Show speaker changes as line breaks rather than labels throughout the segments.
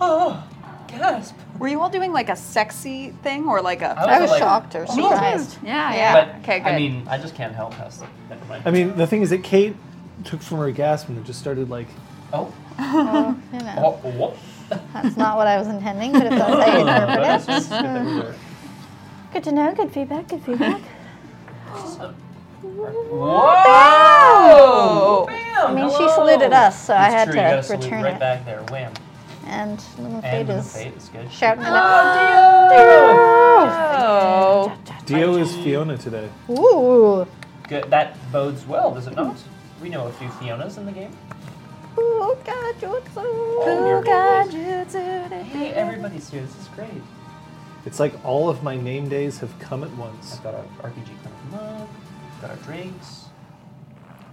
oh, gasp.
Were you all doing like a sexy thing or like a? Oh,
I
also
was
like-
shocked or
Me
surprised.
Yeah,
Yeah.
yeah.
But
okay, good.
I mean, I just can't help how. s- Never mind.
I mean, the thing is that Kate took from her gasp and it just started like.
oh,
Well, you know,
oh, oh.
that's not what I was intending, but if that's how you
Oh, that
interpret
is just good that we were-
it. Good to know. Good feedback. Good feedback.
Whoa! Bam!
I mean, she
Hello!
saluted us, so I
It's
had
true,
to
you gotta salute
return
right
it.
back there. Wham.
And little
And
Fate
the
is
fate is good.
shouting it
Oh!
oh,
Dio is Fiona today.
Ooh.
Good. That bodes well, does it not? We know a few Fionas in the game.
Ooh, God, you're so-
Who
got you today?
Hey, everybody's here. This is great.
It's like all of my name days have come at once.
I've got our RPG kind of mug. We've got our drinks.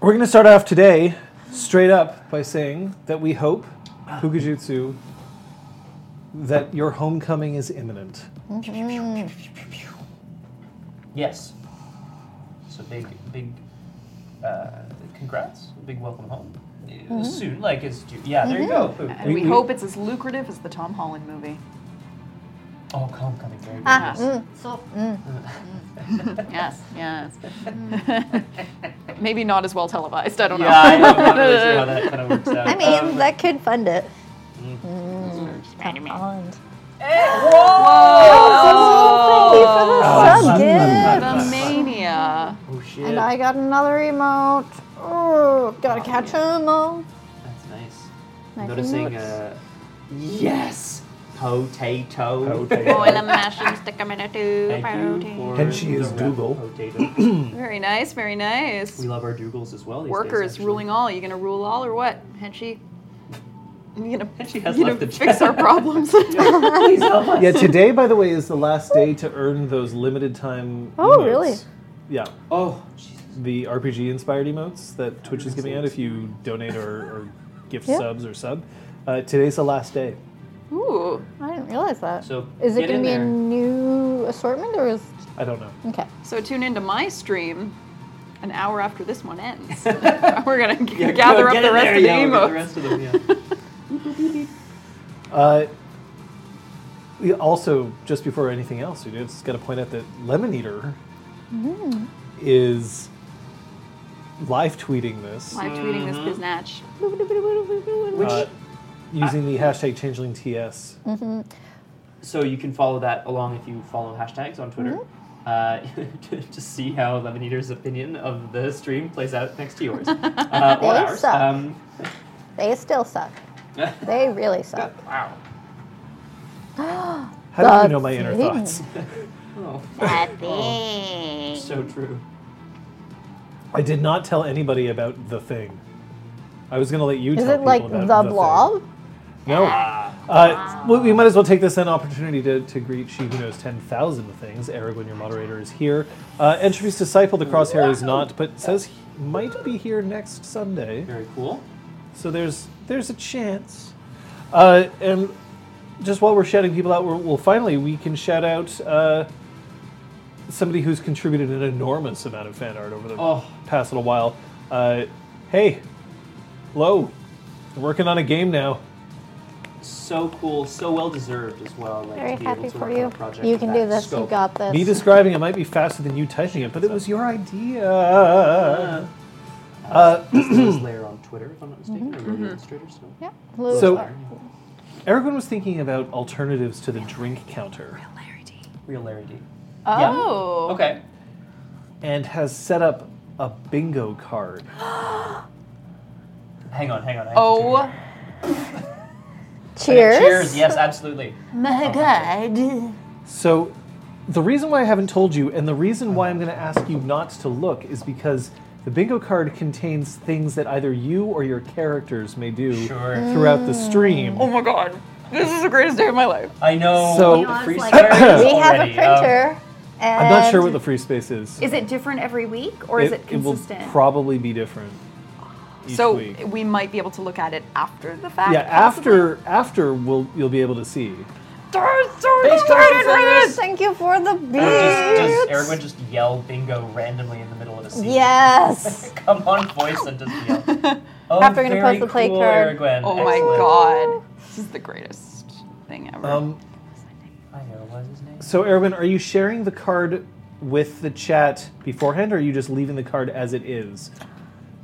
We're going to start off today straight up by saying that we hope, Hukujutsu, that your homecoming is imminent.
Mm-hmm. Yes. So big, big. Uh, congrats. Big welcome home. Uh,
Mm-hmm.
Soon, like it's due. Yeah, there you go. Boom.
Uh-huh.
And we,
We- we-
hope it's as lucrative as the Tom Holland movie.
Oh, homecoming. Very good.
Ah,
yes.
mm,
Yes, yes. Maybe not as well televised. I don't
Yeah, I
know.
know. I'm not really sure how that kind of works out.
I
Um, Mm.
mean, that could fund it. Mm. Holland.
Oh,
Thank you for the sub
that's
The
gift.
mania.
Oh shit.
And I got another remote. Oh, gotta catch them all.
That's nice.
Nice
Noticing
remotes.
uh Yes! Potato.
Potato. Boil 'em,
mash and stick them in a tube.
Thank you for
And she is
the
Dougal.
Potato.
Very nice, very nice.
we love our Dougals as well. These
Workers
days,
ruling all. You gonna rule all or what? Henchy? You gonna,
Henchy has
you gonna
left the
fix
chat.
our problems?
Please help us.
Yeah, today, by the way, is the last day to earn those limited time.
Oh,
emotes.
really?
Yeah,
Oh, Jesus.
the RPG inspired emotes that Twitch is giving out if you donate or, or gift
Yeah.
subs or sub. Uh, today's the last day.
Ooh.
I didn't realize that.
So
is it
get
gonna
in
be
there.
a new assortment or is
I don't know.
okay?
So tune into my stream an hour after this one ends. We're gonna g- gather
go
up
get
the
in
rest
there,
of the
yeah, we'll get
emotes.
the rest of them,
Uh, we also, just before anything else, we just got to point out that Lemon Eater
Mm-hmm.
is live tweeting this
Live tweeting this
Mm-hmm.
biznatch.
yeah. Which,
Uh, using the hashtag ChangelingTS.
so you can follow that along if you follow hashtags on
Mm-hmm.
Twitter uh, to, to see how Lemon Eater's opinion of the stream plays out next to yours. Uh, or
They
ours.
suck.
Um,
They still suck. They really suck.
wow.
How do you know my
That's
inner
hidden.
thoughts?
Oh,
Happy.
so true.
I did not tell anybody about the thing. I was going to let you
Is
tell
it
people
like
about
the
thing.
blob?
No. Uh, well, we might as well take this an opportunity to, to greet she who knows 10,000 things. Aragorn, your moderator, is here. Uh, Entropy's disciple, the crosshair, is not, but says he might be here next Sunday.
Very cool.
So there's there's a chance. Uh, and just while we're shouting people out, we're, well, finally, we can shout out uh, somebody who's contributed an enormous amount of fan art over the
Oh.
past little while. Uh, hey, hello. I'm working on a game now.
So cool. So well deserved as well. Like,
Very
to be
happy
able to
for
work on
you.
a project
You
of
can
that
do this. You
scope.
got this.
Me describing it might be faster than you typing it, but it was your
Ah.
idea.
Uh, this layer on Twitter, if I'm not mistaken,
Mm-hmm.
or maybe Illustrator. So.
Yeah. Lou-
So-
or-
Everyone was thinking about alternatives to the drink counter
Real Larry D.
Oh.
Okay.
and has set up a bingo card.
Hang on, hang on. I have to take a
Oh
minute.
cheers.
Cheers. Yes, absolutely.
Oh,
my god.
So, the reason why I haven't told you, and the reason why I'm going to ask you not to look, is because the bingo card contains things that either you or your characters may do
Sure.
throughout the stream.
Oh my god. This is the greatest day of my life.
I know.
So-
the free
like-
square is
We have a
already, um,
printer. and
I'm not sure what the free space is.
Is it different every week or is it consistent?
It will probably be different. Each
so
week.
we might be able to look at it after the fact.
yeah, after after we'll you'll be able to see.
Thanks, Carson, for this.
Thank you for the
Oh,
Does, does
beats.
Erwin just yell bingo randomly in the middle of a scene?
Yes.
Come on, voice and just yell. Oh,
After we're
very
gonna post the play
cool,
card.
Erwin.
oh my
Excellent.
god. This is the greatest. thing ever.
Um,
I know what his name.
so, Erwin, are you sharing the card with the chat beforehand, or are you just leaving the card as it is?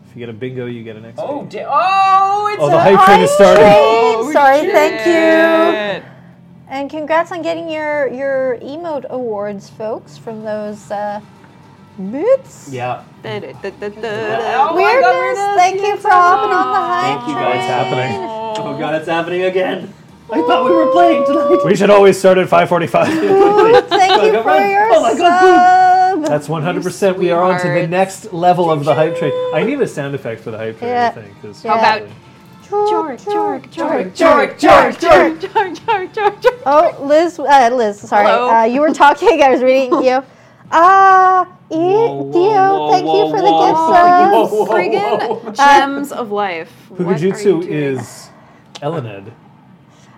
If you get a bingo, you get an XP.
Oh, da- oh, it's
Oh, the
a-
hype train is starting.
Oh,
Hey, sorry, thank you.
Shit.
And congrats on getting your your emote awards, folks, from those uh, boots.
Yeah.
Da- da- da-
Oh
da- da-
my
Weirdness,
God, weirdness,
thank you for hopping on the hype
Thank you
train.
guys.
It's happening.
Oh god, it's happening again. I thought we were playing tonight.
We should always start at 545.
Thank you
Go
for
run.
your
Oh my God,
sub.
That's 100%. We are on to the
sweethearts.
next level of the hype train. I need a sound effect for the hype train,
Yeah.
I think. 'cause-
How
about-
Jorg,
Jorg,
Jorg,
Jorg,
Jorg,
Jorg.
Jar, jar, jar, jar.
Oh, Liz, uh, Liz, sorry.
Hello.
Uh, you were talking. I was reading you. Ah, uh, Dio, thank you for the gift subs.
whoa, whoa, whoa.
Friggin' gems of life. What are you
Hukujutsu
doing?
is Elened.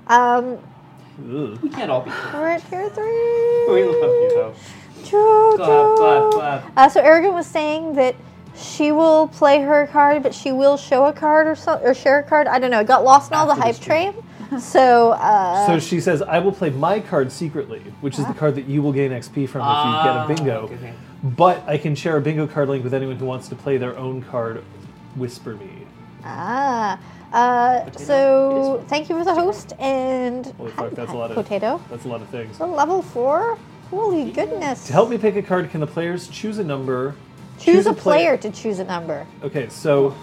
Um,
Ugh.
We can't all be. friends.
we're at tier three.
We love you though.
Choo,
Clap, clap,
choo.
clap.
Uh, so Aragon was saying that she will play her card, but she will show a card or so, or share a card. I don't know. It got lost in all the
After the
hype
stream.
train. So, uh,
Um,
So she says, I will play my card secretly, which is the card that you will gain XP from
Ah,
if you get a bingo.
okay, okay.
But I can share a bingo card link with anyone who wants to play their own card, Whisper Me.
ah, uh,
Potato. It
so thank you for the host and
Holy fuck, that's a lot of
potato.
That's a lot of things.
So
Oh.
level four. Holy goodness!
To help me pick a card, can the players choose a number?
choose a
play-
player to choose a number.
Okay, so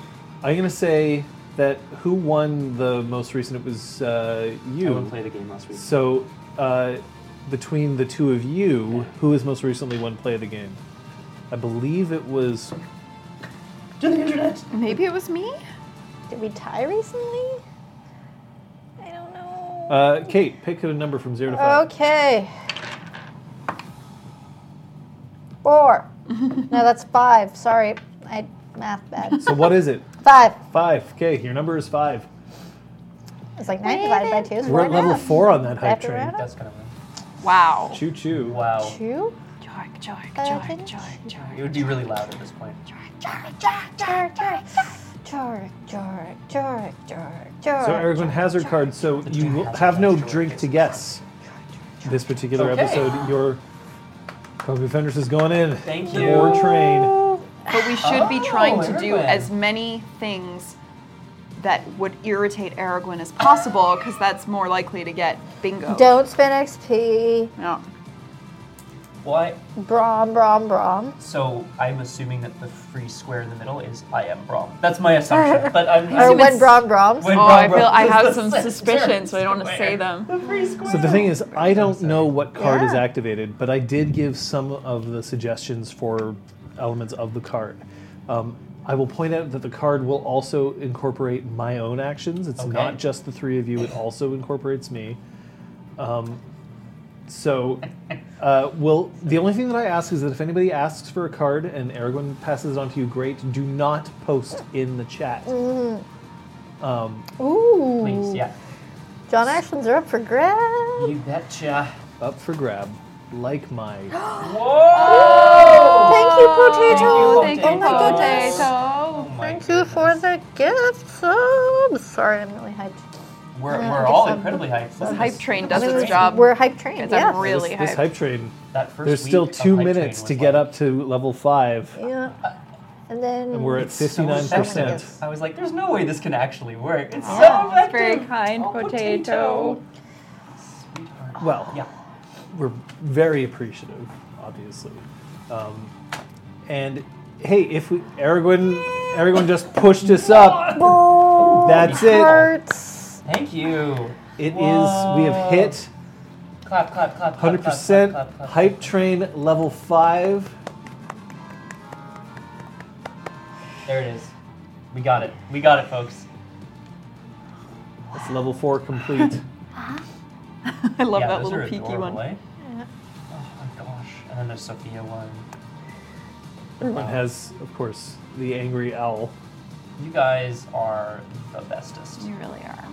I'm gonna say that who won the most recent? It was uh,
I
you.
wouldn't play the game last week.
So uh, between the two of you, who has most recently won play of the game? I believe it was.
To the internet.
Maybe it was me?
Did we tie recently? I don't know.
Uh, Kate, pick a number from zero to five.
Okay. Four. no, that's five. Sorry, I math bad.
So what is it?
Five.
Five. Okay, your number is five.
It's like nine divided by two is
We're
four.
at level
now.
four on that hype
After
train.
round up?
That's kind of weird.
Wow.
Choo choo.
Wow.
Two.
Jark, jark,
Uh,
jark,
didn't
jark, jark.
It would be really loud at this point.
Jark, jark, jark, jark, jark, jark, jark, jark, jark.
So everyone has her card, so you will
has
have
her
no
card.
drink to guess. This particular
Okay.
episode, your Kobe Fenders is going in.
Thank
The
you.
War train.
But we should be
Oh,
trying to do
Aragorn.
as many things that would irritate Aragorn as possible, because that's more likely to get bingo.
Don't spend XP.
No.
Why?
Brom, brom, brom.
So I'm assuming that the free square in the middle is I am Brom. That's my assumption. But I'm.
Or
I'm-
when brom, broms.
When
Oh,
Brom
I feel I
Brom-
have some
Square.
suspicions, so I don't want to say them.
The free square.
So the thing is, I don't know what card is
Yeah.
activated, but I did give some of the suggestions for elements of the card. Um, I will point out that the card will also incorporate my own actions. It's
Okay.
not just the three of you; it also incorporates me. Um, so, uh, will the only thing that I ask is that if anybody asks for a card and Aragorn passes it on to you, great. Do not post in the chat. Um,
Ooh.
Please, yeah.
John Ashlands are up for grabs.
You betcha.
up for grab, like my.
Oh Whoa!
Thank you,
Oh,
potato.
thank
Thank
you,
you,
Oh my goodness.
Oh
potato.
my
Thank you for the gift subs. Sorry, I'm really hyped.
We're,
Yeah,
we're
I
all
guess I'm-
incredibly hyped.
The
This
hype
is-
train
I
does
mean,
its
it's-
job.
we're hype trained.
Guys, I'm
yeah.
really
this, this
hyped.
hype train.
That first
There's
week
still
of
two
hype train
minutes
was
to
like-
get up to level five.
Yeah. And then
And we're at
It's so
59%.
effective. I was like, there's no way this can actually work. It's so
Yeah, it's
effective.
very kind,
Oh,
potato.
Sweetheart.
Well,
Yeah.
we're very appreciative, obviously. Um, and hey, if we Aragorn, Aragorn just pushed us up. That's it.
Hearts.
Thank you.
It is. We have hit
Clap, clap, clap, clap, clap.
100%
clap, clap, clap,
hype train level five.
clap. There it is. We got it. We got it, folks.
That's level four complete.
I love
yeah,
that
those
little
are
peaky
adorable,
one.
eh? Oh my gosh. And then there's Sophia one.
Everyone has, of course, the angry owl,
You guys are the bestest.
You really are.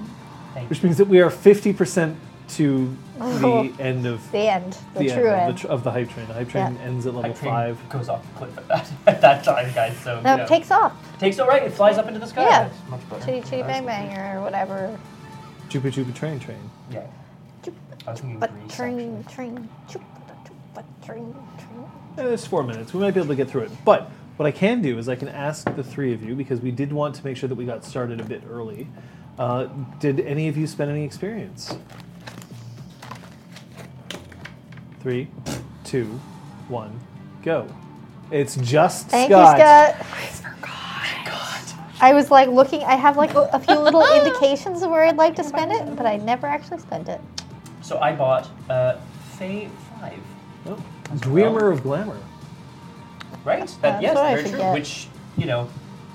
Thank
which
you.
means that we are 50% to the end of
The end. The,
the
true
end,
end.
Of, the tr- of the hype train. The hype train
Yeah.
ends at level
Hype train
five.
goes off the cliff at that, at that time, guys. So
no,
you know.
it takes off.
takes all right. It flies up into the sky.
Yeah.
It's much better.
Chitty chitty bang bang or whatever.
Chupa Chupa Train Train.
Yeah.
Choo
I was thinking Greece,
Buttering,
actually.
train, choop, choop, buttering, train.
Eh, It's four minutes. We might be able to get through it. But what I can do is I can ask the three of you because we did want to make sure that we got started a bit early. Uh, did any of you spend any experience? Three, two, one, go. It's just
Thank
Scott.
you, Scott. I was like looking. I have like a, a few little indications of where I'd like to spend it, but I never actually spent it.
So I bought uh, Fae Five,
Oh, Dwemer of Glamour.
right? That,
That's
yes,
what I
very true.
forget.
Which you know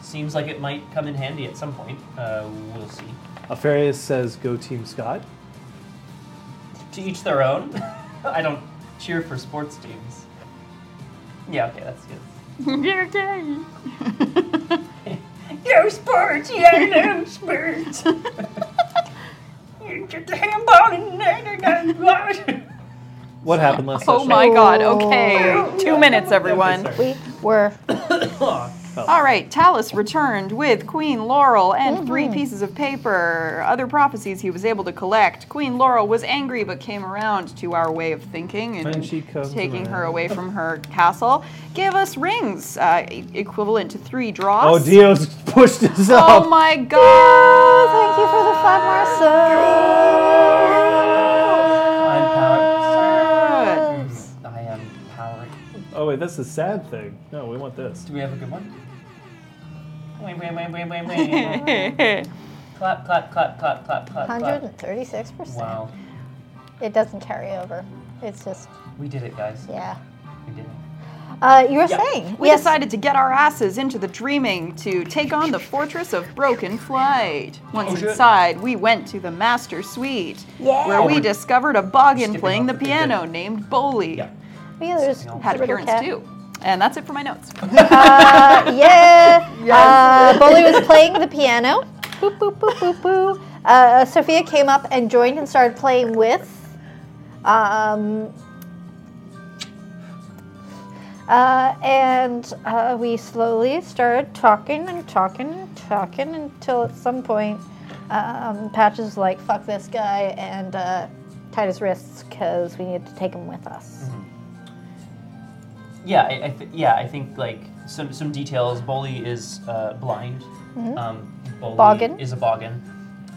seems like it might come in handy at some point. Uh, we'll see.
Afarius says, go Team Scott.
To each their own. I don't cheer for sports teams. Yeah, okay, that's good. No sports, yeah, no sports. you get the handball and
What happened last
Oh
session?
my god,
Oh.
okay. Two minutes, everyone.
Sorry.
We were Oh,
All right, Talus returned with Queen Laurel and three pieces of paper, other prophecies he was able to collect. Queen Laurel was angry but came around to our way of thinking
When
and
she comes
taking her
around.
away from her castle. Gave us rings, uh, e- equivalent to three
Oh,
draws.
Dio's pushed us
Oh
up.
my god!
Thank you for the five
Ah.
more subs.
I am powered.
Oh wait, that's the sad thing. No, we want this.
Do we have a good one? Wait, wait, wait, wait, wait, wait. clap, clap, clap, clap, clap, clap, clap.
136%.
Wow.
It doesn't carry over. It's just,
We did it, guys.
yeah.
We did it.
Uh, you were
Yeah.
saying.
We
yes.
decided to get our asses into the dreaming to take on the fortress of broken flight. Once
Oh, shit.
inside, we went to the master suite,
Yeah.
where we
we're
discovered a boggin
skipping
playing
off
the
the good
piano
bit.
named Boli.
Yeah.
Yeah, there's
Had
Ritter
appearance
Cat.
too. And that's it for my notes.
Uh, yeah. Uh, Bully was playing the piano. Boop, boop, boop, boop, boop. Uh, Sophia came up and joined and started playing with. Um, uh, and uh, we slowly started talking and talking and talking until at some point, um, Patches was like, fuck this guy, and uh, tied his wrists because we needed to take him with us.
Yeah, I, I th- yeah, I think like some some details. Boli is uh, blind. Um, Boli
Boggin.
is a boggin.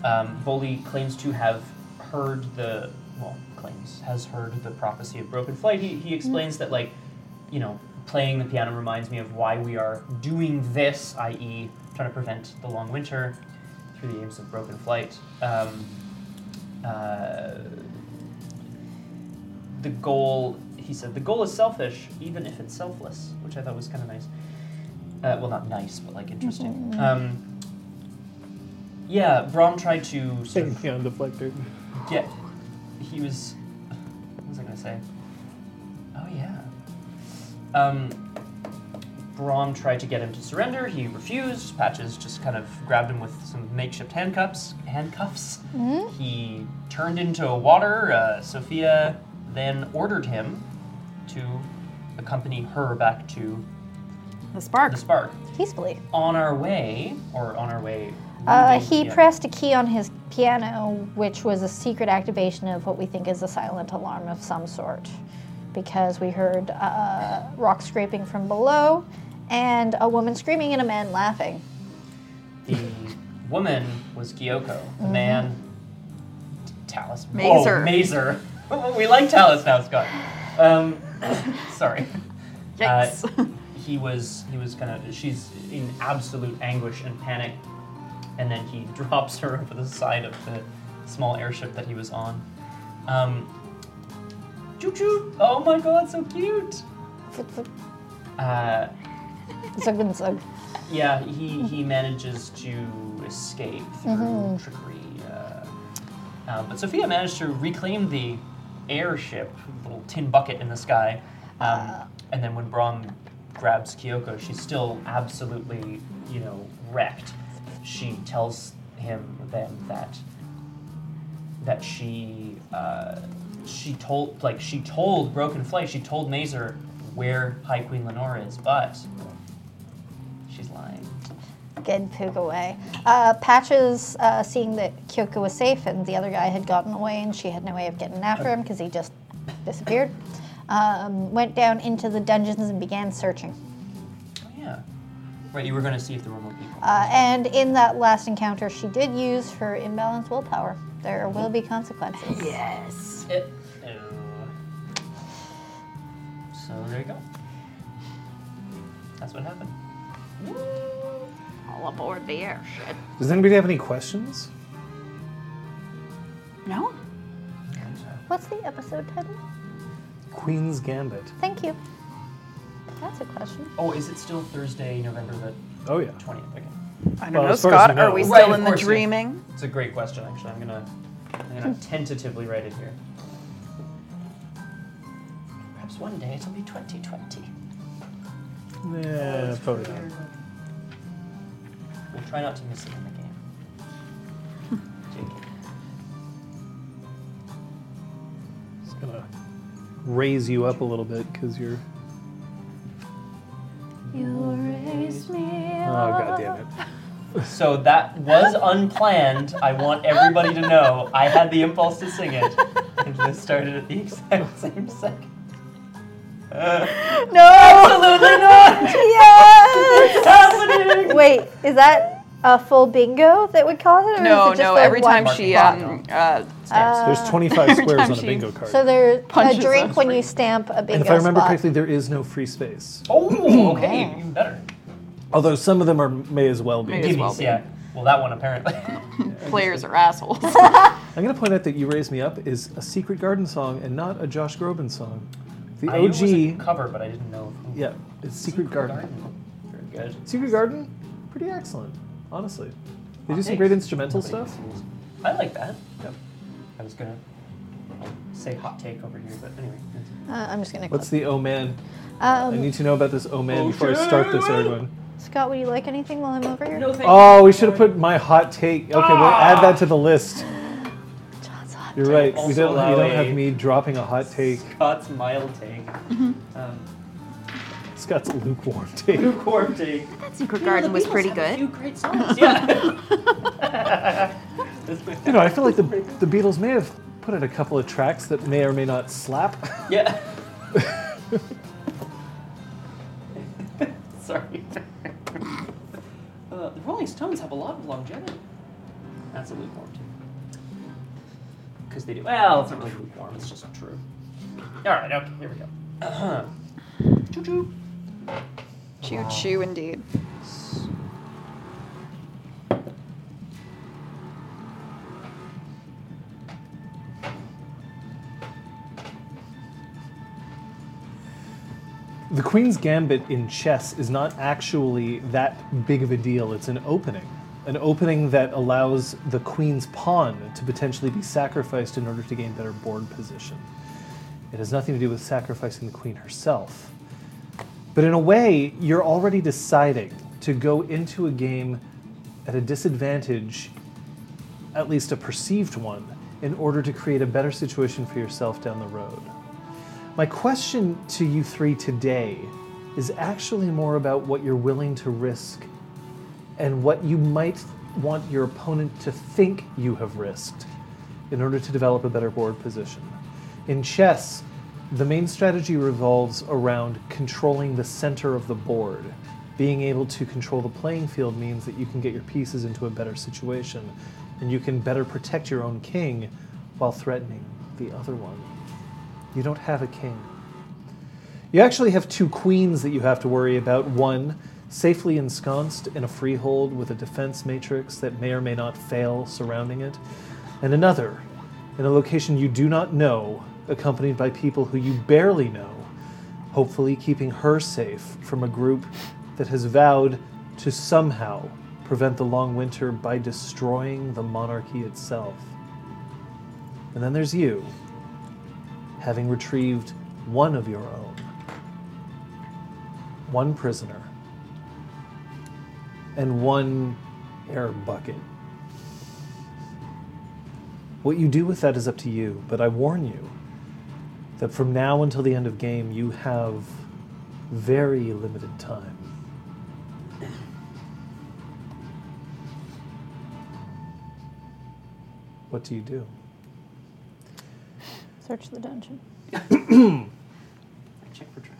Um, Boli claims to have heard the well, claims has heard the prophecy of broken flight. He he explains that like, you know, playing the piano reminds me of why we are doing this, i.e., trying to prevent the long winter through the aims of broken flight. Um, uh, the goal he said the goal is selfish even if it's selfless which i thought was kind of nice uh, well not nice but like interesting um, yeah brom tried to sort of
Neon deflector.
get he was what was i going to say oh yeah um, brom tried to get him to surrender he refused patches just kind of grabbed him with some makeshift handcuffs handcuffs
Mm-hmm.
he turned into water uh, sophia then ordered him to accompany her back to
The spark.
the spark
Peacefully.
on our way or on our way
Uh,
leaving
he
the-
pressed a key on his piano, which was a secret activation of what we think is a silent alarm of some sort, because we heard uh, rock scraping from below, and a woman screaming and a man laughing.
The woman was Gyoko. The man, T- Talus.
Mazer.
Whoa, Mazer. we like Talus now, Scott. Um, sorry.
Yikes.
He was. He was kind of. She's in absolute anguish and panic, and then he drops her over the side of the small airship that he was on. Um, choo choo! Oh my God, so cute. Uh,
Zug and zug.
yeah, he, he manages to escape through trickery. Uh, uh, but Sophia managed to reclaim the airship, little tin bucket in the sky. Um, and then when Brom grabs Kyoko, she's still absolutely, you know, wrecked. She tells him then that that she uh, she told like she told Broken Flay, she told Mazer where High Queen Lenore is, but she's lying.
good Poog away. Uh, Patches, uh, seeing that Kyoko was safe and the other guy had gotten away and she had no way of getting after him because he just disappeared, um, went down into the dungeons and began searching.
Oh, yeah. Right, you were going to see if there were more people.
Uh, and in that last encounter, she did use her imbalanced willpower. There will be consequences.
Yes.
Uh, So there you go. That's what happened.
All aboard the airship.
Does anybody have any questions?
No?
What's the episode title?
Queen's Gambit.
Thank you. That's a question.
Oh, is it still Thursday, November the
Oh yeah.
20th? Okay.
I don't
Well,
know,
as far as
Scott.
we know.
Are we
Right,
still
of
in the
course, yeah.
dreaming?
It's a great question, actually. I'm gonna, I'm gonna tentatively write it here. Perhaps one day it'll be 2020.
Yeah, probably not.
We'll try not to miss it in the game. JK.
It's gonna raise you up a little bit because you're. You raise me. Oh god damn it!
So that was unplanned. I want everybody to know I had the impulse to sing it, and this started at the exact same second.
No!
Absolutely not!
Ah!
yes!
Happening!
Wait, is that a full bingo that would cause it? Or
No,
is it just
no.
like
Every
one
time she
spot?
um, uh,
Yes.
There's 25
every
squares
time
on a
she-
bingo card,
So there's a
Punches
drink
us.
when you stamp a bingo
and if I remember
spot.
correctly, there is no free space.
Oh, okay, even better.
Although some of them are may as well be.
May as well
Gimmes,
be.
yeah. Well, that one apparently.
players are assholes.
I'm gonna point out that "You Raise Me Up" is a Secret Garden song and not a Josh Groban song. The
I knew it was
OG,
a cover, but I didn't know. who-
yeah, it's Secret, Garden.
Very good.
Secret Garden, pretty excellent, honestly. They do some
Hey,
great instrumental
nobody
stuff.
listens. I like that.
Yep.
I was gonna say hot take over here, but anyway.
Uh, I'm just gonna.
What's
Clip.
the Oh Man? I
Um,
need to know about this Oh Man before I start this, everyone.
Scott, would you like anything while I'm over here?
No, thank
Oh, we should have put my hot take. Okay, we'll add that to the list.
John's hot.
You're right. We
Also
don't. You don't
allow
have
a-
me dropping a hot take.
Scott's mild take.
Mm-hmm.
um,
Scott's lukewarm take.
lukewarm take.
That Secret Garden was pretty good.
great songs. Yeah. That's my-
You know, I feel like the the Beatles may have put in a couple of tracks that may or may not slap.
yeah. Sorry. Uh, the Rolling Stones have a lot of longevity. That's a lukewarm take. Because they do. Well, it's not really lukewarm. It's just true. All right. Okay. Here we go. choo choo.
Choo choo, indeed.
The Queen's Gambit in chess is not actually that big of a deal. It's an opening. An opening that allows the Queen's pawn to potentially be sacrificed in order to gain better board position. It has nothing to do with sacrificing the Queen herself. But in a way, you're already deciding to go into a game at a disadvantage, at least a perceived one, in order to create a better situation for yourself down the road. My question to you three today is actually more about what you're willing to risk and what you might want your opponent to think you have risked in order to develop a better board position. In chess, the main strategy revolves around controlling the center of the board. Being able to control the playing field means that you can get your pieces into a better situation and you can better protect your own king while threatening the other one. You don't have a king. You actually have two queens that you have to worry about. One, safely ensconced in a freehold with a defense matrix that may or may not fail surrounding it, and another, in a location you do not know, accompanied by people who you barely know, hopefully keeping her safe from a group that has vowed to somehow prevent the long winter by destroying the monarchy itself. And then there's you having retrieved one of your own. One prisoner. And one air bucket. What you do with that is up to you, but I warn you that from now until the end of game, you have very limited time. What do you do?
Search the dungeon.
I check for traps.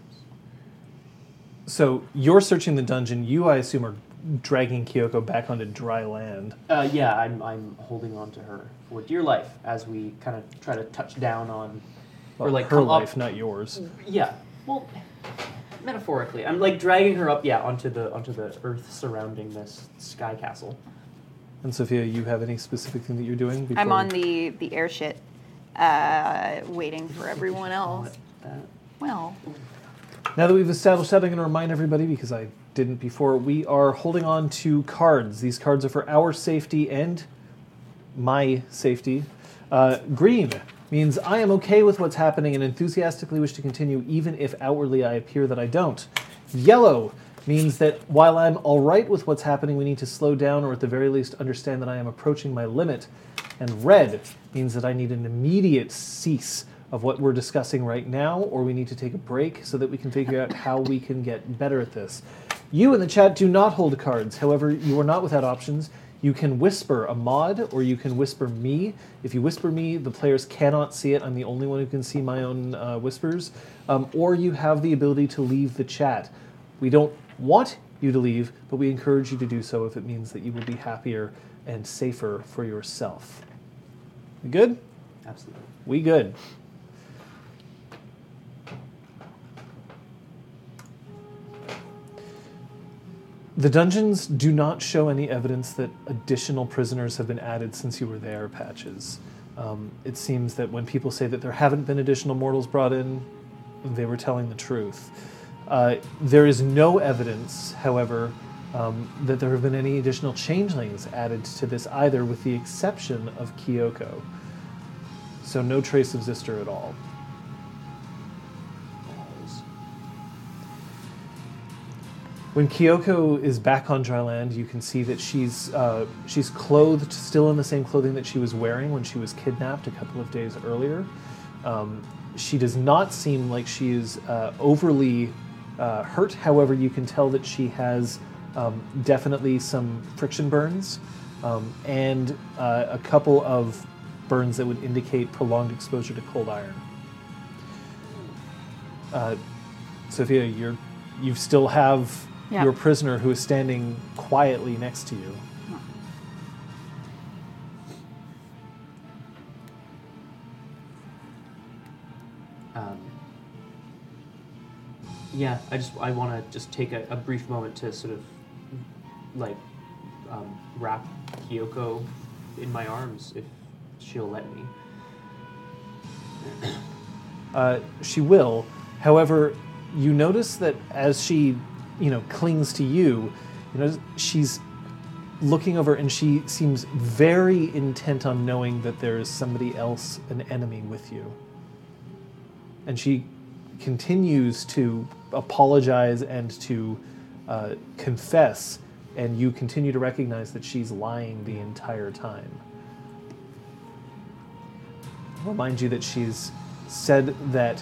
So you're searching the dungeon. You, I assume, are dragging Kyoko back onto dry land.
Uh, yeah, I'm, I'm holding on to her for dear life as we kind of try to touch down on, or
Well,
like
her
come up-
life, not yours.
Yeah. Well, metaphorically, I'm like dragging her up, yeah, onto the onto the earth surrounding this sky castle.
And Sophia, you have any specific thing that you're doing? Before
I'm on the the air shit, uh, waiting for everyone else.
That-
Well,
Now that we've established that, I'm going to remind everybody because I didn't before. We are holding on to cards. These cards are for our safety and my safety. Uh, green means I am okay with what's happening and enthusiastically wish to continue, even if outwardly I appear that I don't. Yellow means that while I'm all right with what's happening, we need to slow down or at the very least understand that I am approaching my limit. And red means that I need an immediate cease of what we're discussing right now, or we need to take a break so that we can figure out how we can get better at this. You in the chat do not hold cards. However, you are not without options. You can whisper a mod, or you can whisper me. If you whisper me, the players cannot see it. I'm the only one who can see my own uh, whispers. Um, or you have the ability to leave the chat. We don't want you to leave, but we encourage you to do so if it means that you will be happier and safer for yourself. We good?
Absolutely.
We good. The dungeons do not show any evidence that additional prisoners have been added since you were there, Patches. Um, it seems that when people say that there haven't been additional mortals brought in, they were telling the truth. Uh, there is no evidence, however, um, that there have been any additional changelings added to this either, with the exception of Kyoko. So no trace of Zister at all.
Balls.
When Kyoko is back on dry land, you can see that she's uh, she's clothed still in the same clothing that she was wearing when she was kidnapped a couple of days earlier. Um, she does not seem like she is uh, overly uh, hurt. However, you can tell that she has um, definitely some friction burns um, and uh, a couple of burns that would indicate prolonged exposure to cold iron. Uh, Sophia, you're you still have
Yeah.
your prisoner who is standing quietly next to you.
Um, yeah, I just I want to just take a, a brief moment to sort of like um, wrap Kyoko in my arms if she'll let me.
Uh, she will. However, you notice that as she, you know, clings to you, you know, she's looking over and she seems very intent on knowing that there is somebody else, an enemy with you. And she continues to apologize and to uh, confess, and you continue to recognize that she's lying the entire time. remind you that she's said that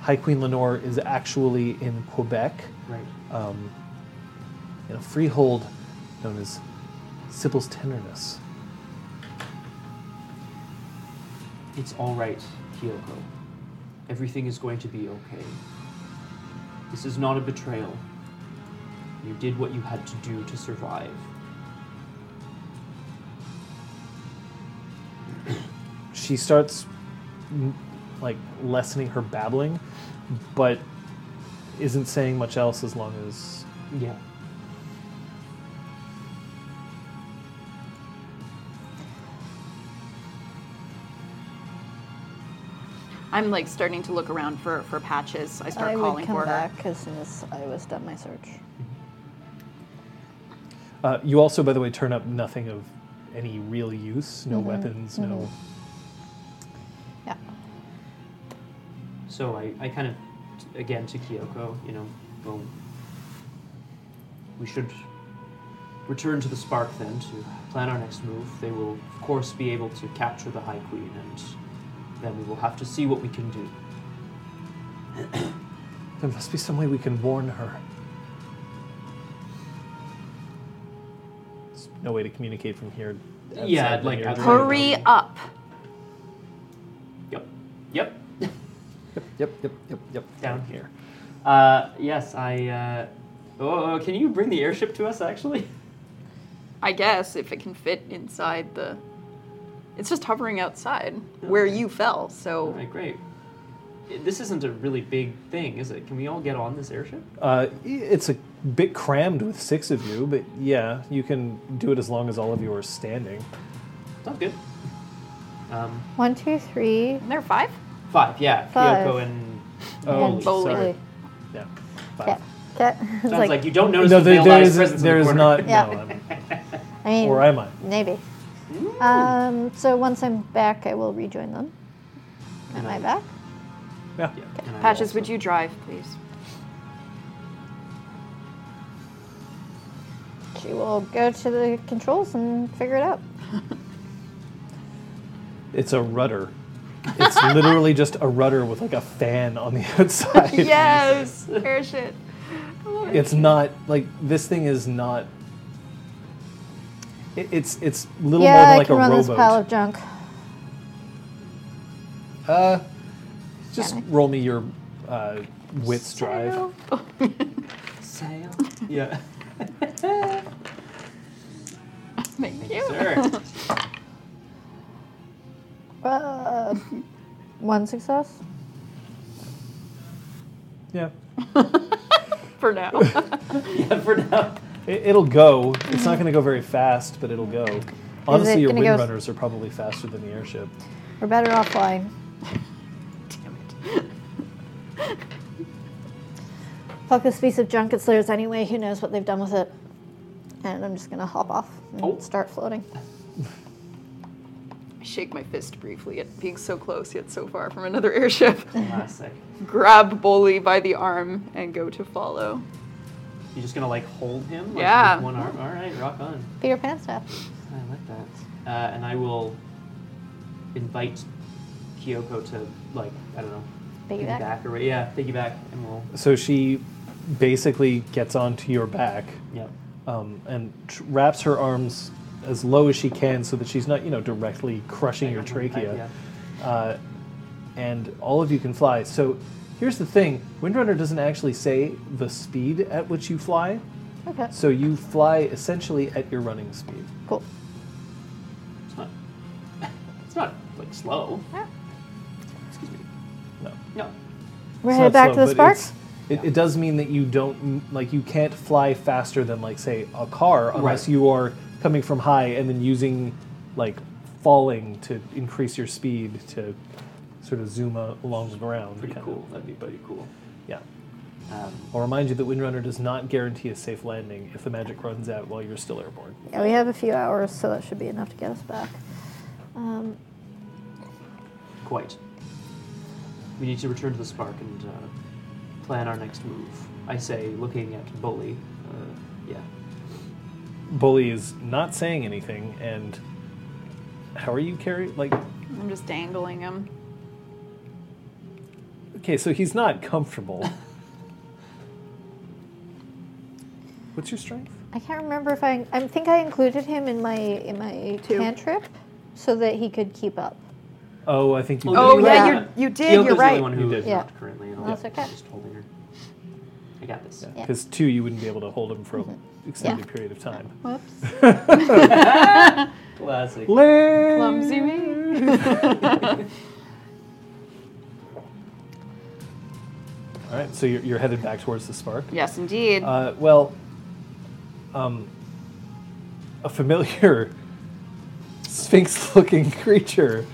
High Queen Lenore is actually in Quebec
Right.
um, in a freehold known as Sybil's Tenderness.
It's all right, Kyoko. Everything is going to be okay. This is not a betrayal. You did what you had to do to survive.
She starts m- like lessening her babbling, but isn't saying much else as long as
Yeah.
I'm like starting to look around for for patches. I start
I
calling
would come
for her.
back as soon as I was done my search.
Uh, you also, by the way, turn up nothing of any real use. No weapons. No.
Yeah.
So I, I kind of, t- again to Kyoko, you know, well, we should return to the spark then to plan our next move. They will, of course, be able to capture the High Queen, and then we will have to see what we can do.
There must be some way we can warn her. There's no way to communicate from here.
Yeah,
outside the
like
mirror
outside.
drain.
Hurry up.
Yep. Yep.
Yep, yep, yep, yep.
Down here. Uh, yes, I. Uh, oh, can you bring the airship to us? Actually.
I guess if it can fit inside the. It's just hovering outside where you fell,
All
so.
right, great. This isn't a really big thing, is it? Can we all get on this airship?
Uh, i- it's a bit crammed with six of you, but yeah, you can do it as long as all of you are standing.
Sounds good. Um,
One, two, three.
And there are five?
five, yeah.
Five.
Kyoko and.
Oh,
and
Bowling.
sorry.
Bowley.
Yeah.
Cat.
Five.
Cat. It's
Sounds like, you don't notice
No,
the
there,
veiled
there
eyes
is,
presence in
there
the
is
corner.
not.
Yeah.
No, um, I'm,
I mean,
or am I?
maybe. Um, so once I'm back, I will rejoin them. Am I back?
Yeah.
Yeah, and I
Patches,
also-
would you drive, please?
She will go to the controls and figure it out.
It's a rudder. It's literally just a rudder with like a fan on the outside.
yes! Airship.
It's not like this thing is not. It, it's it's little more
yeah,
than
I
like
can
a
run
rowboat.
this pile of junk.
Uh, just
Can
roll me your uh, wits drive.
Yeah.
Thank you.
Sure.
Uh, one success.
Yeah,
For now.
yeah, for now.
it, it'll go. It's not going to go very fast, but it'll go. Honestly, your
Mm. gonna go s-
windrunners are probably faster than the airship.
We're better off flying.
Damn it.
Fuck this piece of junk. It's theirs anyway. Who knows what they've done with it? And I'm just gonna hop off and
Oh.
start floating.
I shake my fist briefly at being so close yet so far from another airship.
Classic.
Grab Bully by the arm and go to follow.
You're just gonna like hold him? Like,
Yeah.
With one arm? Alright, rock on.
Peter Pan stuff.
I like that. Uh, and I will invite Kyoko to, like, I don't know,
Piggyback.
or what- yeah, piggyback, and we'll.
So she basically gets onto your back
Yep.
um, and tr- wraps her arms as low as she can so that she's not, you know, directly crushing your trachea. Uh, and all of you can fly. So here's the thing Windrunner doesn't actually say the speed at which you fly,
Okay.
so you fly essentially at your running speed.
Cool.
It's not. It's not like slow. Excuse me.
No.
No.
We're
It's
headed
not
back
slow,
to the
but
spark.
it's- It, it does mean that you don't like you can't fly faster than like say a car unless
Right.
you are coming from high and then using like falling to increase your speed to sort of zoom a- along the ground.
Pretty
kinda.
cool. That'd be pretty cool.
Yeah.
Um,
I'll remind you that Windrunner does not guarantee a safe landing if the magic runs out while you're still airborne.
Yeah, we have a few hours, so that should be enough to get us back. Um,
quite. We need to return to the spark and uh, plan our next move. I say, looking at Bully. Uh, yeah.
Bully is not saying anything, and how are you carrying? Like,
I'm just dangling him.
okay, so he's not comfortable. What's your strength?
I can't remember if I. I think I included him in my in my
Two.
cantrip, so that he could keep up.
Oh, I think you.
Oh,
Oh,
yeah,
yeah,
yeah.
you're, you did.
Kyoko's
you're
the only
right.
one who
You
is
did.
Yeah.
not currently. and
That's
I'll
okay.
Just holding her. I got this.
Yeah. Mm-hmm.
Because two, you wouldn't be able to hold him for an extended
Yeah.
period of time.
Whoops.
Classic.
Clumsy me.
All right, so you're, you're headed back towards the spark.
yes, indeed.
Uh, well, um, a familiar sphinx looking creature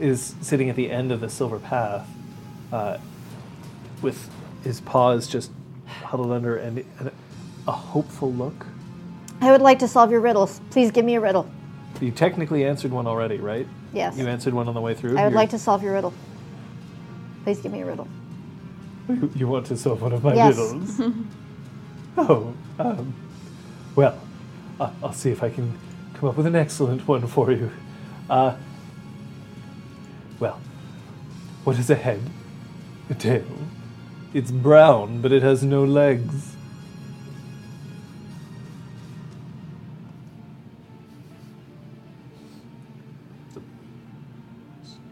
is sitting at the end of the silver path uh, with his paws just huddled under and, and a hopeful look.
I would like to solve your riddles. Please give me a riddle.
You technically answered one already, right?
Yes.
You answered one on the way through.
I would
You're-
like to solve your riddle. Please give me a riddle.
You, you want to solve one of my
Yes.
riddles? oh, um, well, I- I'll see if I can come up with an excellent one for you. Uh, well, what is a head? A tail? It's brown, but it has no legs.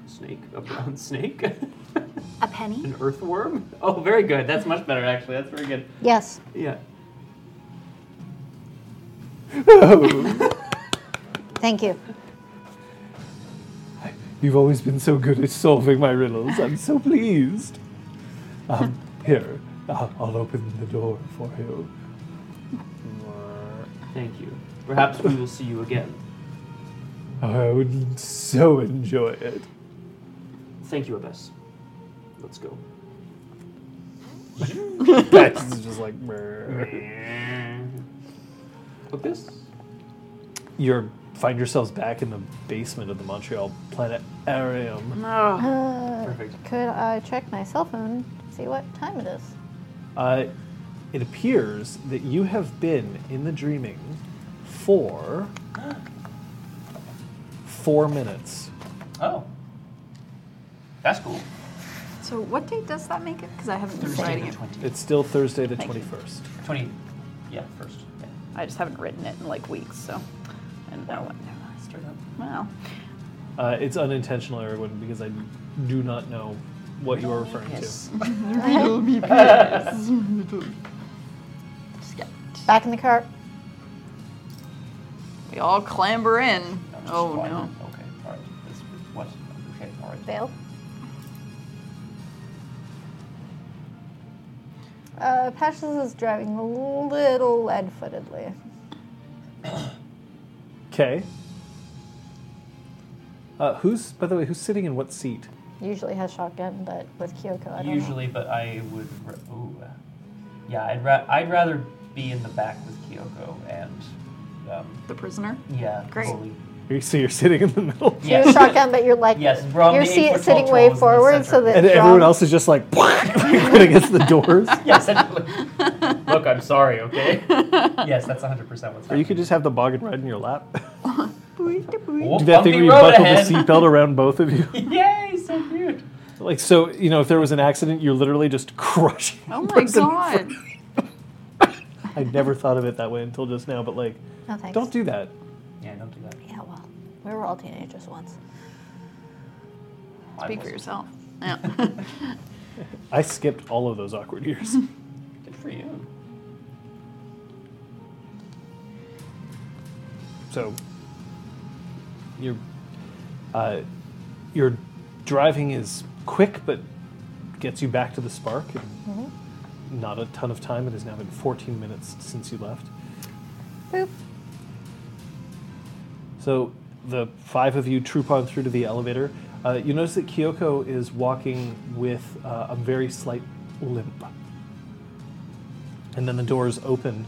snake, a brown snake,
A penny?
an earthworm. Oh, very good. That's much better, actually. That's very good.
Yes.
Yeah.
Oh,
Thank you.
You've always been so good at solving my riddles. I'm so pleased. Um, here, I'll, I'll open the door for you.
Thank you. Perhaps we will see you again.
I would so enjoy it.
Thank you, Abbess. Let's go.
Bex is just like, "Brr."
Abyss?
you find yourselves back in the basement of the Montreal Planetarium.
Oh.
Uh,
Perfect.
could I check my cell phone? See what time it is.
Uh, it appears that you have been in the dreaming for four minutes.
Oh. That's cool.
So what date does that make it? Because I haven't been
Thursday
writing
the
it.
20.
It's still Thursday the
Thank you.
21st.
20. Yeah, first. Yeah.
I just haven't written it in like weeks, so I don't know what.
Straight up.
Wow.
Uh, it's unintentional, everyone, because I do not know what you are referring to.
Just get-
Back in the car.
We all clamber in.
No, just
Oh
one.
no.
Okay, alright. That's what? Okay, alright.
Bail. Uh, Patches is driving a little lead-footedly.
Okay. Uh, who's, by the way, who's sitting in what seat?
Usually has shotgun, but with Kyoko, I don't
Usually, but I would. Ra- ooh. Yeah, I'd, ra- I'd rather be in the back with Kyoko and. Um,
The prisoner.
yeah,
Great.
Foley.
You- So you're sitting in the middle.
know. You're
Yes.
shotgun, but you're like
Yes, we're on
you're
the
seat-
eight-foot
sitting
tall trolls
way
in the
forward so
center.
that
And everyone
John-
else is just like against the doors.
Yeah, essentially. Look, I'm sorry, okay? yes, that's 100% what's happening.
Or you could just have the boggin ride in your lap.
oh,
Do that thing
bumpy
where you
road
buckle
ahead.
the seatbelt around both of you.
Yay, so cute.
Like so, you know, if there was an accident, you're literally just crushing.
Oh
the
my
person.
god.
I never thought of it that way until just now, but like,
No thanks.
don't do that.
Yeah, don't do that.
Yeah, well, we were all teenagers once.
I
Speak for
wasn't.
yourself. Yeah.
I skipped all of those awkward years.
Good for you.
so your uh, your driving is quick, but gets you back to the spark. In Not a ton of time. It has now been 14 minutes since you left.
Boop.
So the five of you troop on through to the elevator. Uh, you notice that Kyoko is walking with uh, a very slight limp. And then the doors open,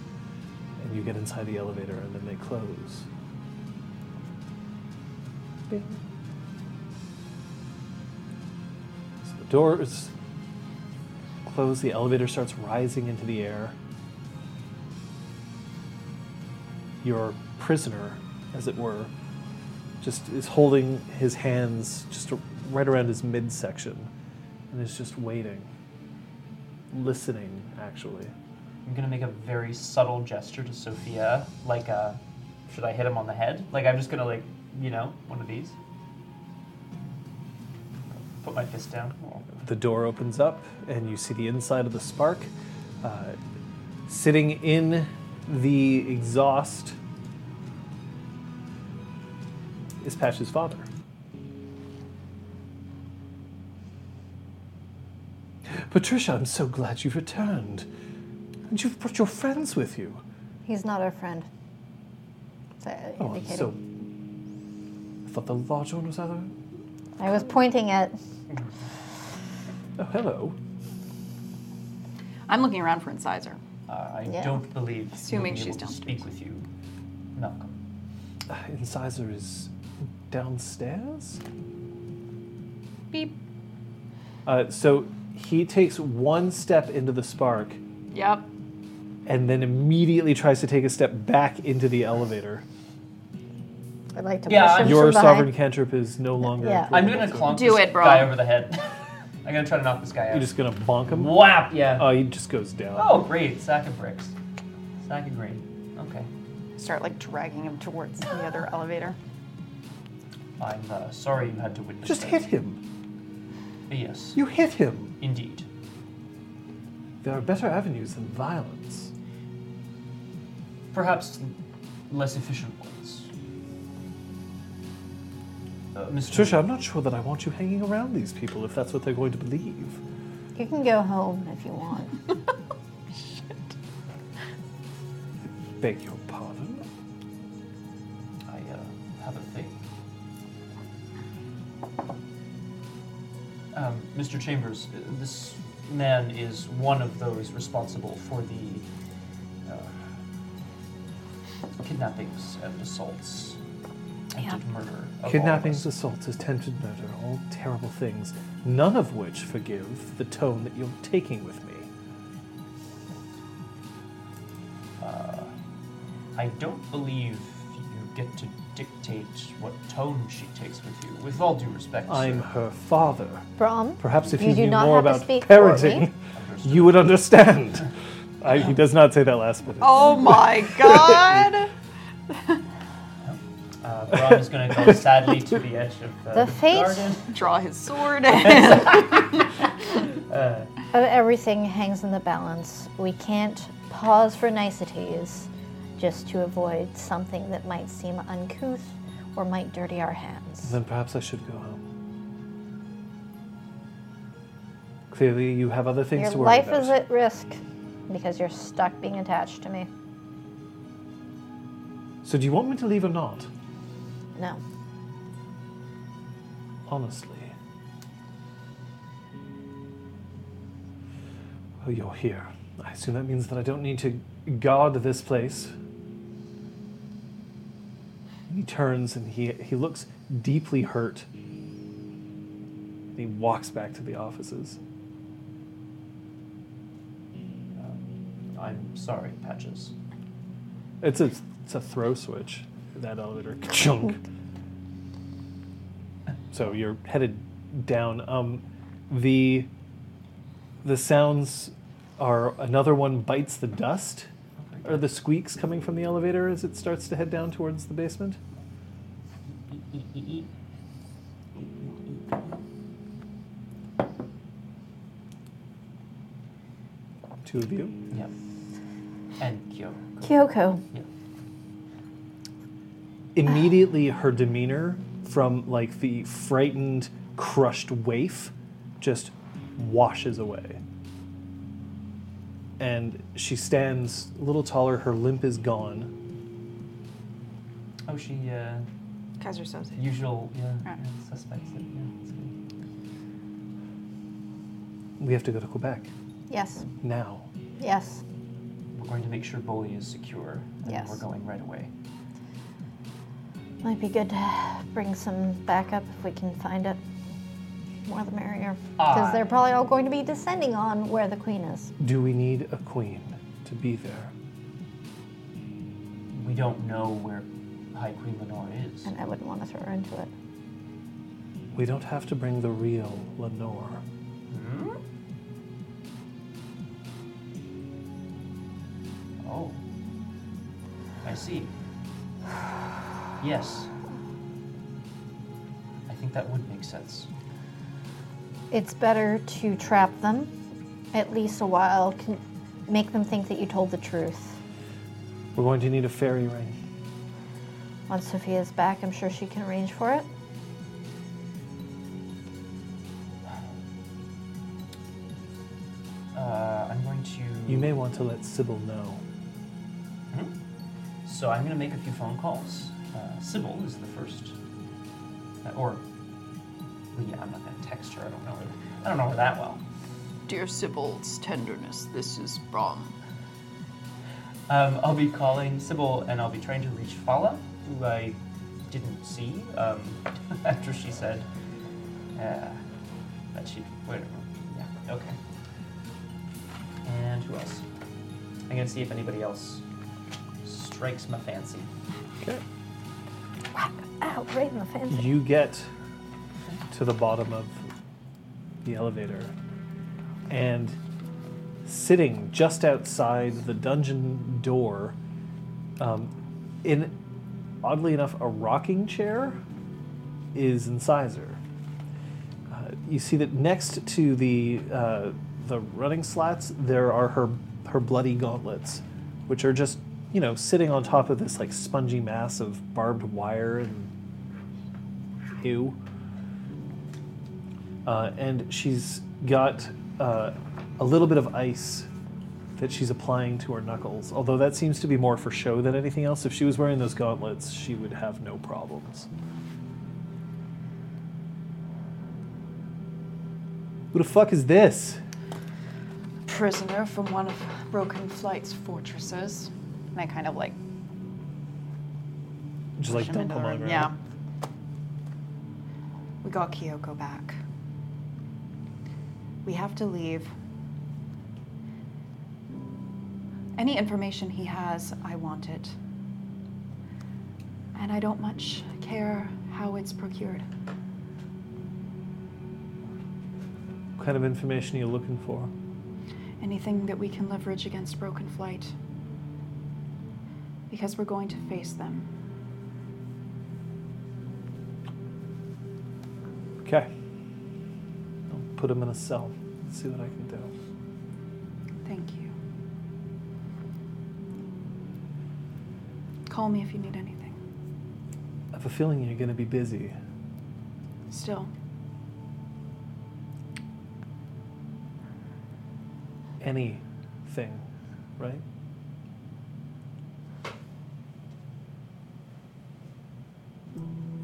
and you get inside the elevator, and then they close. Bing. So the doors close, the elevator starts rising into the air your prisoner, as it were, just is holding his hands just right around his midsection and is just waiting, listening, actually.
I'm gonna make a very subtle gesture to Sophia, like a, should I hit him on the head? Like I'm just gonna like, you know, one of these. Put my fist down. Oh,
The door opens up, and you see the inside of the spark. Uh, sitting in the exhaust is Patch's father. Patricia, I'm so glad you've returned. And you've brought your friends with you.
He's not our friend. uh, So,
Oh, I'm
indicating.
so. I thought the large one was other.
I was pointing at.
Oh, hello.
I'm looking around for incisor.
Uh, I
Yeah.
don't believe.
Assuming
you'll be
she's
able to Speak with you, Malcolm.
Uh, Incisor is downstairs?
Beep.
Uh, so he takes one step into the spark
Yep.
and then immediately tries to take a step back into the elevator.
I'd like to
Yeah,
push him
Your
from
sovereign
behind.
cantrip is no longer.
Yeah.
I'm gonna clonk
Do
this
it, bro.
guy over the head. I'm gonna try to knock this guy out.
You're just gonna bonk him.
Whap! Yeah.
Uh,
Oh, he just goes down.
oh, great. Sack of bricks. Sack of grain. Okay.
Start like dragging him towards the other elevator.
I'm uh, sorry you had to witness
Just
that.
hit him.
Yes,
You hit him.
indeed.
There are better avenues than violence.
Perhaps less efficient ones. Uh, Mr.
Trisha, I'm not sure that I want you hanging around these people if that's what they're going to believe.
You can go home if you want.
Beg your pardon.
I uh, have a thing. Um, Mr. Chambers, uh, this man is one of those responsible for the uh, kidnappings and assaults, attempted murder. Of all of
Kidnappings,
us.
assaults, attempted murder, all terrible things, none of which forgive the tone that you're taking with me.
I don't believe you get to dictate what tone she takes with you. With all due respect,
I'm
sir.
her father.
Brom,
Perhaps if
You
you,
do
knew
not
more
have to
about
speak for
parenting,
me.
Understood.
you would understand. I, he does not say that last bit.
Oh my god!
Uh, Braun is going to go sadly to the edge of uh,
The fate-
garden.
Draw his sword. and-
uh, everything hangs in the balance. We can't pause for niceties just to avoid something that might seem uncouth or might dirty our hands.
Then perhaps I should go home. Clearly, you have other things
Your
to worry
life
about.
is at risk because you're stuck being attached to me.
So, do you want me to leave or not?
No.
Honestly. Well, Oh, you're here. I assume that means that I don't need to guard this place. He turns and he, he looks deeply hurt. He walks back to the offices.
I'm sorry, Patches.
It's a, it's a throw switch. That elevator chunk. so you're headed down. Um, the the sounds are another one bites the dust, or the squeaks coming from the elevator as it starts to head down towards the basement. Two of you.
Yep. And Kyo.
Kyoko.
Yeah.
immediately her demeanor from like the frightened crushed waif just washes away and she stands a little taller her limp is gone
Oh, she, uh,
Guys are so sick.
usual, yeah,
Ah.
Right.
yeah, suspects. It, yeah, it's good.
we have to go to quebec
Yes.
now
Yes.
We're going to make sure Bully is secure, and
Yes.
we're going right away.
Might be good to bring some backup if we can find it. More the merrier. Because
Aye.
they're probably all going to be descending on where the queen is.
do we need a queen to be there
We don't know where High Queen Lenore is.
And I wouldn't want to throw her into it.
we don't have to bring the real lenore
Oh. I see. Yes. I think that would make sense.
It's better to trap them at least a while, can make them think that you told the truth.
we're going to need a fairy ring
Once Sophia's back, I'm sure she can arrange for it.
Uh, I'm going to.
you may want to let sybil know
So I'm going to make a few phone calls. Uh, Sybil is the first, Uh, or well, yeah, I'm not going to text her. I don't know her. I don't know her that well.
Dear Sybil's tenderness, this is Brom.
Um, I'll be calling Sybil, and I'll be trying to reach Fala, who I didn't see um, after she said uh, that she. Wait, yeah, okay. And who else? I'm going to see if anybody else strikes my fancy.
okay
Ow, right in the fence.
You get to the bottom of the elevator, and sitting just outside the dungeon door, um, in oddly enough, a rocking chair, is incisor. Uh, you see that next to the uh, the running slats, there are her her bloody gauntlets, which are just you know sitting on top of this like spongy mass of barbed wire and ew. Uh, and she's got uh, a little bit of ice that she's applying to her knuckles. Although that seems to be more for show than anything else. If she was wearing those gauntlets, she would have no problems. Who the fuck is this?
Prisoner from one of Broken Flight's fortresses. And I kind of like
Just like
push him
dump
into the
him on
room.
her.
Yeah. We got Kyoko back. We have to leave. Any information he has, I want it. And I don't much care how it's procured.
What kind of information are you looking for?
Anything that we can leverage against Broken Flight. Because we're going to face them.
Okay. I'll put him in a cell. Let's see what I can do.
Thank you. Call me if you need anything.
I have a feeling you're going to be busy.
Still,
Anything, right?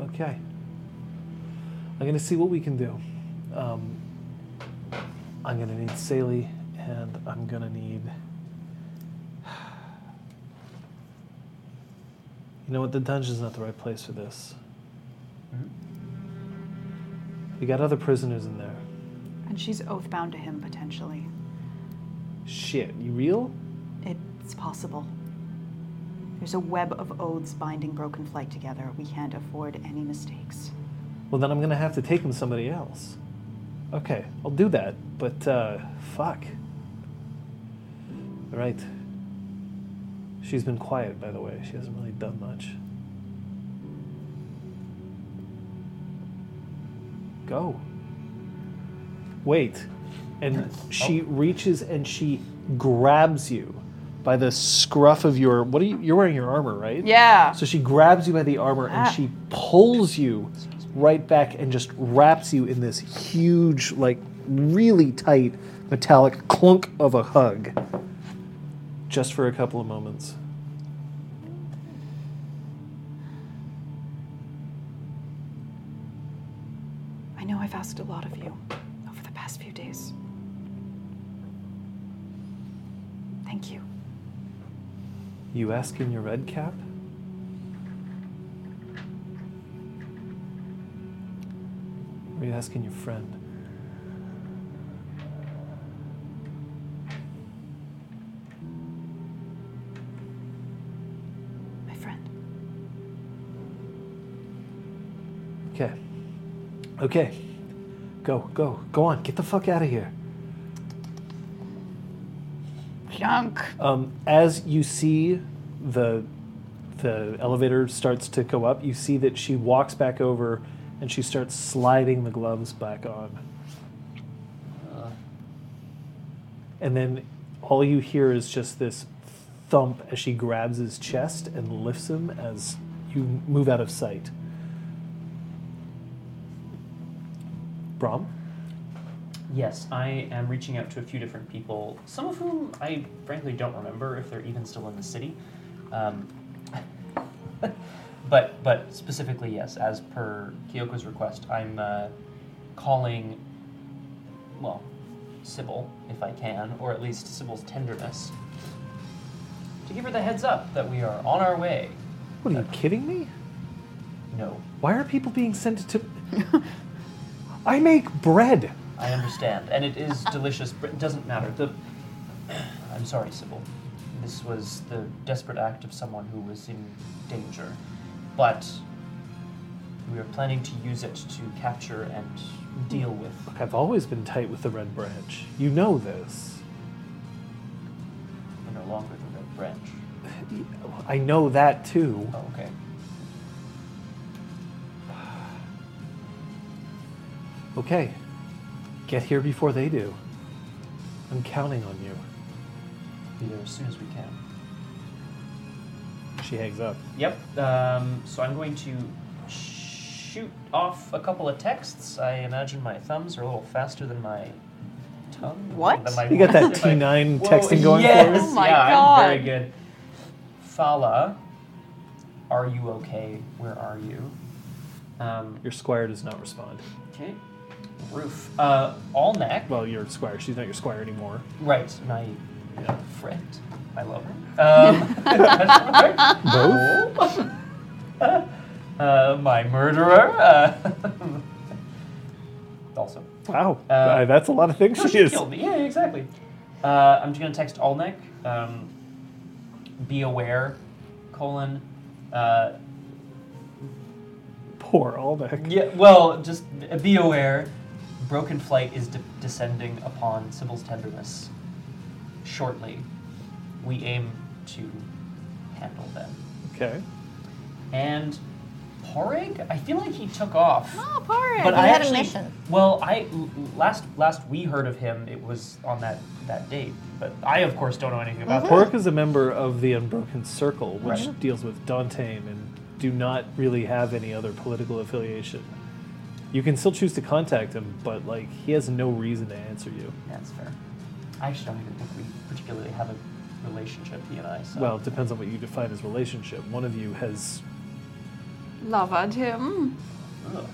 Okay. I'm going to see what we can do. Um, I'm going to need Saley, and I'm going to need. You know what? The dungeon's not the right place for this.
Hmm?
We got other prisoners in there.
and she's oathbound to him potentially.
Shit, you real?
It's possible. There's a web of oaths binding Broken Flight together. We can't afford any mistakes.
Well, then I'm gonna have to take him to somebody else. Okay, I'll do that, but uh, fuck. All right. She's been quiet, by the way. She hasn't really done much. Go. Wait. And she reaches and she grabs you by the scruff of your. What are you? You're wearing your armor, right?
Yeah.
So she grabs you by the armor
Ah.
and she pulls you right back and just wraps you in this huge, like really tight metallic clunk of a hug. Just for a couple of moments.
I know I've asked a lot of you over the past few days. Thank you.
You ask in your red cap? Or you ask in your friend?
My friend.
Okay. Okay. Go, go, go on. Get the fuck out of here.
Junk.
Um, as you see the the elevator starts to go up, you see that she walks back over and she starts sliding the gloves back on. And then all you hear is just this thump as she grabs his chest and lifts him as you move out of sight. Brom?
Yes, I am reaching out to a few different people, some of whom I frankly don't remember if they're even still in the city. Um, but but specifically, yes, as per Kyoko's request, I'm uh, calling, well, Sybil if I can, or at least Sybil's tenderness, to give her the heads up that we are on our way.
What are you kidding me?
No,
Why are people being sent to. I make bread!
I understand, and it is delicious, but it doesn't matter. The I'm sorry, Sybil. This was the desperate act of someone who was in danger, but we are planning to use it to capture and deal with.
I've always been tight with the Red Branch. You know this.
We're no longer the Red Branch.
I know that too.
Oh, okay.
Okay, get here before they do. I'm counting on you.
Be there as soon as we can.
She hangs up.
Yep. Um, so I'm going to shoot off a couple of texts. I imagine my thumbs are a little faster than my tongue.
What?
than my-
You got that
than my-
T9
Whoa,
texting going
yes!
for
us? Oh my
yeah, I'm very
God.
good. Fala, are you okay? Where are you? Um,
Your squire does not respond.
okay. Roof. Uh, all neck.
Well, your squire. She's not your squire anymore.
Right. My
Yeah.
friend. I love her. Um,
Both?
uh, my murderer. Uh, also.
Wow.
Uh,
Uh, that's a lot of things
No,
she
she
is.
killed me. Yeah, exactly. Uh, I'm just gonna text Allneck. Um, be aware, colon. Uh,
Poor Aldeck.
yeah, well, just be aware. Broken flight is de- descending upon Sybil's tenderness. Shortly, we aim to handle them.
Okay.
And Porig, I feel like he took off.
Oh, Porrig.
But
he
I
had
actually-
a mission.
Well, I l- last last we heard of him, it was on that that date. But I, of course, don't know anything about
Mm-hmm.
that.
Pork is a member of the Unbroken Circle, which
Right.
deals with Dantane and do not really have any other political affiliation. You can still choose to contact him, but like he has no reason to answer you.
That's fair. I actually don't even think we particularly have a relationship, he and I. So.
Well, it depends on what you define as relationship. One of you has
Loved him.
Ugh.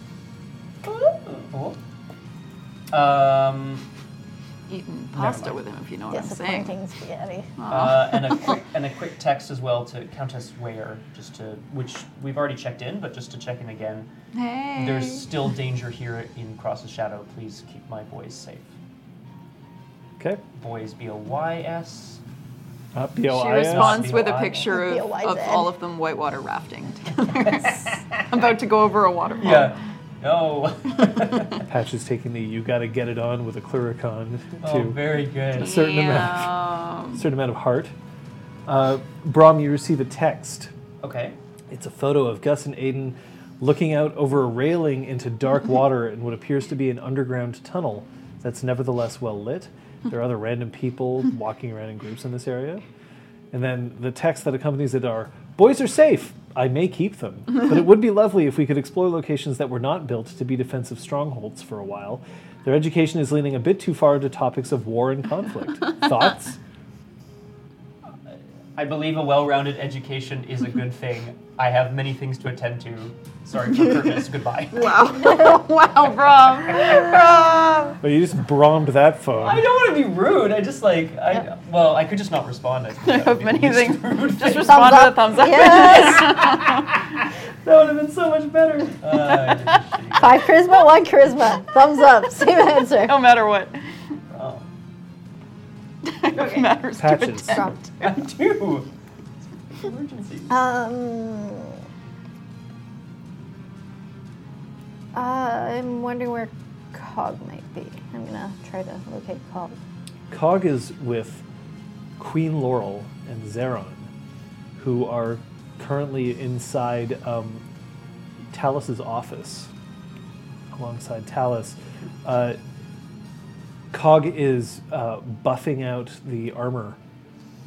Um,
Eaten pasta
mind.
with him, if you know what Oh, I'm saying.
Disappointing spaghetti.
uh, and a quick and a quick text as well to Countess Ware, just to which we've already checked in, but just to check in again.
Hey.
There's still danger here in Cross's Shadow. Please keep my boys safe.
okay.
Boys, B O Y S.
Uh,
She
B-O-I-S.
responds with a
B-O-I-S.
picture of,
Be a wise
of
Ed.
all of them whitewater rafting together. I'm about to go over a waterfall.
Yeah. No.
Patch is taking the "you got to get it on" with a Cluricon
oh,
to
very good.
a certain amount,
Damn.
certain amount of heart. Uh, Brom, you receive a text
Okay.
It's a photo of Gus and Aiden looking out over a railing into dark water and what appears to be an underground tunnel that's nevertheless well lit. There are other random people walking around in groups in this area. And then the text that accompanies it are Boys are safe! I may keep them. But it would be lovely if we could explore locations that were not built to be defensive strongholds for a while. Their education is leaning a bit too far into topics of war and conflict. Thoughts?
I believe a well-rounded education is a good thing. I have many things to attend to. Sorry for purpose. Goodbye.
Wow. wow, Brom. Brom.
But you just brommed that phone.
I don't want to be rude. I just like I well, I could just not respond. I, think
I
that would
have
be
many
the least
things.
rude
Just
thing.
respond with a
up.
thumbs up.
Yes!
that would have been so much better. Uh, shitty.
Five charisma, one charisma. Thumbs up. Same answer.
No matter what.
oh,
It matters to
Patches.
attend.
Prompt.
I do. It's an emergency.
Um. Uh, I'm wondering where Cog might be. I'm gonna try to locate Cog.
Cog is with Queen Laurel and Zeron, who are currently inside um, Talus's office. Alongside Talus, uh, Cog is uh, buffing out the armor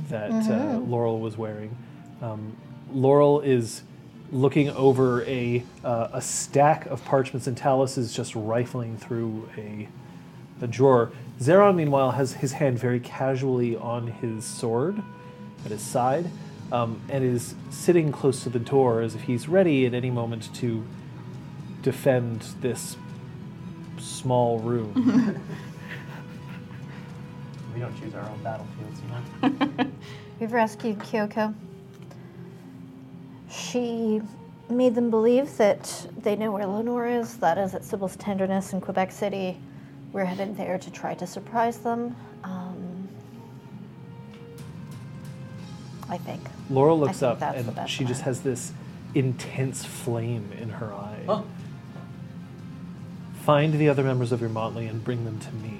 that uh, Laurel was wearing. Um, Laurel is looking over a uh, a stack of parchments, and Talus is just rifling through a a drawer. Zeron, meanwhile, has his hand very casually on his sword at his side um, and is sitting close to the door as if he's ready at any moment to defend this small
Mm-hmm.
room.
We don't choose our own battlefields, you know.
We've rescued Kyoko. She made them believe that they know where Lenore is. That is at Sybil's Tenderness in Quebec City. We're headed there to try to surprise them. Um, I think.
Laurel looks
think
up
that's the
and
best
she just
plan.
has this intense flame in her eye.
Oh,
Find the other members of your motley and bring them to me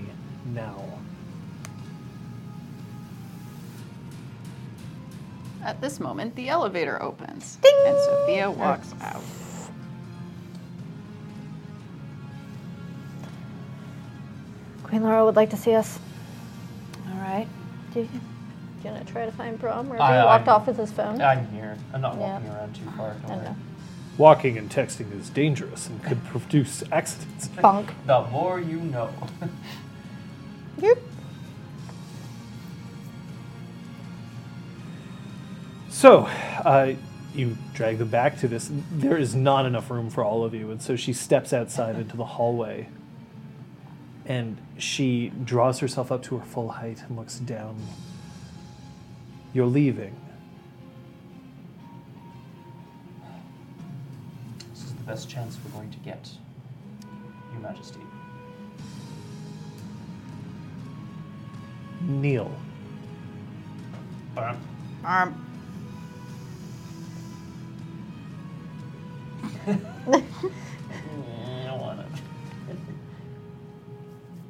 now.
At this moment, the elevator opens. And Sophia walks out.
Queen Laura would like to see us.
All right.
Do you, do you want to try to find Brom? Or
I-
he walked
I-
off with his phone?
I'm here. I'm not walking
Yeah.
around too far. Don't
I
worry.
know.
Walking and texting is dangerous and could produce accidents.
Bonk.
The more you know.
Yep.
So, uh, you drag them back to this. There is not enough room for all of you, and so she steps outside into the hallway. And she draws herself up to her full height and looks down. You're leaving.
This is the best chance we're going to get, Your Majesty.
Kneel.
Um,
I don't want to.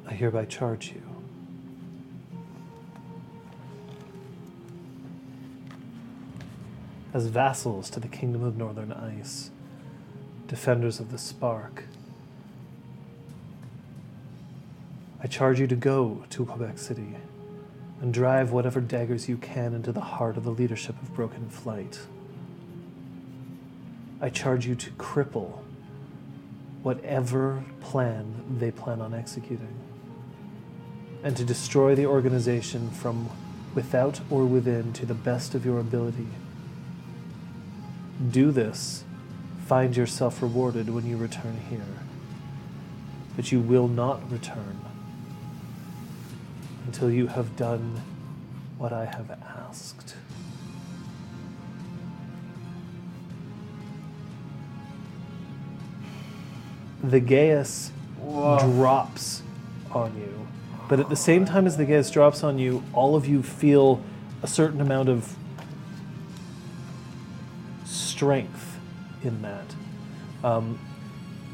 I hereby charge you. As vassals to the Kingdom of Northern Ice, defenders of the spark, I charge you to go to Quebec City and drive whatever daggers you can into the heart of the leadership of Broken Flight. I charge you to cripple whatever plan they plan on executing, and to destroy the organization from without or within to the best of your ability. Do this, find yourself rewarded when you return here, but you will not return until you have done what I have asked. The Gaius drops on you. But at the same time as the gas drops on you, all of you feel a certain amount of strength in that. Um,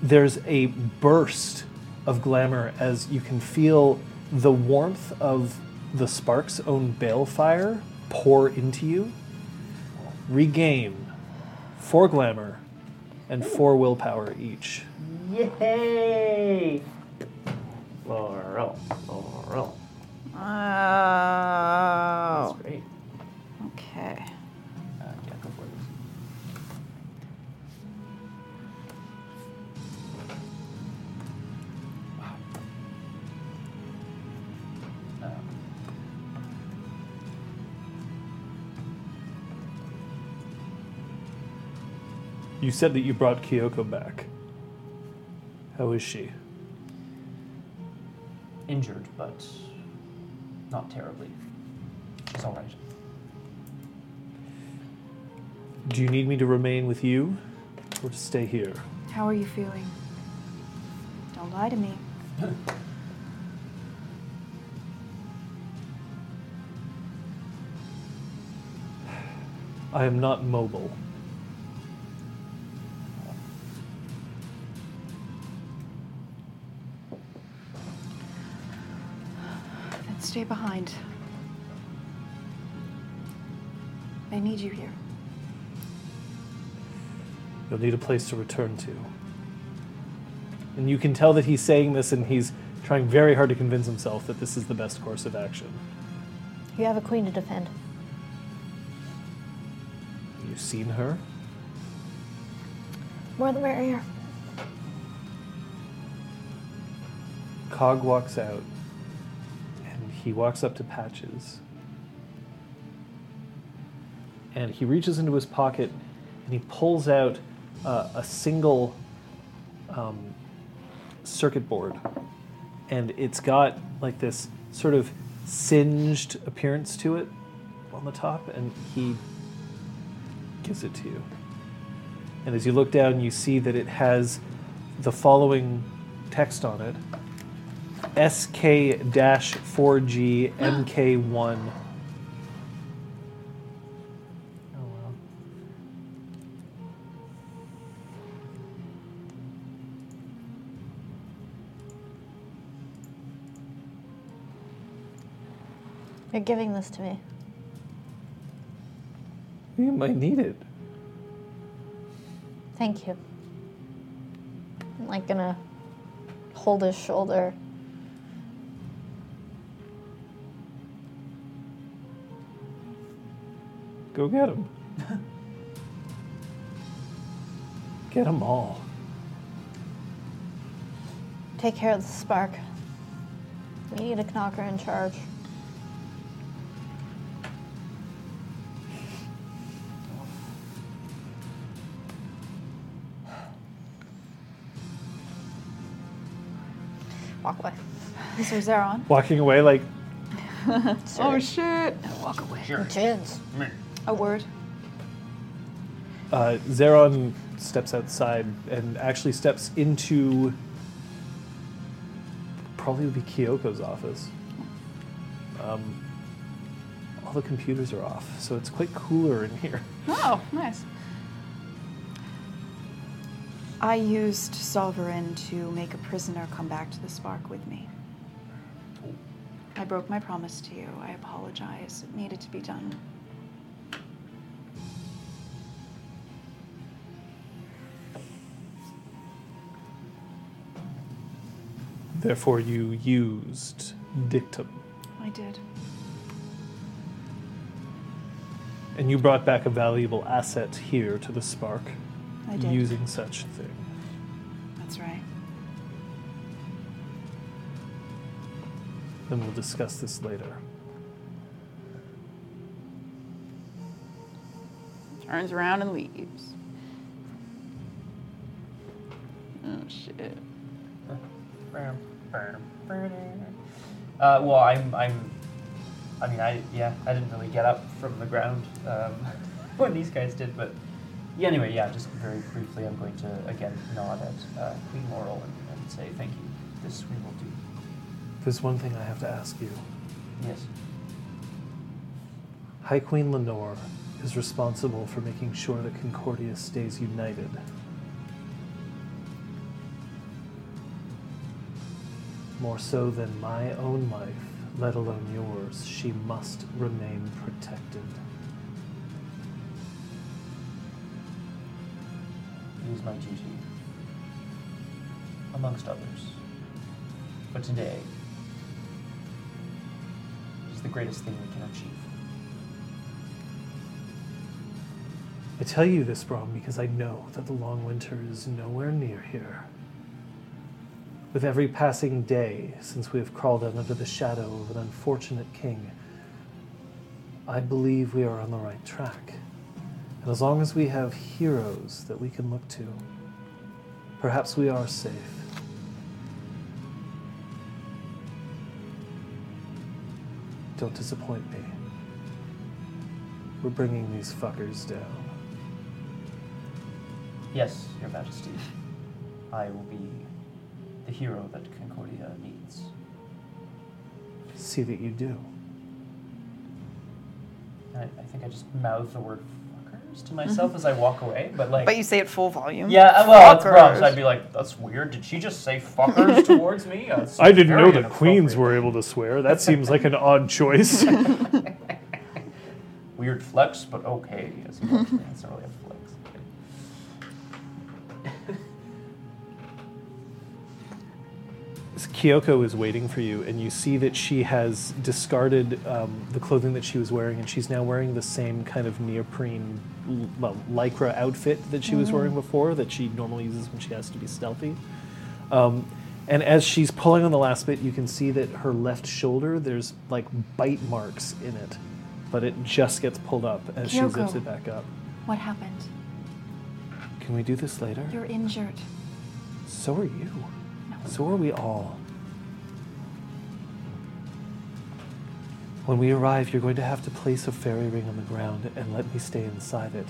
there's a burst of glamour as you can feel the warmth of the spark's own balefire pour into you. Regain four glamour and four willpower each.
Yay! Laurel, Laurel. That's
oh.
great.
Okay.
Uh, yeah, go for it. Wow. Um,
You said that you brought Kyoko back. How is she?
injured, but not terribly. It's all right.
Do you need me to remain with you or to stay here?
How are you feeling? Don't lie to me.
I am not mobile.
Then stay behind. They need you here.
You'll need a place to return to. And you can tell that he's saying this and he's trying very hard to convince himself that this is the best course of action.
You have a queen to defend.
You seen her?
More the merrier.
Cog walks out and he walks up to Patches. And he reaches into his pocket and he pulls out uh, a single um, circuit board. And it's got like this sort of singed appearance to it on the top. And he gives it to you. And as you look down, you see that it has the following text on it. SK 4G MK1.
Oh well.
You're giving this to me.
You might need it.
Thank you. I'm like gonna hold his shoulder
Go get them. get them all.
Take care of the spark. We need a knocker in charge. Walk away. Is there Zara on?
Walking away like
Oh shit! And walk away.
Sure.
Chins.
Mm.
A word.
Uh, Zeron steps outside and actually steps into probably would be Kyoko's office. Um, all the computers are off, so it's quite cooler in here.
Oh, nice. I used Sovereign to make a prisoner come back to the spark with me. I broke my promise to you. I apologize. It needed to be done.
Therefore, you used dictum,
I did.
and you brought back a valuable asset here to the Spark,
I did.
using such thing.
That's right.
Then we'll discuss this later.
Turns around and leaves. Oh shit.
Uh, well, I'm, I'm, I mean, I, yeah, I didn't really get up from the ground um, when these guys did, but yeah, anyway, yeah, just very briefly, I'm going to again nod at uh, Queen Laurel and, and say thank you. This we will do.
There's one thing I have to ask you.
Yes.
High Queen Lenore is responsible for making sure that Concordia stays united. More so than my own life, let alone yours, she must remain protected.
It is my duty, amongst others. But today is the greatest thing we can achieve.
I tell you this, Brom, because I know that the long winter is nowhere near here. With every passing day since we have crawled out under the shadow of an unfortunate king, I believe we are on the right track. And as long as we have heroes that we can look to, perhaps we are safe. Don't disappoint me. We're bringing these fuckers down.
Yes, Your Majesty, I will be the hero that Concordia needs.
See that you do.
I, I think I just mouth the word fuckers to myself as I walk away, but like.
But you say it full volume.
yeah, uh, well, that's wrong.
Fuckers.
So I'd be like, that's weird. Did she just say fuckers towards me? That's
I didn't know
very
that queens
inappropriate.
were able to swear. That seems like an odd choice.
Weird flex, but okay. It's not, it's not really a flex.
Kyoko is waiting for you, and you see that she has discarded um, the clothing that she was wearing, and she's now wearing the same kind of neoprene, l- well, lycra outfit that she was wearing before, that she normally uses when she has to be stealthy. Um, and as she's pulling on the last bit, you can see that her left shoulder, there's like bite marks in it, but it just gets pulled up as she zips
Kyoko.
it back up.
What happened?
Can we do this later?
You're injured.
So are you. So are we all. When we arrive, you're going to have to place a fairy ring on the ground and let me stay inside it.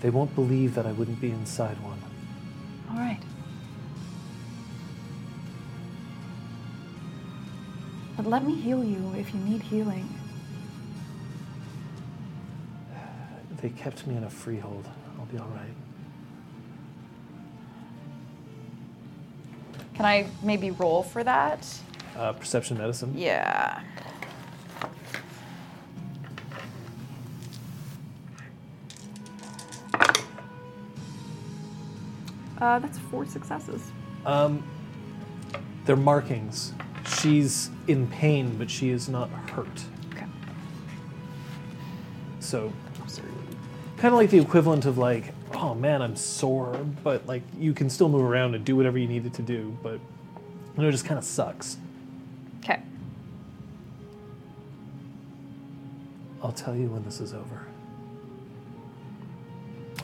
They won't believe that I wouldn't be inside one.
All right. But let me heal you if you need healing.
They kept me in a freehold. I'll be all right.
Can I maybe roll for that?
Uh, perception medicine.
Yeah. Uh, that's four successes.
Um, they're markings. She's in pain, but she is not hurt.
Okay.
So
necessary.
kind of like the equivalent of like, oh man, I'm sore, but like you can still move around and do whatever you needed to do, but you know, it just kind of sucks.
Okay.
I'll tell you when this is over.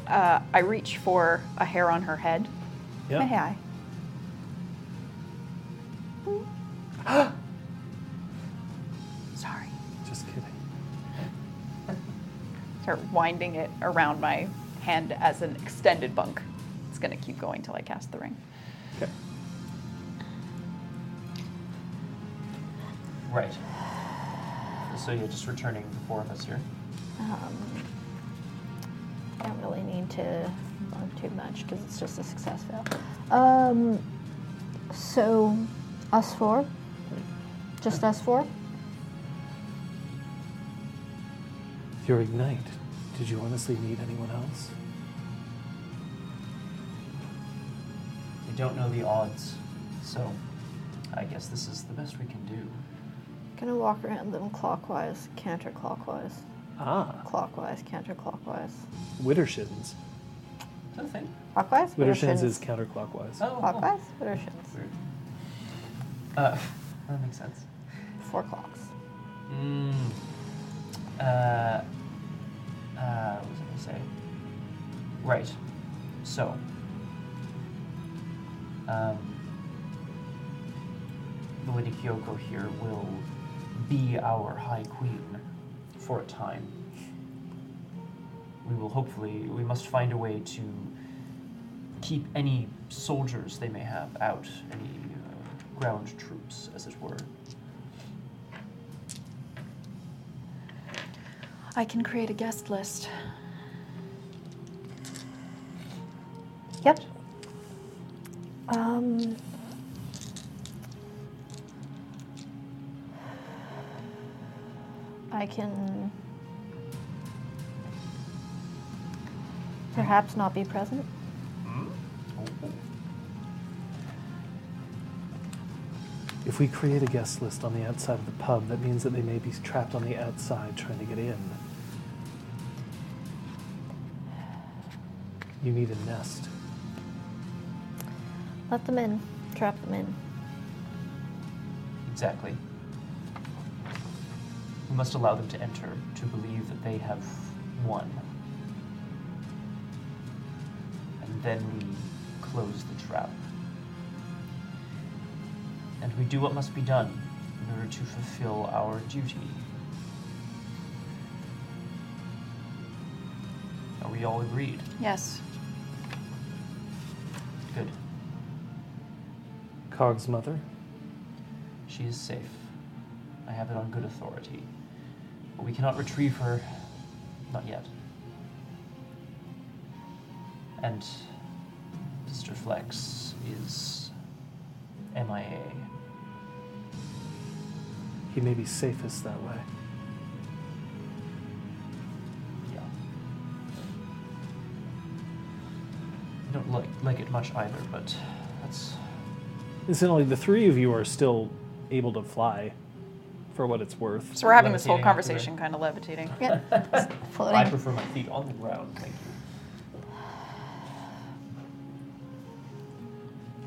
Uh, I reach for a hair on her head. May
Yeah.
I? Sorry.
Just kidding.
Start winding it around my hand as an extended bunk. It's gonna keep going till I cast the ring.
Okay.
Right. So you're just returning the four of us here.
Um, I don't really need to bump too much because it's just a success fail. Um, so, us four? Just us four?
Your ignite. Did you honestly need anyone else?
We don't know the odds, so I guess this is the best we can do.
Gonna walk around them clockwise, counterclockwise,
Ah,
clockwise, counterclockwise.
Wittershins.
Is that a thing?
Clockwise?
Wittershins is counterclockwise.
Oh,
Clockwise? Widdershins.
Weird. Uh, that makes sense.
Four clocks.
Mm. Uh, uh, what was I going to say? Right. So. Um, the Lady Kyoko here will be our High Queen for a time. We will hopefully, we must find a way to keep any soldiers they may have out, any uh, ground troops, as it were.
I can create a guest list.
Yep. Um. I can perhaps not be present.
If we create a guest list on the outside of the pub, that means that they may be trapped on the outside trying to get in. You need a nest.
Let them in. Trap them in.
Exactly. We must allow them to enter to believe that they have won. And then we close the trap. And we do what must be done in order to fulfill our duty. Are we all agreed?
Yes.
Good.
Cog's mother?
She is safe. I have it on good authority. But we cannot retrieve her. Not yet. And Mr. Flex is MIA.
He may be safest that way.
Yeah. I don't like, like it much either, but that's.
Incidentally, the three of you are still able to fly, for what it's worth.
So we're having this
Levitating
whole
after the-
conversation kind of levitating.
I
Floating.
prefer my feet on the ground, thank you.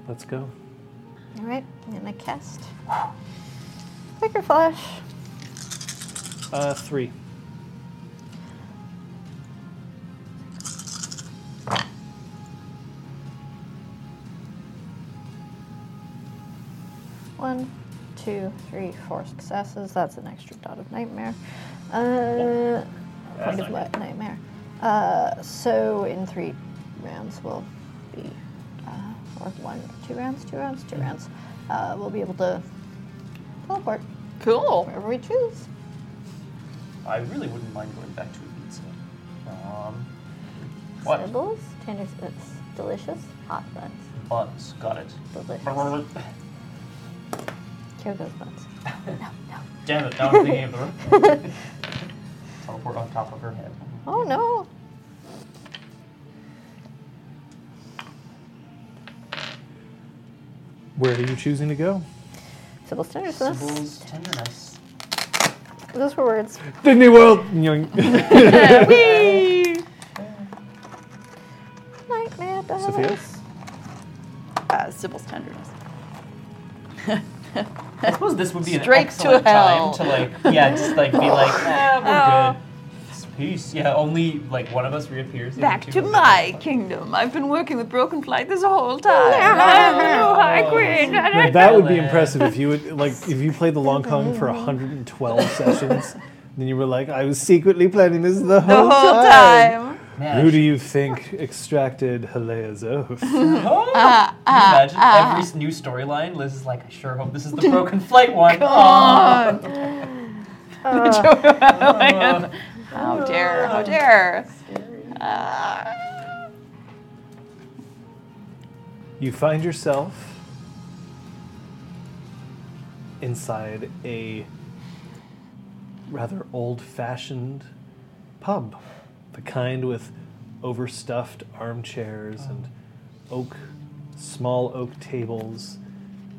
Let's go.
All right. I'm gonna cast. Flicker flash.
Uh, three.
One, two, three, four successes. That's an extra dot of nightmare. Uh, point of light nightmare. Uh, so in three rounds we'll be, uh, or one, two rounds, two rounds, 2 rounds. Uh, we'll be able to teleport
Cool.
wherever we choose.
I really wouldn't mind going back to Ibiza. Um, what?
Edibles, tender, it's delicious, hot buns,
Buns. Got it.
delicious.
Damn
Kyogo's buns. No, no.
it, now I'm thinking of the room. Teleport on top of her head.
Oh no.
Where are you choosing to go?
Sybil's tenderness.
Sybil's tenderness.
Those were words.
Disney World. Yoink.
Nightmare Dallas.
Sophia.
Uh, Sybil's tenderness.
I suppose this would be an
Straight to
excellent
hell.
time to like, yeah, just like be like, eh,
Oh.
we're good. It's peace. Yeah, only like one of us reappears. the other
Back
two
to
of us-
my kingdom. I've been working with Broken Flight this whole time. I'm the High
Oh.
Queen.
Like, that would be
Really?
impressive if you would like if you played the Long Kong for 112 sessions. Then you were like, I was secretly planning this the
The
Oh,
whole,
whole
time.
time.
Man,
Who do you think extracted Halea's oath?
Oh,
Uh,
can you imagine every s- new storyline. Liz is like, I sure hope this is the broken flight one. Aw.
How dare, how dare. Uh,
You find yourself inside a rather old fashioned pub. The kind with overstuffed armchairs and oak, small oak tables.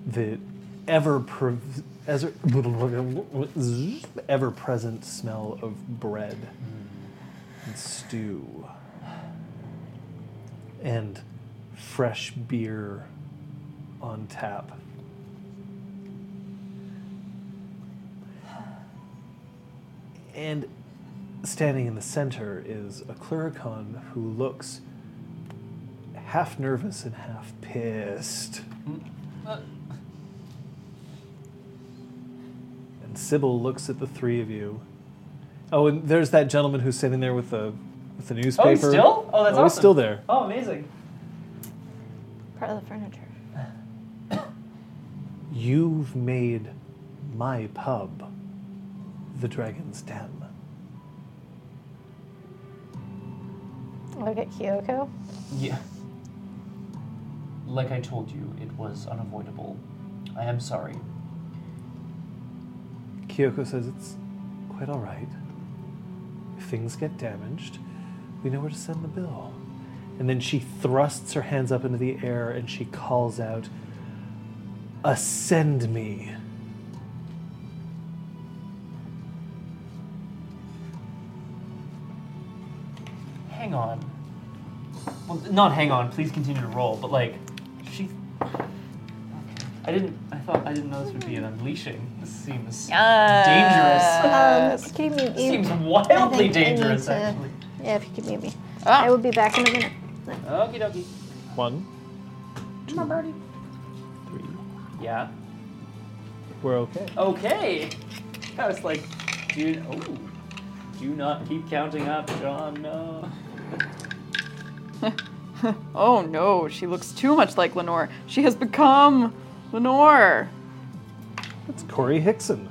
The ever prov- as- ever present smell of bread and stew and fresh beer on tap. And standing in the center is a Cluricon who looks half nervous and half pissed. And Sybil looks at the three of you. Oh, and there's that gentleman who's sitting there with the with the newspaper.
oh, he's still? Oh, that's
Oh,
awesome.
he's still there.
Oh, amazing.
Part of the furniture.
You've made my pub the Dragon's Den.
Look at Kyoko.
Yeah. Like I told you, it was unavoidable. I am sorry.
Kyoko says it's quite all right. If things get damaged, we know where to send the bill. And then she thrusts her hands up into the air and she calls out, Ascend me.
Hang on. Well, not hang on. Please continue to roll. But like, she. I didn't. I thought I didn't know this would be an unleashing. This seems
Uh,
dangerous.
Um, could you mute
This
you?
seems
I
wildly
think I need
dangerous,
to-
actually.
Yeah, if you could mute me. E.
Ah.
I will be back in a minute.
Okie dokie.
One,
Come on, birdie.
three.
Yeah.
We're okay.
Okay. I was like, dude. Oh. Do not keep counting up, John. No.
Oh no, she looks too much like Lenore. She has become Lenore.
It's Corey Hickson.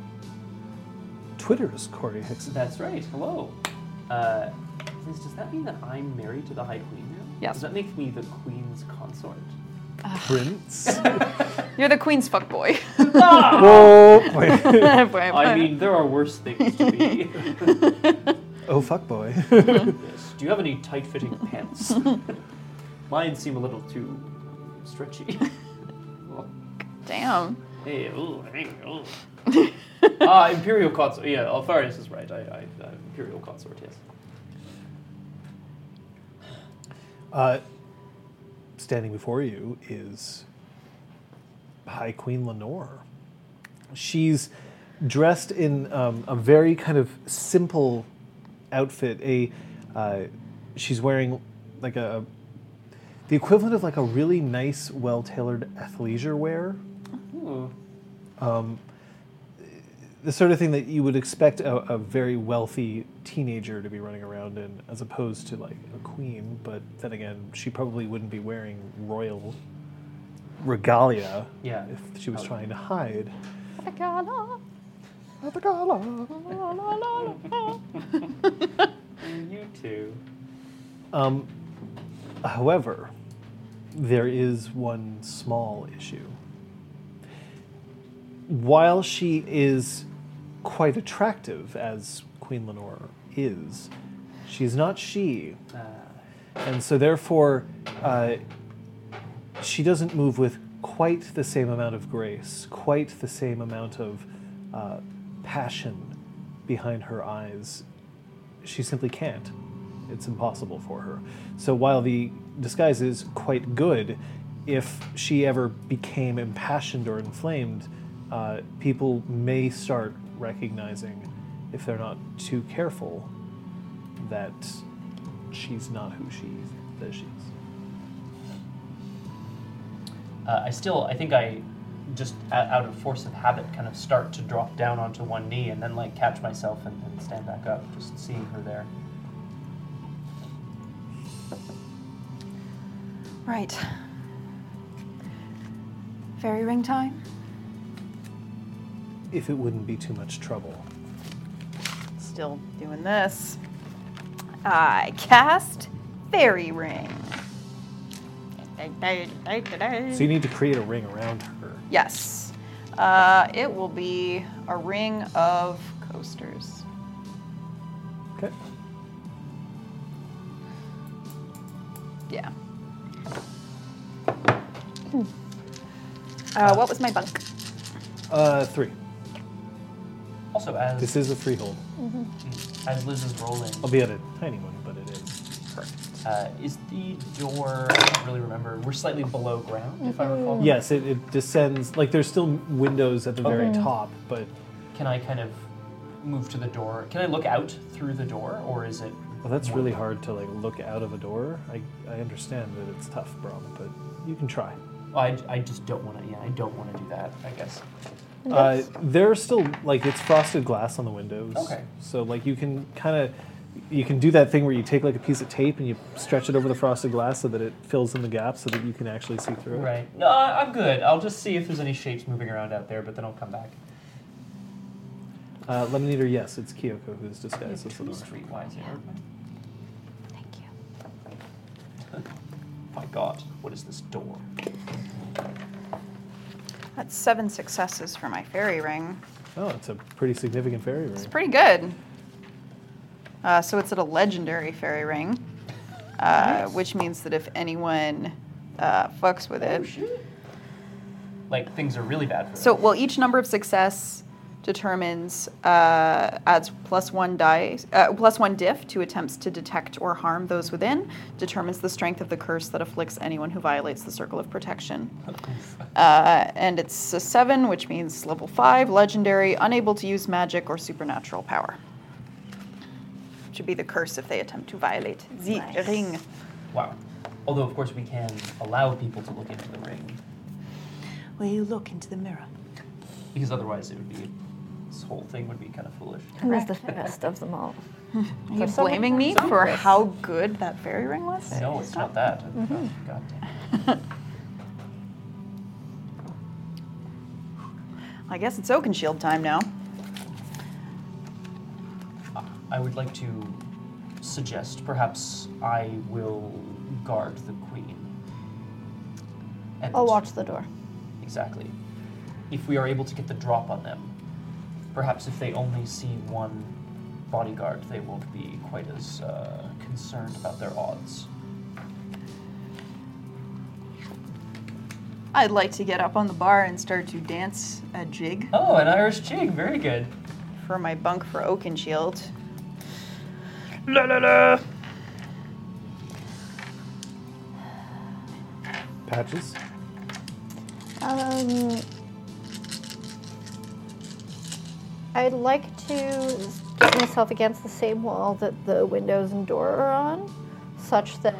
Twitter is Corey Hickson.
That's right. Hello. Uh, Liz, does that mean that I'm married to the High Queen now?
Yes.
Does that make me the Queen's consort?
Prince.
You're the queen's fuckboy.
Ah! Whoa. Wait.
I mean, there are worse things to be.
oh, fuck boy.
Do you have any tight-fitting pants? Mine seem a little too stretchy. Oh,
Damn.
hey, ooh, hey, ooh. Ah, imperial consort. Yeah, Alfarius is right. I, I, uh, imperial consort. Yes.
Uh, standing before you is High Queen Lenore. She's dressed in um, a very kind of simple outfit. A uh, she's wearing like a the equivalent of like a really nice, well-tailored athleisure wear. Um,
Ooh.
The sort of thing that you would expect a, a very wealthy teenager to be running around in, as opposed to like a queen. But then again, she probably wouldn't be wearing royal regalia
Yeah.
if she was
Oh.
trying to hide.
You too.
Um, however, there is one small issue. While she is quite attractive, as Queen Lenore is, she is not she. And so, therefore, uh, she doesn't move with quite the same amount of grace, quite the same amount of uh, passion behind her eyes, she simply can't. It's impossible for her. So while the disguise is quite good, if she ever became impassioned or inflamed, uh, people may start recognizing, if they're not too careful, that she's not who she says she is.
Uh, I still, I think I just o- out of force of habit kind of start to drop down onto one knee and then like catch myself and, and stand back up, just seeing her there.
Right. Fairy ring time?
If it wouldn't be too much trouble.
Still doing this. I cast Fairy Ring.
So you need to create a ring around her.
Yes. Uh, it will be a ring of coasters.
Okay.
Yeah. Hmm. Uh, what was my bunk?
Uh, three.
Also, as
This is a freehold.
as Liz is rolling,
Albeit a tiny one, but it is.
uh, is the door? I don't really remember. We're slightly below ground, if I recall.
Yes, it, it descends. Like there's still windows at the very top, but
Can I kind of move to the door? Can I look out through the door, or is it?
well, that's really hard to like look out of a door. I, I understand that it's tough, Brom, but you can try.
I, I just don't want to. Yeah, I don't want to do that. I guess.
Uh, there's still like it's frosted glass on the windows.
Okay.
So like you can kind of you can do that thing where you take like a piece of tape and you stretch it over the frosted glass so that it fills in the gap so that you can actually see through it.
Right. No, I- I'm good. I'll just see if there's any shapes moving around out there, but then I'll come back.
Uh, Lemon Eater, yes, it's Kyoko who's disguised as the
Two
door.
streetwise here.
Thank you.
My God, what is this door?
That's seven successes for my fairy ring.
Oh, it's a pretty significant fairy ring.
It's pretty good. Uh, so it's at a legendary fairy ring, uh, which means that if anyone uh, fucks with it,
Like things are really bad for
so
her.
well, each number of success determines uh, adds plus one dice, uh, plus one diff to attempts to detect or harm those within. Determines the strength of the curse that afflicts anyone who violates the circle of protection. Uh, and it's a seven, which means level five, legendary, unable to use magic or supernatural power. Should be the curse if they attempt to violate the
Nice.
ring.
Wow. Although of course we can allow people to look into the ring,
Will you look into the mirror?
because otherwise it would be this whole thing would be kind of foolish.
Who is the best of them all?
Are you
so many
blaming me
things on
for
this.
how good that fairy ring was?
No, it's not that. Oh, God damn.
I guess it's Oakenshield time now.
Uh, I would like to suggest perhaps I will guard the queen. And
I'll watch the door.
Exactly. If we are able to get the drop on them, perhaps if they only see one bodyguard, they won't be quite as uh, concerned about their odds.
I'd like to get up on the bar and start to dance a jig
Oh, an Irish jig, very good.
for my bunk for Oakenshield.
Patches.
Um, I'd like to get myself against the same wall that the windows and door are on, such that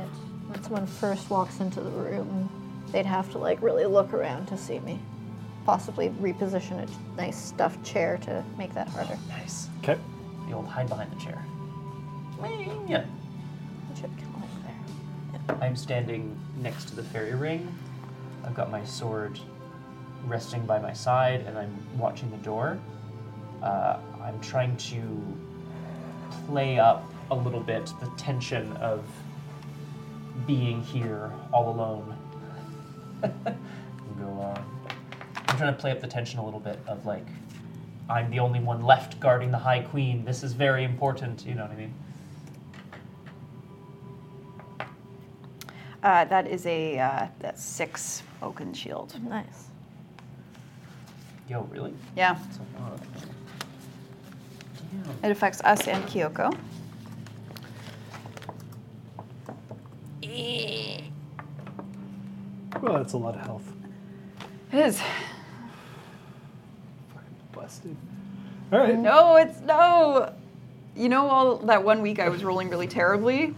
when someone first walks into the room, they'd have to like really look around to see me. Possibly reposition a nice stuffed chair to make that harder.
Nice.
Okay.
The old hide behind the chair. Yeah.
It should come over there.
I'm standing next to the fairy ring. I've got my sword resting by my side, and I'm watching the door. Uh, I'm trying to play up a little bit the tension of being here all alone. Go on. I'm trying to play up the tension a little bit of like, I'm the only one left guarding the High Queen. This is very important. You know what I mean?
Uh, that is a uh, that's six Oakenshield.
Nice.
Yo, really?
Yeah.
So, uh,
It affects us and Kyoko.
Well, that's a lot of health.
It is.
Fucking busted. All right.
No, it's no. You know, all that one week I was rolling really terribly.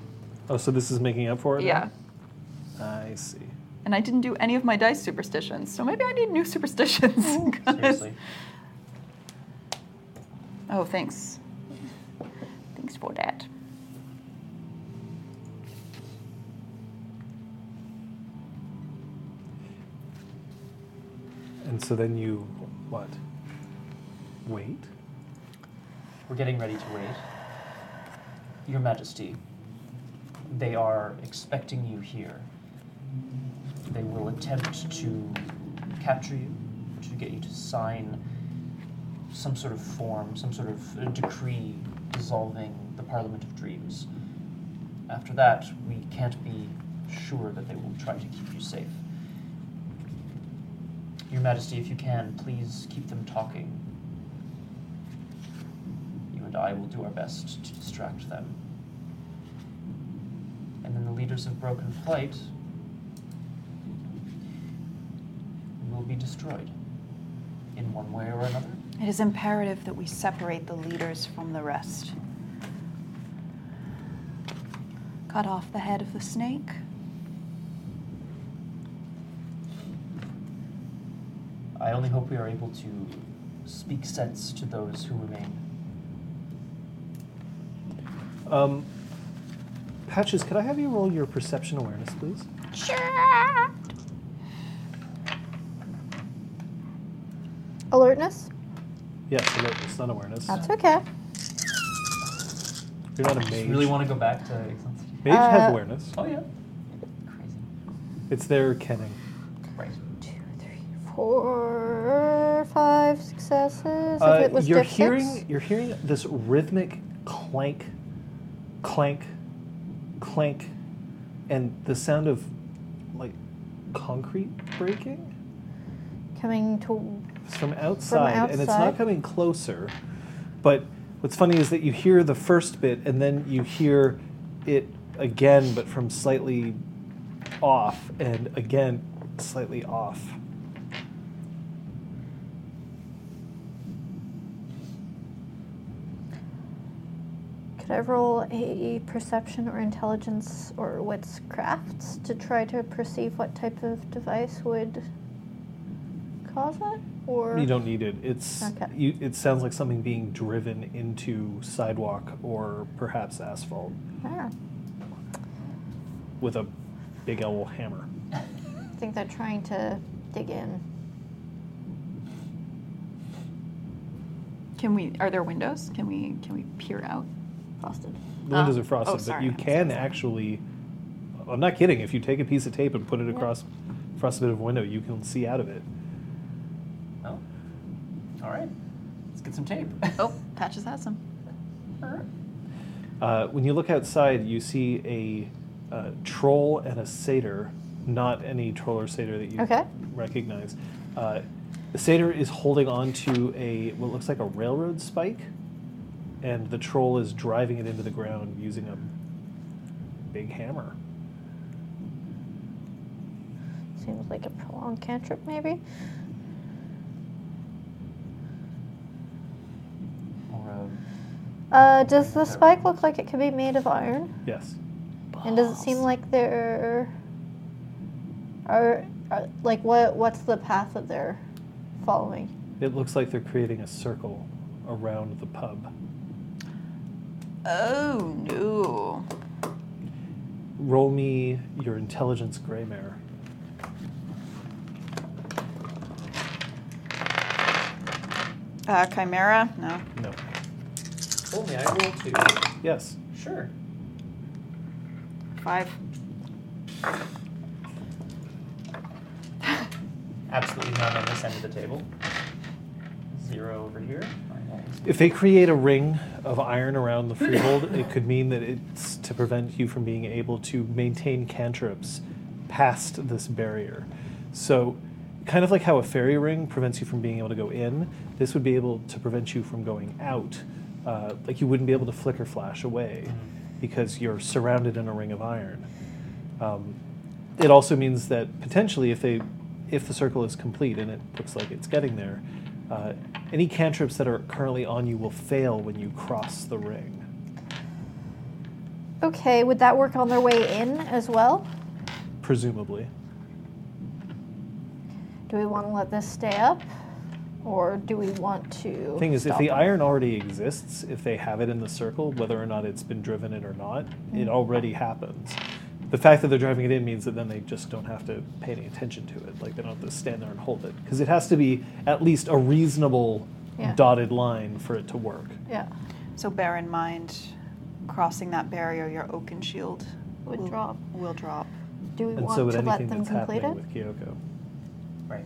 Oh, so this is making up for it? now?
Yeah.
I see.
And I didn't do any of my dice superstitions, so maybe I need new superstitions. 'cause-
Seriously.
Oh, thanks. Thanks for that.
And so then you what? Wait.
We're getting ready to wait. Your Majesty, they are expecting you here. They will attempt to capture you, to get you to sign some sort of form, some sort of uh, decree dissolving the Parliament of Dreams. After that, we can't be sure that they will try to keep you safe. Your Majesty, if you can, please keep them talking you and I will do our best to distract them. And then the leaders of Broken Flight will be destroyed in one way or another.
It is imperative that we separate the leaders from the rest. Cut off the head of the snake.
I only hope we are able to speak sense to those who remain.
Um Patches, could I have you roll your perception awareness, please?
Alertness?
Yes, alertness, not awareness.
That's okay.
You're not a mage.
Just really want to go back to.
mage has
Uh,
awareness.
Oh yeah. Crazy.
It's their kenning.
Right.
Two, three, four, five successes.
Uh,
if it was
you're
diff six.
hearing you're hearing this rhythmic clank, clank, clank, and the sound of like concrete breaking.
coming to
It's from outside, and it's not
outside.
coming closer. But what's funny is that you hear the first bit, and then you hear it again, but from slightly off, and again slightly off.
Could I roll a perception or intelligence or wits crafts to try to perceive what type of device would cause it? Or
You don't need it. It's
Okay.
you, it sounds like something being driven into sidewalk or perhaps asphalt
Ah,
with a big owl hammer.
I think they're trying to dig in.
Can we? Are there windows? Can we? Can we peer out?
Frosted.
The windows
Ah.
are frosted,
Oh, sorry.
but you
I'm so
can actually. I'm not kidding. If you take a piece of tape and put it across, across a bit of window, you can see out of it.
Well. Oh. All right. Let's get some tape.
Oh, Patches has some.
Uh, when you look outside, you see a uh, troll and a satyr, not any troll or satyr that you
Okay.
recognize. Uh, the satyr is holding on to a what looks like a railroad spike, and the troll is driving it into the ground using a big hammer.
Seems like a prolonged cantrip, maybe.
or uh,
Uh, does the spike look like it could be made of iron?
Yes.
And does it seem like they're. Are, are, like, what? what's the path that they're following?
It looks like they're creating a circle around the pub.
Oh no.
Roll me your intelligence, Grey Mare.
Uh, Chimera? No.
No.
oh, may I roll too?
Yes.
Sure.
Five.
Absolutely none on this end of the table. Zero over here.
If they create a ring of iron around the freehold, it could mean that it's to prevent you from being able to maintain cantrips past this barrier. So, kind of like how a fairy ring prevents you from being able to go in, this would be able to prevent you from going out uh, like you wouldn't be able to flicker flash away because you're surrounded in a ring of iron. Um, it also means that potentially, if they, if the circle is complete and it looks like it's getting there, uh, any cantrips that are currently on you will fail when you cross the ring.
Okay, would that work on their way in as well?
Presumably,
Do we want to let this stay up? Or do we want to.
thing is, if
stop
the
it?
iron already exists, if they have it in the circle, whether or not it's been driven in or not,
Hmm.
it already happens. The fact that they're driving it in means that then they just don't have to pay any attention to it. Like they don't have to stand there and hold it because it has to be at least a reasonable
Yeah.
dotted line for it to work.
Yeah.
So bear in mind, crossing that barrier, your oaken shield
Would
will
drop.
Will drop.
Do we
And
want
so with
to let
anything
them
that's
complete
happening
it?
with Kyoko,
Right.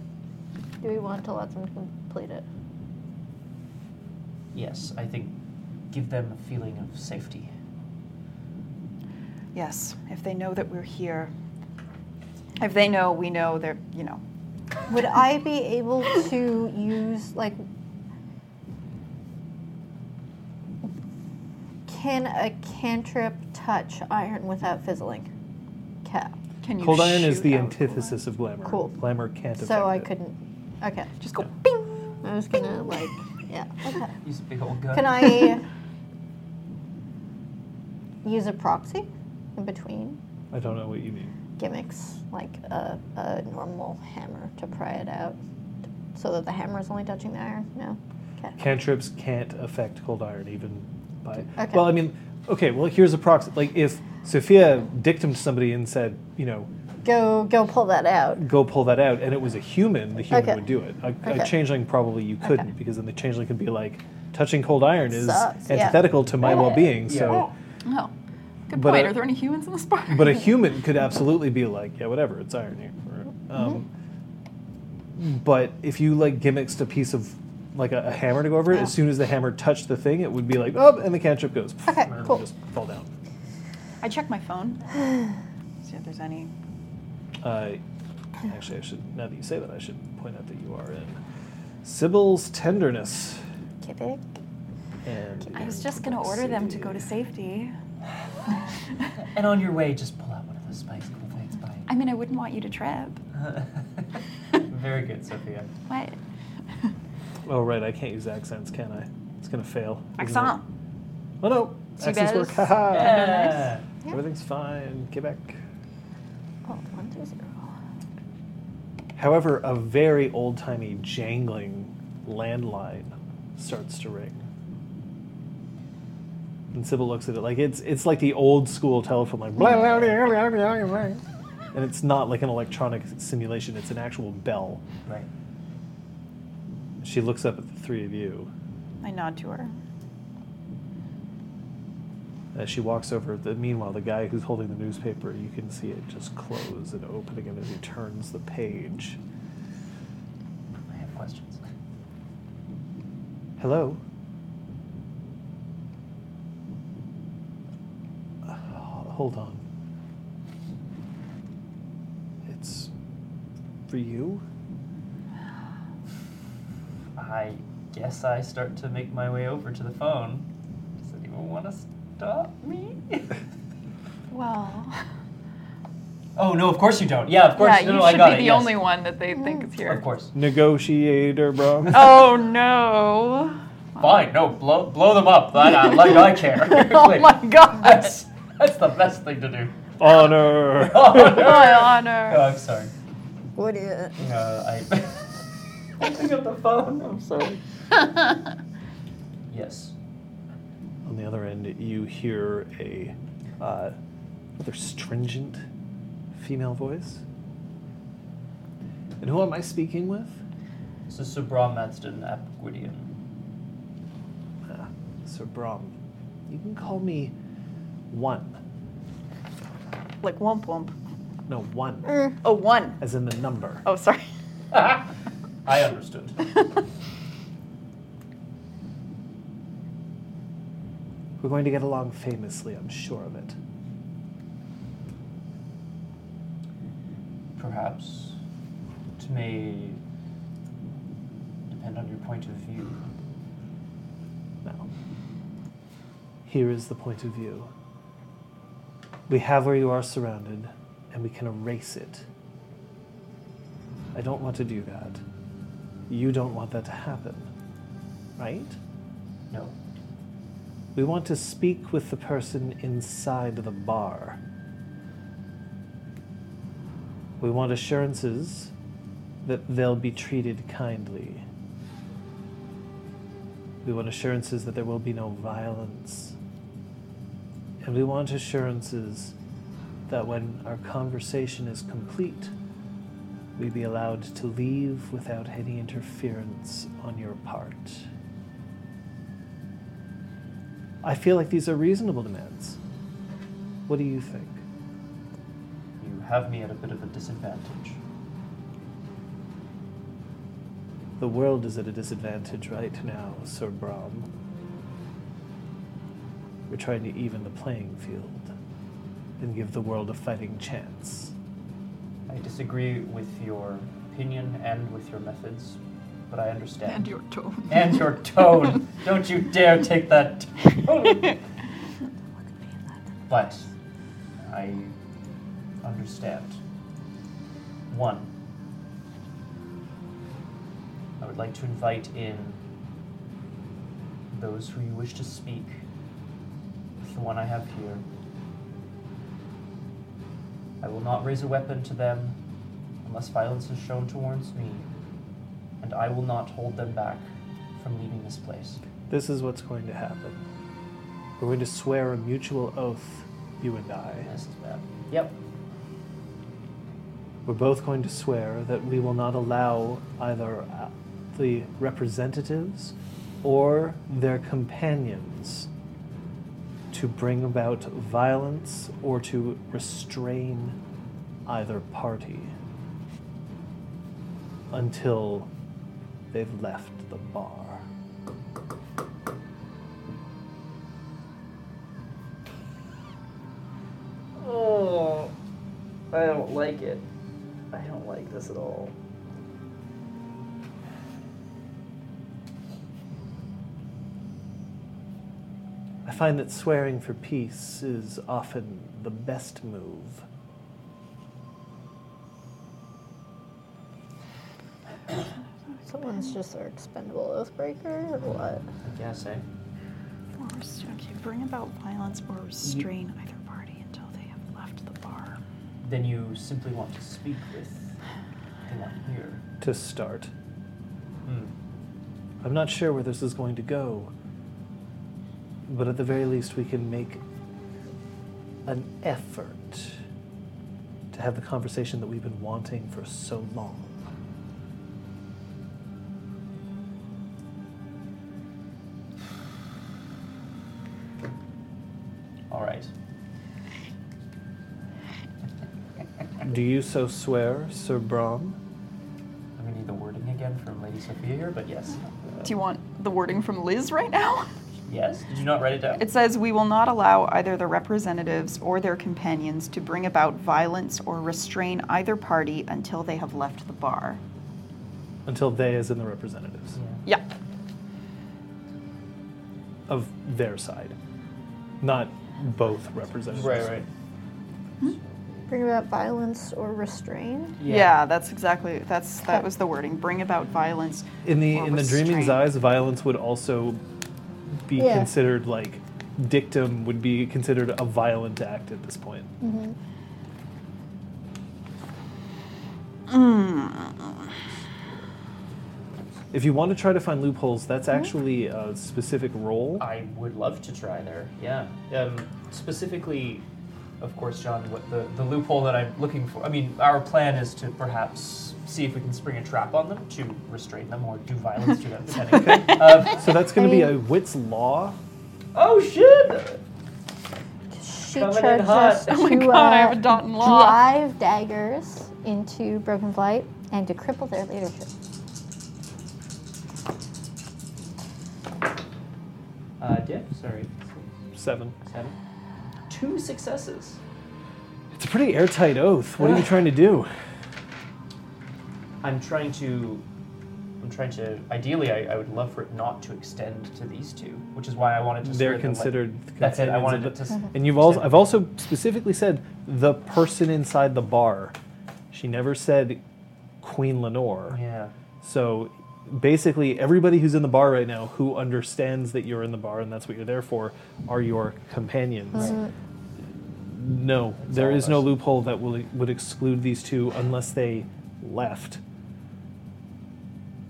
Do we want to let them complete it?
Yes, I think give them a feeling of safety.
Yes, if they know that we're here, if they know we know they're, you know,
Would I be able to use like can a cantrip touch iron without fizzling? Cap.
can you?
cold iron is
shoot
the
out
antithesis of glamour.
Cool.
Glamour can't.
So
affect
I
it.
couldn't. Okay.
Just go bing.
I was gonna like yeah. Okay.
Use a big old gun.
Can I use a proxy in between
I don't know what you mean.
gimmicks, like a, a normal hammer to pry it out, so that the hammer is only touching the iron? No. Okay.
Cantrips can't affect cold iron even by.
Okay.
Well, I mean, okay. Well, here's a proxy. Like if Sophia dictum to somebody and said, you know,
Go go pull that out.
go pull that out, and it was a human, the human
Okay.
would do it. A,
Okay.
a changeling probably you couldn't because then the changeling could be like, touching cold iron is
Sucks, yeah.
antithetical to my
Yeah.
well-being.
Yeah.
So,
No. oh, Good
But,
point.
uh,
Are there any humans in this bar?
but a human could absolutely be like, yeah, whatever, it's iron here. Or, Um,
Mm-hmm.
But if you like gimmicks a piece of like a, a hammer to go over it, as soon as the hammer touched the thing, it would be like, oh, and the cantrip goes.
Okay,
and it would
cool.
Just fall down.
I check my phone. See if there's any.
Uh, actually, I should. Now that you say that, I should point out that you are in Sybil's tenderness.
Quebec.
And
I was just gonna order them to go to safety.
And on your way, just pull out one of those spice cool things. Bye.
I mean, I wouldn't want you to trip.
Very good, Sophia.
What?
Oh right, I can't use accents, can I? It's gonna fail. isn't
Accent.
it? Oh no, accents work.
Sibel's-
Haha.
Yeah.
Everything's fine. Quebec.
Oh, one, two, zero.
However, a very old timey jangling landline starts to ring. And Sybil looks at it like it's it's like the old school telephone, like blah, blah, blah, blah, blah, blah. and it's not like an electronic simulation, it's an actual bell.
Right.
She looks up at the three of you.
I nod to her.
As she walks over, the, meanwhile, the guy who's holding the newspaper, you can see it just close and open again as he turns the page.
I have questions.
Hello? Uh, hold on. It's for you?
I guess I start to make my way over to the phone. Does anyone want to stop me?
Well,
oh no, of course you don't. Yeah, of course.
yeah,
no,
you
no, I
should
got
be
it,
the
yes.
only one that they think is here.
Of course.
Negotiator, bro.
Oh no.
Fine. No, blow blow them up. I, I, like I care.
oh my god.
That's that's the best thing to do.
Honor.
My
oh,
honor.
I'm sorry.
What is
Uh, I, I pick up the phone. I'm sorry. Uh, yes.
On the other end, you hear a uh, rather stringent female voice. And who am I speaking with?
This is Subram Madston Apguidian.
Ah, Sir Brom. You can call me One.
like womp womp.
No, One,
Oh, one.
as in the number.
Oh, sorry.
I understood.
We're going to get along famously, I'm sure of it.
Perhaps it may depend on your point of view.
No. Here is the point of view. We have where you are surrounded, and we can erase it. I don't want to do that. You don't want that to happen, right?
No.
We want to speak with the person inside the bar. We want assurances that they'll be treated kindly. We want assurances that there will be no violence. And we want assurances that when our conversation is complete, we be allowed to leave without any interference on your part. I feel like these are reasonable demands. What do you think?
You have me at a bit of a disadvantage.
The world is at a disadvantage right now, Sir Brom. We're trying to even the playing field and give the world a fighting chance.
I disagree with your opinion and with your methods, but I understand.
And your tone.
And your tone. Don't you dare take that tone. but I understand. One, I would like to invite in those who you wish to speak with the one I have here. I will not raise a weapon to them unless violence is shown towards me, and I will not hold them back from leaving this place.
This is what's going to happen. We're going to swear a mutual oath, you and I.
This is bad. Yep.
We're both going to swear that we will not allow either uh, the representatives or their companions to bring about violence or to restrain either party until they've left the bar.
Oh, I don't like it. I don't like this at all.
I find that swearing for peace is often the best move.
Someone's just our expendable oathbreaker, or what?
I guess, eh?
Or restrain, okay, bring about violence or
Mm-hmm.
restrain either party until they have left the bar.
Then you simply want to speak with the one here.
To start,
Hmm.
I'm not sure where this is going to go, but at the very least, we can make an effort to have the conversation that we've been wanting for so long.
All right.
Do you so swear, Sir Brom?
I'm gonna need the wording again from Lady Sophia here, but yes.
Do you want the wording from Liz right now?
Yes? Did you not write it down?
It says, We will not allow either the representatives or their companions to bring about violence or restrain either party until they have left the bar.
Until they, as in the representatives
Yeah.
Yeah.
of their side, not both representatives.
Right, right.
Bring about violence or restrain?
Yeah, that's exactly that's that was the wording. Bring about violence.
In the
or
in the dreaming's
restrain.
eyes, violence would also be
Yeah.
considered like dictum would be considered a violent act at this point.
Mm-hmm.
If you want to try to find loopholes, that's
Mm-hmm.
actually a specific role.
I would love to try there. Yeah. Um, specifically, of course, John, what the, the loophole that I'm looking for. I mean, our plan is to perhaps see if we can spring a trap on them to restrain them or do violence to them. Depending. um,
So that's going
Uh,
to
I
be
mean-
a wits law.
oh shit!
She
Coming in
charges
hot.
us
Oh my
to
god, I have
uh,
a dot in law.
drive daggers into Broken Flight and to cripple their leadership.
Uh, Dick, sorry.
Seven.
Seven. Two successes.
It's a pretty airtight oath. What are you trying to do?
I'm trying to I'm trying to. Ideally, I, I would love for it not to extend to these two, which is why I wanted to.
They're
sort of, like-
considered.
that's it. I
companions
wanted
of
it
the-
to. s-
And you've also, I've also specifically said the person inside the bar. She never said Queen Lenore.
Oh, Yeah.
So basically, everybody who's in the bar right now who understands that you're in the bar and that's what you're there for are your companions. No, there
all
is
of
no
us.
loophole that will, would exclude these two unless they left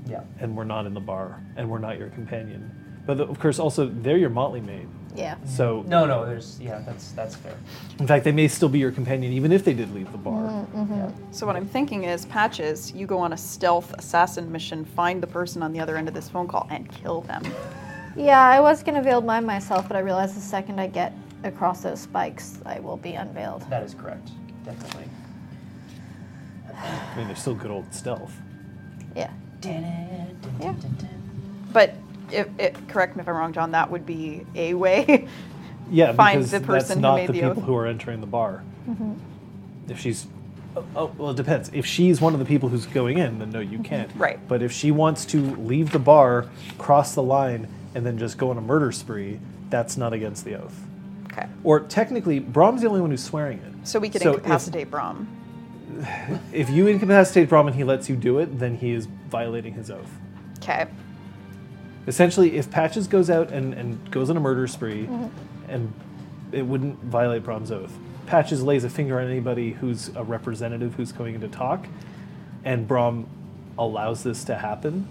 Yeah.
and were not in the bar and were not your companion. But of course, also, they're your motley mate.
Yeah.
So
Mm-hmm. No, no. There's. Yeah. That's that's fair.
In fact, they may still be your companion even if they did leave the bar.
Mm-hmm.
Yeah.
uh,
So what I'm thinking is, Patches, you go on a stealth assassin mission, find the person on the other end of this phone call, and kill them.
Yeah, I was gonna veil mine myself, but I realized the second I get across those spikes, I will be unveiled.
That is correct. Definitely.
I mean, they're still good old stealth.
Yeah.
Yeah.
But if, if, correct me if I'm wrong, John. That would be a way.
Yeah,
Find
because
the person
that's
who
not
made
the,
the
people
oath.
who are entering the bar.
Mm-hmm.
If she's, oh, oh, well, it depends. If she's one of the people who's going in, then no, you can't.
Mm-hmm. Right.
But if she wants to leave the bar, cross the line, and then just go on a murder spree, that's not against the oath.
okay.
Or technically, Brahm's the only one who's swearing it.
So we could
So if-
incapacitate Brom.
If you incapacitate Brahm and he lets you do it, then he is violating his oath.
Okay.
Essentially, if Patches goes out and, and goes on a murder spree, and it wouldn't violate Brahm's oath, Patches lays a finger on anybody who's a representative who's going in to talk, and Brahm allows this to happen,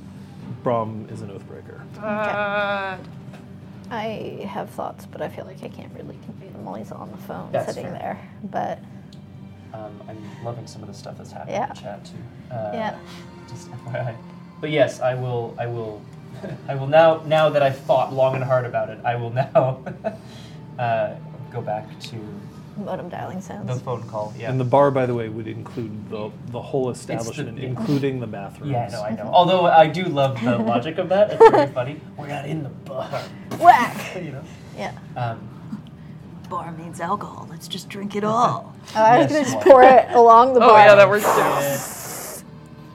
Brahm is an oath breaker.
Uh, I have thoughts, but I feel like I can't really convey them while he's on the phone
That's
sitting
fair.
there. But
Um, I'm loving some of the stuff that's happening
Yeah.
in the chat too. Uh,
Yeah.
Just FYI. But yes, I will. I will. I will now. Now that I've thought long and hard about it, I will now uh, go back to
modem dialing
the
sounds.
phone call. Yeah.
And the bar, by the way, would include the, the whole establishment,
yeah.
including the bathrooms.
yeah, no, I know. Although I do love the logic of that. It's very funny. We're not in the bar,
Whack!
you know.
Yeah.
Um,
Bar means alcohol. Let's just drink it all.
Oh, I was
Yes,
gonna just
one.
pour it along the
Oh
bar.
yeah, that works too.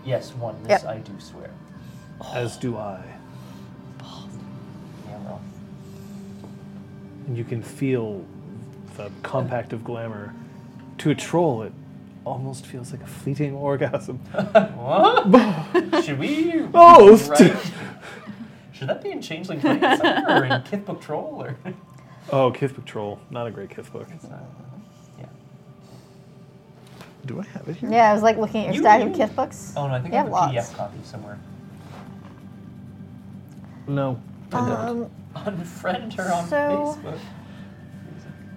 yes, one. This
Yep.
I do swear.
As do I.
Yeah, well,
And you can feel the compact of glamour. To a troll, it almost feels like a fleeting orgasm.
What? Should we?
Oh,
Right. Should that be in Changeling Plane somewhere or in Kithbook Troll or?
Oh, Kith Patrol. Not a great Kith book.
Yeah.
Do I have it here?
Yeah, I was like looking at your
You-
stack
you-
of Kith books.
Oh no, I think
They
I have,
have
a
lots.
PDF copy somewhere.
No.
um,
Unfriend her on
So-
Facebook.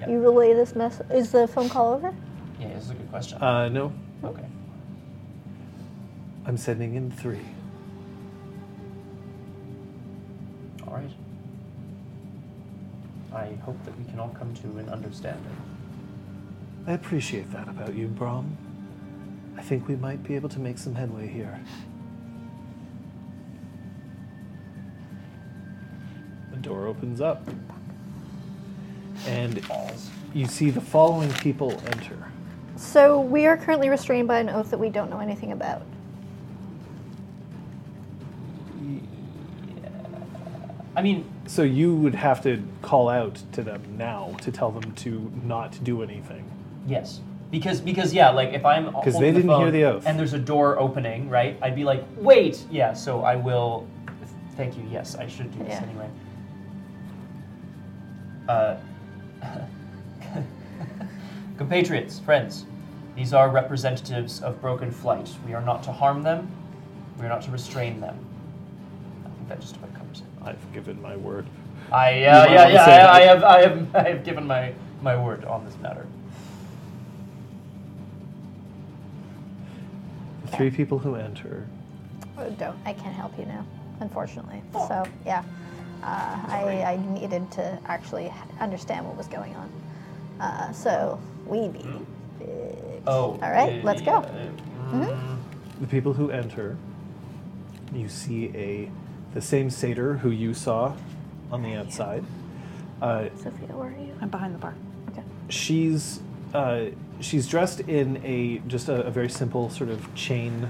Yeah.
you relay this message. Is the phone call over?
yeah, this is a good question.
Uh, no.
okay.
I'm sending in three.
All right. I hope that we can all come to an understanding.
I appreciate that about you, Brom. I think we might be able to make some headway here. The door opens up. And
Balls.
you see the following people enter.
So we are currently restrained by an oath that we don't know anything about.
I mean,
So you would have to call out to them now to tell them to not do anything.
yes. Because, because yeah, like if I'm
'Cause they
holding the
didn't hear
phone
the oath.
and there's a door opening, right? I'd be like, wait, yeah. So I will. Thank you. Yes, I should do this
Yeah.
anyway. Uh, compatriots, friends, these are representatives of Broken Flight. We are not to harm them. We are not to restrain them. I think that just about covers it.
I've given my word.
I uh,
might
yeah
wanna
yeah
say
I, I
that.
have I have I have given my my word on this matter.
The three people who enter
Oh, don't. I can't help you now, unfortunately. So yeah, uh, I, I needed to actually h- understand what was going on. Uh, so we need.
Oh. eh,
All right, let's go.
the people who enter, you see a the same satyr who you saw on the outside. Uh,
Sophia, where are you?
I'm behind the bar.
she's uh, she's dressed in a just a, a very simple sort of chain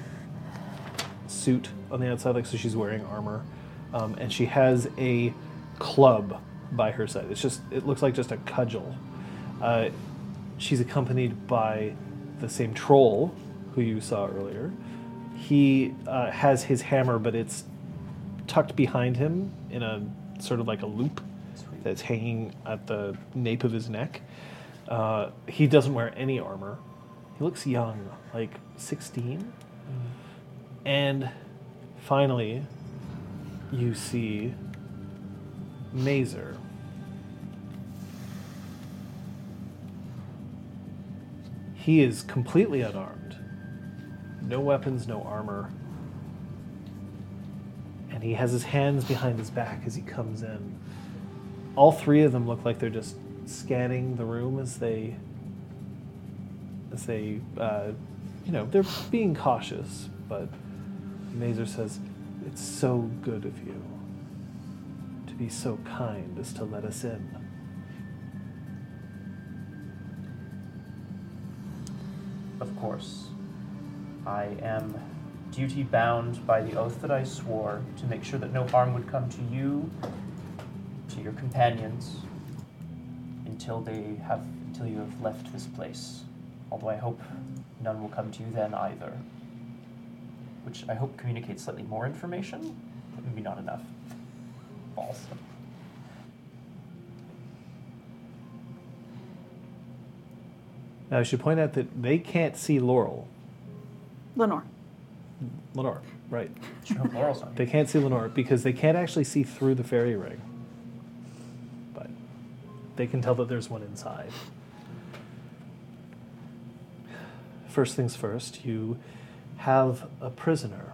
suit on the outside, like so she's wearing armor, um, and she has a club by her side. It's just it looks like just a cudgel. Uh, she's accompanied by the same troll who you saw earlier. He uh, has his hammer, but it's tucked behind him in a sort of like a loop that's hanging at the nape of his neck. Uh, he doesn't wear any armor. He looks young, like 16. And finally, you see Mazer. He is completely unarmed. No weapons, no armor. And he has his hands behind his back as he comes in. All three of them look like they're just scanning the room as they, as they, uh, you know, they're being cautious. But Mazer says, "It's so good of you to be so kind as to let us in."
Of course. I am duty bound by the oath that I swore to make sure that no harm would come to you, to your companions, until they have until you have left this place. Although I hope none will come to you then either. Which I hope communicates slightly more information, but maybe not enough. Balls.
Now I should point out that they can't see Laurel,
Lenore.
Lenore, right?
Sure, hope Laurel's not
They
here.
can't see Lenore because they can't actually see through the fairy ring. But they can tell that there's one inside. First things first, you have a prisoner.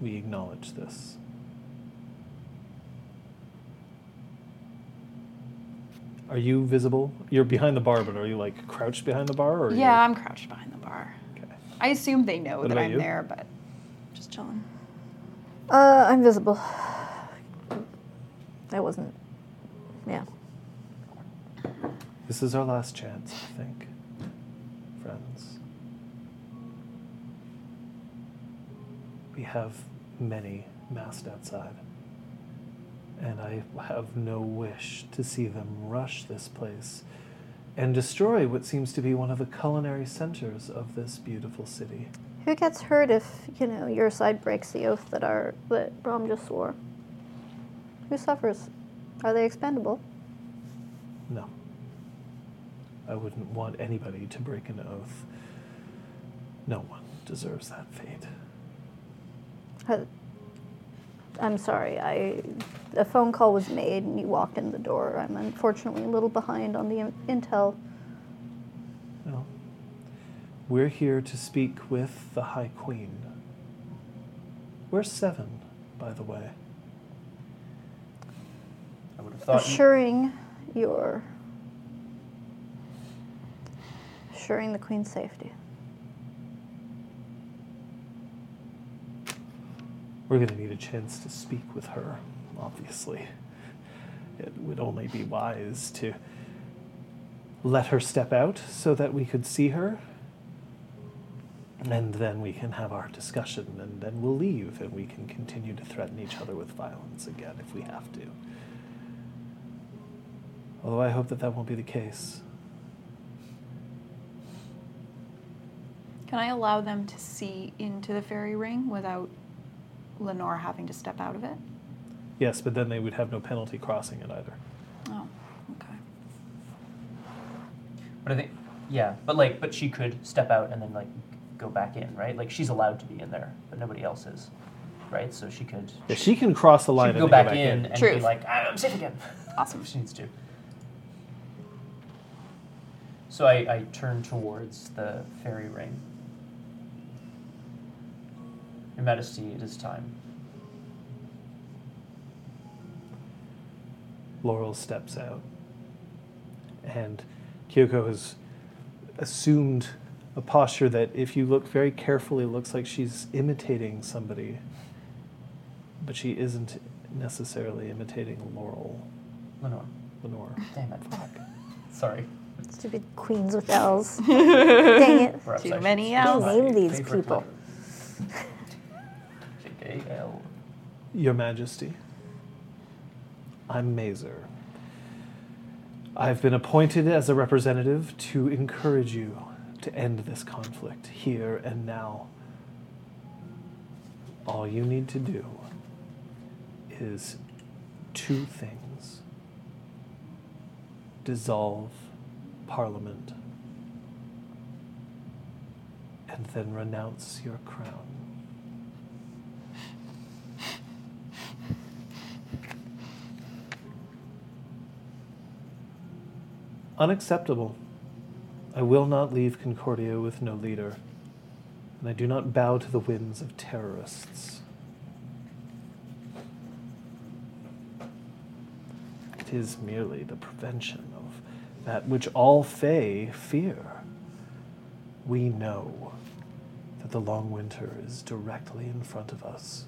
We acknowledge this. Are you visible? You're behind the bar, but are you like crouched behind the bar? Or are you-
Yeah, I'm crouched behind the bar.
Okay.
I assume they know
What
that
about
I'm
you?
there, but
Just chilling.
Uh, I'm visible. I wasn't. Yeah.
This is our last chance, I think, friends. We have many masked outside, and I have no wish to see them rush this place and destroy what seems to be one of the culinary centers of this beautiful city.
Who gets hurt if you know your side breaks the oath that our that Rom just swore? Who suffers? Are they expendable?
No. I wouldn't want anybody to break an oath. No one deserves that fate.
Uh, I'm sorry. I a phone call was made and you walked in the door. I'm unfortunately a little behind on the in- intel.
Well, we're here to speak with the High Queen. We're seven, by the way.
I would have thought you-
assuring your assuring the queen's safety.
We're going to need a chance to speak with her, obviously. It would only be wise to let her step out so that we could see her. And then we can have our discussion, and then we'll leave, and we can continue to threaten each other with violence again if we have to. Although I hope that that won't be the case.
Can I allow them to see into the fairy ring without Lenore having to step out of it?
Yes, but then they would have no penalty crossing it either.
Oh, okay.
But I think, yeah, but like, but she could step out and then like go back in, right? Like she's allowed to be in there, but nobody else is, right? So she could,
Yeah, she can cross the
she
line
could
and
go
then
back, in, and be
Truth.
like, I'm safe again.
Awesome.
she needs to. So I, I turn towards the fairy ring. Your Majesty, it is time.
Laurel steps out. And Kyoko has assumed a posture that, if you look very carefully, looks like she's imitating somebody. But she isn't
Oh,
necessarily imitating Laurel,
Lenore,
Lenore.
damn it. Sorry.
Stupid queens with L's. Dang it.
Perhaps
Too
I should
many
specify
Ls.
Name
a
these
favorite
people.
letter. Take A L.
Your Majesty, I'm Mazer. I've been appointed as a representative to encourage you to end this conflict here and now. All you need to do is two things dissolve Parliament, and then renounce your crown. Unacceptable. I will not leave Concordia with no leader, and I do not bow to the whims of terrorists. It is merely the prevention of that which all Fae fear. We know that the long winter is directly in front of us,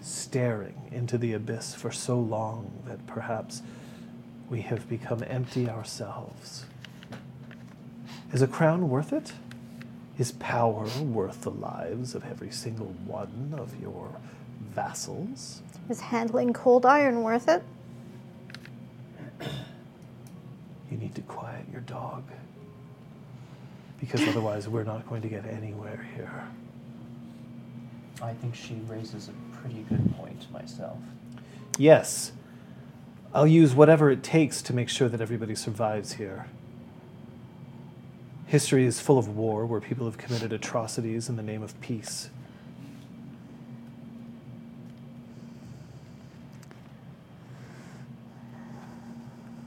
staring into the abyss for so long that perhaps we have become empty ourselves. Is a crown worth it? Is power worth the lives of every single one of your vassals?
Is handling cold iron worth it?
You need to quiet your dog. Because otherwise, we're not going to get anywhere here.
I think she raises a pretty good point myself.
Yes, I'll use whatever it takes to make sure that everybody survives here. History is full of war where people have committed atrocities in the name of peace.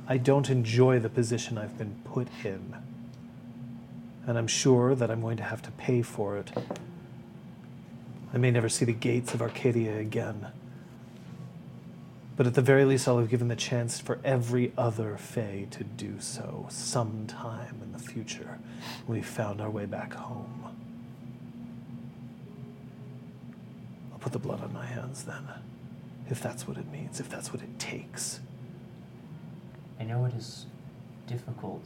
I don't enjoy the position I've been put in. And I'm sure that I'm going to have to pay for it. I may never see the gates of Arcadia again. But at the very least, I'll have given the chance for every other Fae to do so sometime in the future. We've found our way back home. I'll put the blood on my hands then, if that's what it means, if that's what it takes.
I know it is difficult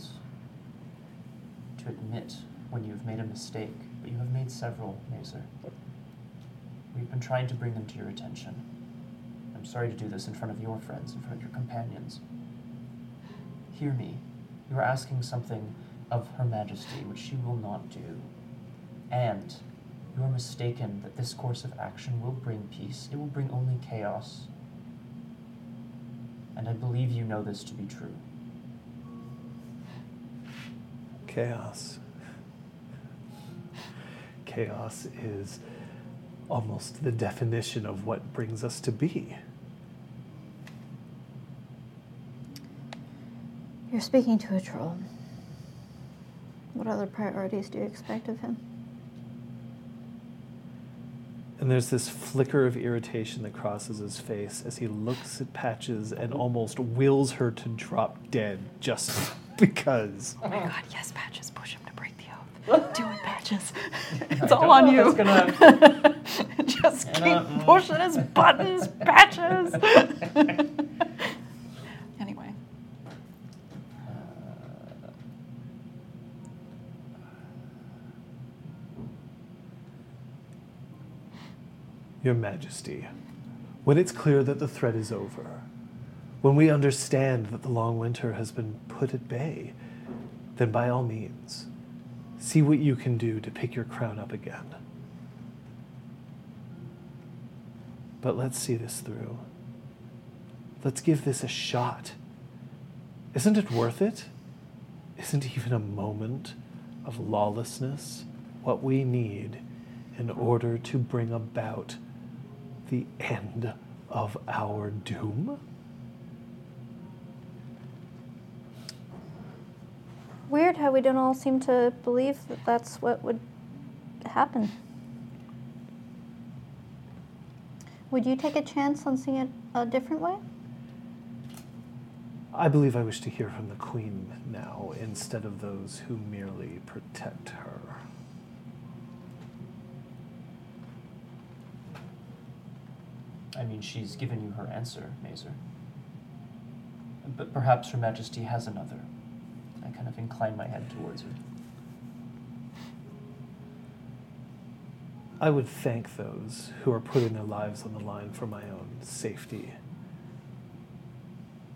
to admit when you have made a mistake, but you have made several, Mazer. We've been trying to bring them to your attention. I'm sorry to do this in front of your friends, in front of your companions. Hear me. You are asking something of Her Majesty, which she will not do. And you are mistaken that this course of action will bring peace, it will bring only chaos. And I believe you know this to be true.
Chaos. Chaos is almost the definition of what brings us to be.
You're speaking to a troll. What other priorities do you expect of him?
And there's this flicker of irritation that crosses his face as he looks at Patches and almost wills her to drop dead just because.
Oh my god, yes, Patches, push him to break the oath. Do it, Patches. It's all
don't
on
know
you.
if that's
Just
You know,
keep
mm.
pushing his buttons, Patches. anyway,
uh,
Your Majesty, when it's clear that the threat is over, when we understand that the long winter has been put at bay, then by all means, see what you can do to pick your crown up again. But let's see this through. Let's give this a shot. Isn't it worth it? Isn't even a moment of lawlessness what we need in order to bring about the end of our doom?
Weird how we don't all seem to believe that that's what would happen. Would you take a chance on seeing it a different way?
I believe I wish to hear from the Queen now instead of those who merely protect her.
I mean, she's given you her answer, Mazer. But perhaps Her Majesty has another. I kind of incline my head towards her.
I would thank those who are putting their lives on the line for my own safety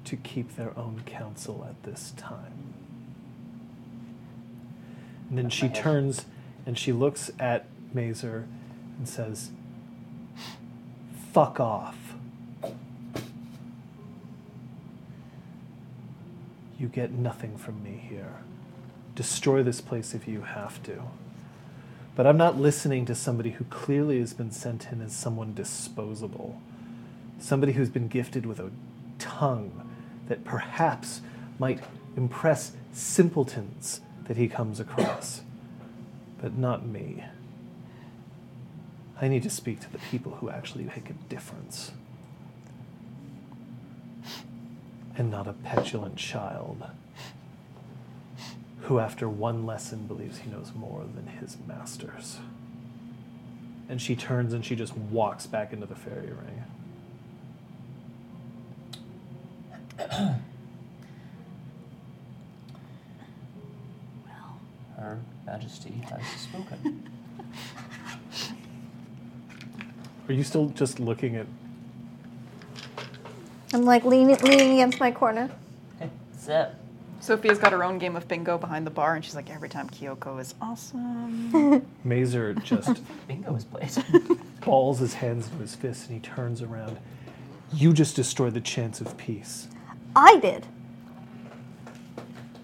to keep their own counsel at this time. And then she turns and she looks at Mazer and says, Fuck off. You get nothing from me here. Destroy this place if you have to. But I'm not listening to somebody who clearly has been sent in as someone disposable. Somebody who's been gifted with a tongue that perhaps might impress simpletons that he comes across. but not me. I need to speak to the people who actually make a difference. And not a petulant child who, after one lesson, believes he knows more than his masters. And she turns and she just walks back into the fairy ring.
Her Majesty has spoken.
Are you still just looking at.
I'm like leaning, leaning against my corner.
What's up?
Sophia's got her own game of bingo behind the bar, and she's like, every time Kyoko is awesome.
Mazer just
Bingo is played.
balls his hands into his fists and he turns around. You just destroyed the chance of peace.
I did.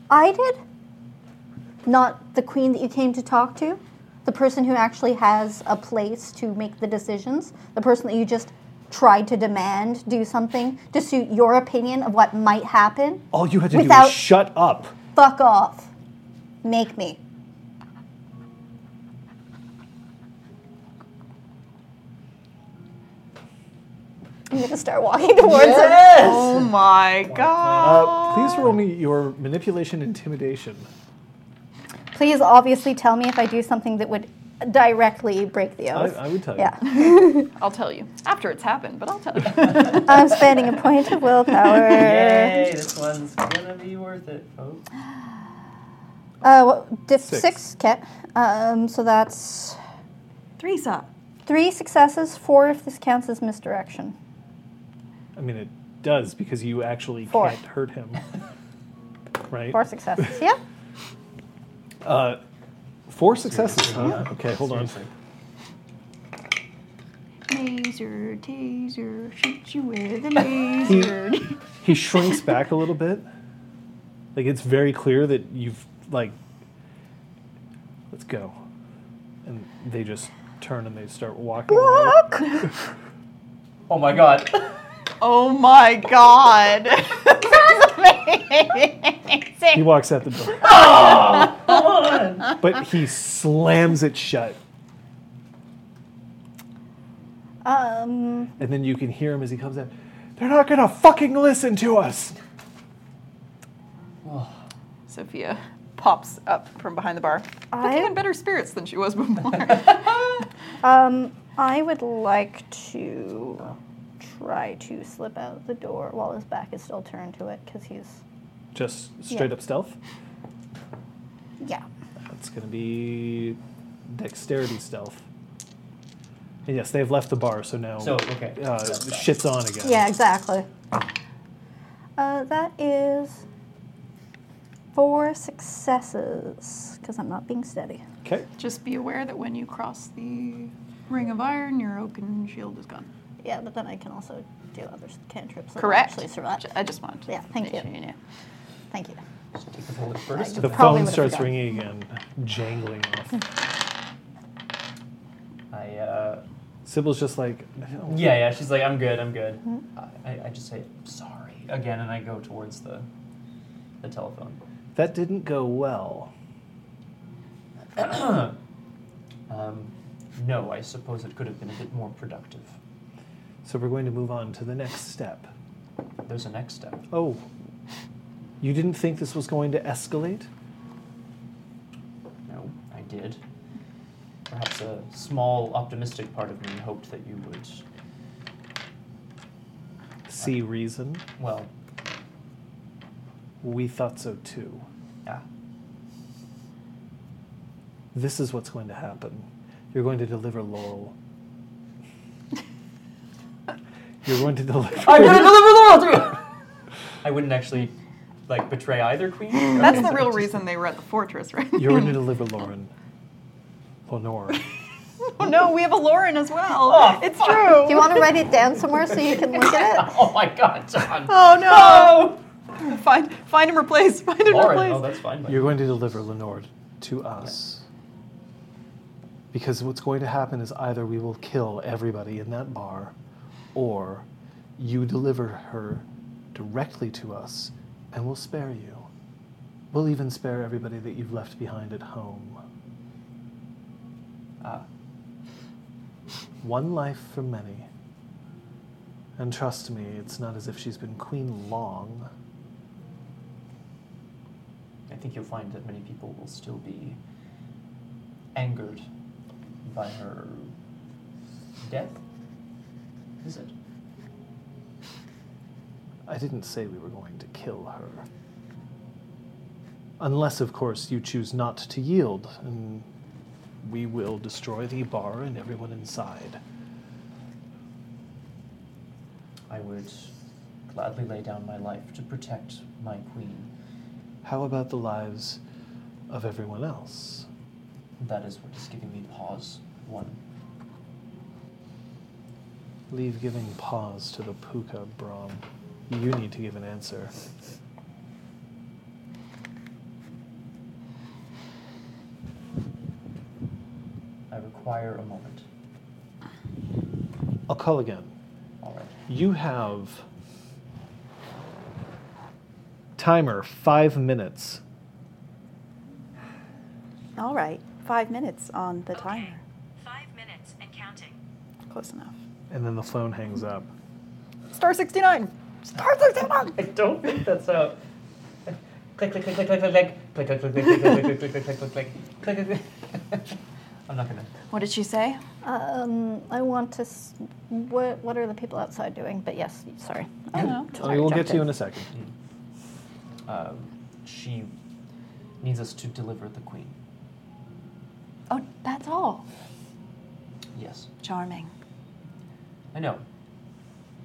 I did? Not the queen that you came to talk to? The person who actually has a place to make the decisions? The person that you just tried to demand do something to suit your opinion of what might happen?
All you had to do
Without-
was shut up.
Fuck off. Make me. I'm gonna start walking towards him.
oh my god.
Oh.
Uh, please roll me your manipulation intimidation.
Please obviously tell me if I do something that would directly break the
I,
oath.
I would tell you.
yeah.
I'll tell you after it's happened, but I'll tell you.
I'm spending a point of willpower.
Yay, this one's gonna be worth it, folks.
Uh, what, diff
Six.
six. okay. Um, so that's
Threesa.
three successes, four if this counts as misdirection.
I mean, it does because you actually
Four.
can't hurt him. Right?
Four successes, yeah.
Uh, four successes, huh? Okay, hold on.
Maser, taser, shoot you with a
He,
laser.
he shrinks back a little bit. Like, it's very clear that you've, like, let's go. And they just turn and they start walking. away.
Oh my god.
Oh my god.
He walks out the door. But he slams it shut.
Um,
And then you can hear him as he comes in. They're not gonna fucking listen to us.
Sophia pops up from behind the bar. I think
I-
in better spirits than she was before.
um, I would like to try to slip out the door while his back is still turned to it because he's,
Just straight up stealth.
yeah.
That's gonna be dexterity stealth. And yes, they've left the bar, so now
So, okay.
uh, shit's on again.
Yeah, exactly. Uh, that is four successes because I'm not being steady.
Okay.
Just be aware that when you cross the ring of iron, your oaken shield is gone.
Yeah, but then I can also do other s- cantrips. that
Correct.
Actually, survive.
Ju- I just wanted to
Yeah, thank
make
you.
sure you knew.
Thank you.
Just take the bullet first.
The
Probably
phone
would've
starts
forgotten.
ringing again, jangling off.
I, uh,
Sibyl's just like, "No."
yeah, yeah, she's like, I'm good, I'm good.
Mm-hmm.
I, I, I just say, sorry, again, and I go towards the, the telephone.
that didn't go well.
Um, no, I suppose it could have been a bit more productive.
So we're going to move on to the next step.
There's a next step.
Oh, you didn't think this was going to escalate?
No, I did. Perhaps a small, optimistic part of me hoped that you would,
See reason.
well,
We thought so too.
Yeah.
This is what's going to happen. You're going to deliver Laurel. You're going to deliver.
I wouldn't deliver Laurel to I wouldn't actually like betray either queen.
That's
Okay,
the
so-
real reason they were at the fortress, right?
You're going to deliver Lauren. Lenore.
Oh no, we have a Lauren as well.
Oh,
it's
fuck.
Do you
true.
want to write it down somewhere so you can look at it?
Oh my god, John.
Oh no. Find find and replace. Find and
Lauren.
replace.
Oh, that's fine. but-
You're going to deliver Lenore to us. Because what's going to happen is either we will kill everybody in that bar, or you deliver her directly to us, and we'll spare you. We'll even spare everybody that you've left behind at home.
Ah.
One life for many. And trust me, it's not as if she's been queen long.
I think you'll find that many people will still be angered by her death. Is it?
I didn't say we were going to kill her. Unless, of course, you choose not to yield, and we will destroy the bar and everyone inside.
I would gladly lay down my life to protect my queen.
How about the lives of everyone else?
That is what is giving me pause. One.
Leave giving pause to the puka, Brahm. You need to give an answer.
I require a moment.
I'll call again.
All right.
You have timer five minutes.
All right, five minutes on the
Okay.
timer.
Five minutes and counting.
Close enough.
And then the phone hangs up.
Star 69. Star 69.
I don't think that's how. Click, click, click, click, click, click, click, click, click, click, click, click, click, click, click, click, click, click, click, click, click. I'm not gonna.
What did she say?
Um, I want to. S- what What are the people outside doing? But yes, sorry.
I don't know.
I will Oh, get to you in a second.
Um, she needs us to deliver the queen.
Oh, that's all.
Yes,
Charming.
I know.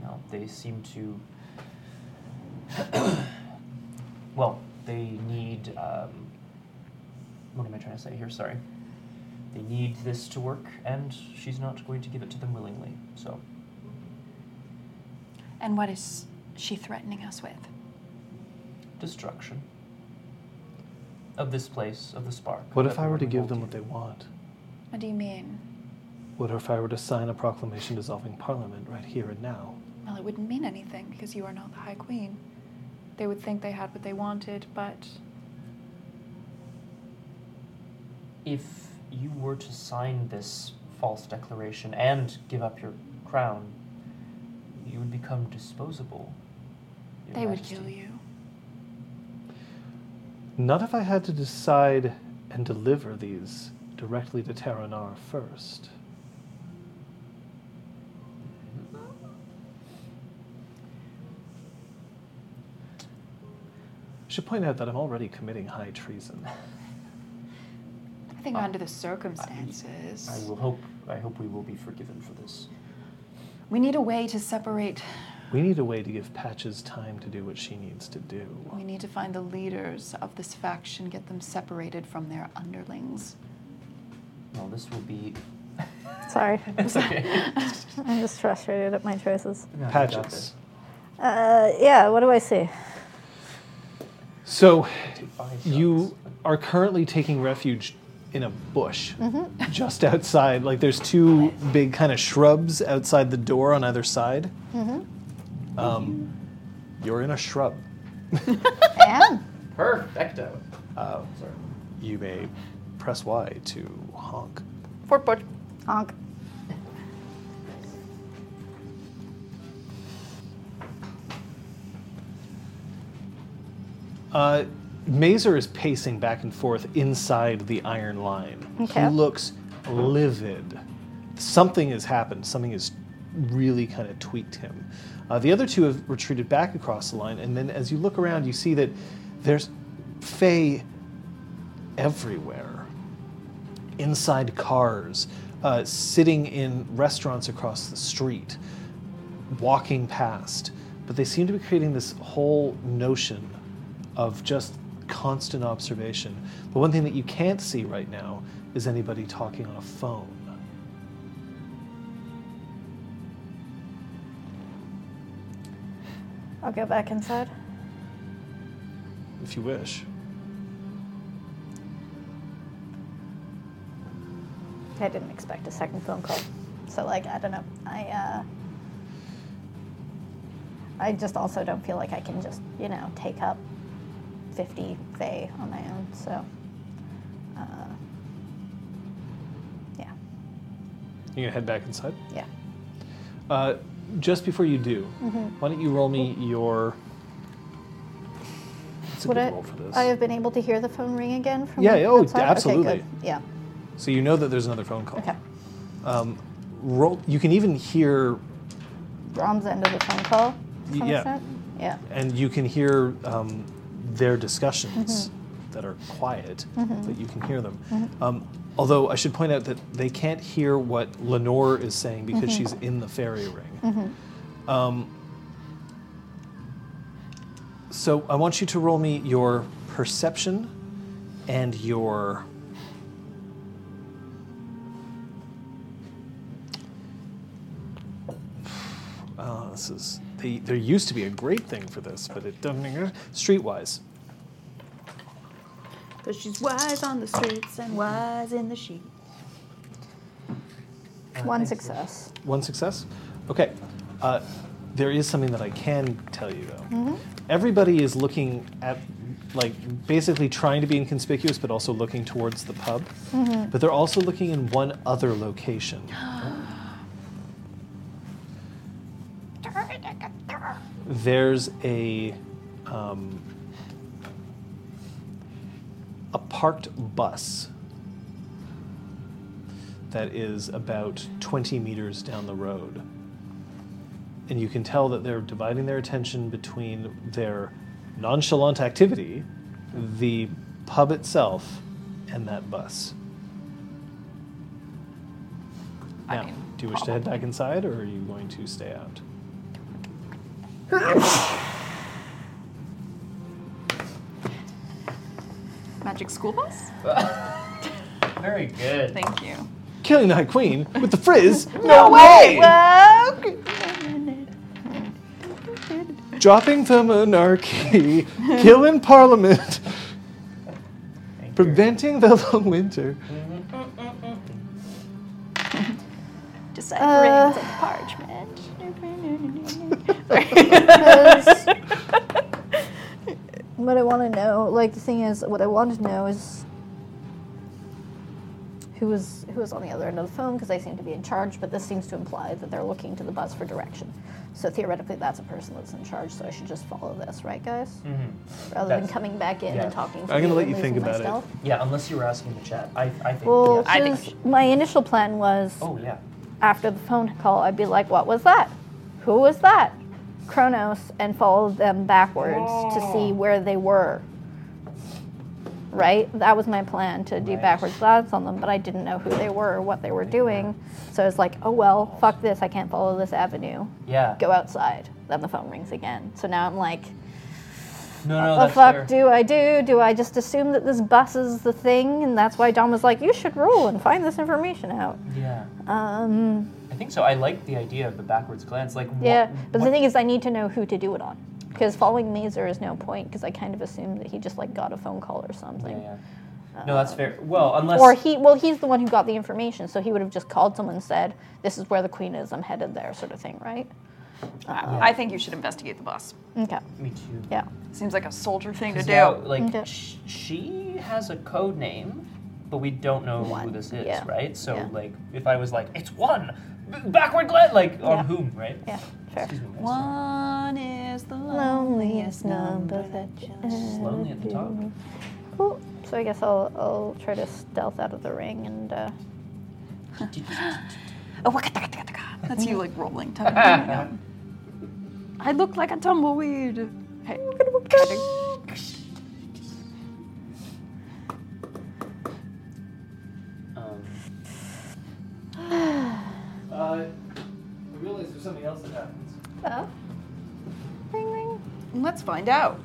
Now they seem to. well, they need. Um, what am I trying to say here? Sorry. They need this to work, and she's not going to give it to them willingly. So
And what is she threatening us with?
destruction of this place, of the spark.
What
of
if I were to
everyone
give them what
involved
they want?
What do you mean?
What if I were to sign a proclamation dissolving Parliament right here and now?
Well, it wouldn't mean anything because you are not the High Queen. They would think they had what they wanted, but
here? If you were to sign this false declaration and give up your crown, you would become disposable. Your
they would
Majesty.
kill you.
Not if I had to decide and deliver these directly to Terranar first. Should point out that I'm already committing high treason.
I think
Uh,
under the circumstances,
I will hope. I hope we will be forgiven for this.
we need a way to separate.
We need a way to give Patches time to do what she needs to do.
We need to find the leaders of this faction, get them separated from their underlings.
Well, this will be.
Sorry,
it's okay.
I'm just frustrated at my choices.
No, you got
Patches.
this.
Uh, yeah. What do I see?
So
Take five
You
shots.
are currently taking refuge in a bush
Mm-hmm.
just outside. Like there's two big kind of shrubs outside the door on either side. Um, you're in a shrub.
Anne.
Perfecto.
Uh,
Sorry.
you may press Y to honk.
Fort Bush.
Honk.
Uh, Mazer is pacing back and forth inside the iron line.
Okay.
He looks livid. Something has happened. Something has really kind of tweaked him. Uh, the other two have retreated back across the line, and then as you look around, you see that there's Faye everywhere inside cars, uh, sitting in restaurants across the street, walking past. But they seem to be creating this whole notion of just constant observation. The one thing that you can't see right now is anybody talking on a phone.
I'll go back inside.
if you wish.
I didn't expect a second phone call. So like I don't know. I uh I just also don't feel like I can just, you know, take up 50 Faye on my own. So uh yeah.
You gonna head back inside?
Yeah.
Uh, just before you do,
Mm-hmm.
why don't you roll me your? It's a
Would
good
I,
roll for this.
I have been able to hear the phone ring again from
Yeah, oh,
outside? Okay,
absolutely.
good. Yeah.
So you know that there's another phone call.
Okay.
Um, roll. You can even hear,
Rom's end of the phone call. to some
Yeah.
extent. Yeah.
and you can hear um, their discussions that are quiet, but you can hear them. Um, although I should point out that they can't hear what Lenore is saying because she's in the fairy ring. Um, so I want you to roll me your perception and your. Uh, this is they, there used to be a great thing for this, but it doesn't. uh, Streetwise,
Because she's wise on the streets and wise in the sheets.
One success.
one success. Okay, uh, there is something that I can tell you though. Everybody is looking at, like, basically trying to be inconspicuous, but also looking towards the pub. But they're also looking in one other location. There's a. Um, a parked bus that is about 20 meters down the road. And you can tell that they're dividing their attention between their nonchalant activity, the pub itself, and that bus. Now, do you wish to head back inside or are you going to stay out?
Magic school bus?
Very good.
Thank you.
Killing Night Queen with the frizz? No, way! Dropping the monarchy, killing parliament,
Thank you.
preventing the long winter.
Deciphering
Uh,
from parchment.
Because what I want to know, like the thing is, what I want to know is who was who was on the other end of the phone because they seem to be in charge. But this seems to imply that they're looking to the bus for direction. So theoretically, that's a person that's in charge. So I should just follow this, right, guys?
Mhm.
Rather than
That's-
coming back in
yeah.
and talking.
Mm, I'm gonna
to
let
and
you think
losing my
about it.
stealth.
Yeah, unless you were asking the chat. I, I think.
Well,
yes.
I think-
since my initial plan was
Oh yeah.
after the phone call, I'd be like, what was that? Who was that? Kronos, and follow them backwards
Oh.
to see where they were. Right? That was my plan to do
Right.
backwards glance on them, but I didn't know who they were or what they were doing. So I was like, oh well, fuck this, I can't follow this avenue.
Yeah.
Go outside. Then the phone rings again. So now I'm like,
No, no,
what the
that's
fuck
fair.
do I do? Do I just assume that this bus is the thing? And that's why Dom was like, you should roll and find this information out.
Yeah.
Um,
I think so. I like the idea of the backwards glance. Like. what-
Yeah, but
what-
the thing is, I need to know who to do it on. Because following Mazer is no point, because I kind of assume that he just like got a phone call or something.
Yeah, yeah. No, that's fair. Well, unless.
uh, Or he, well, he's the one who got the information, so he would have just called someone and said, "This is where the queen is. I'm headed there," sort of thing, right?
I think you should investigate the bus.
Okay.
Me too.
Yeah.
Seems like a soldier thing to
'Cause
do.
now, like
Okay.
sh- she has a code name, but we don't know who
One,
this is,
yeah,
right? So
yeah.
like, if I was like, it's one b- backward glance, like
Yeah.
on whom, right?
Yeah. Fair.
Excuse me. guys.
One is the
Loneliest
loneliest
number
number
that you
It's lonely at the top.
Cool. So I guess I'll I'll try to stealth out of the ring and uh,
Oh, waka taka taka taka. That's you like rolling. tucking your knee up. I look like a tumbleweed. Hey.
Um,
Uh, there's something else that happens.
Oh. Ring ring.
Let's find out.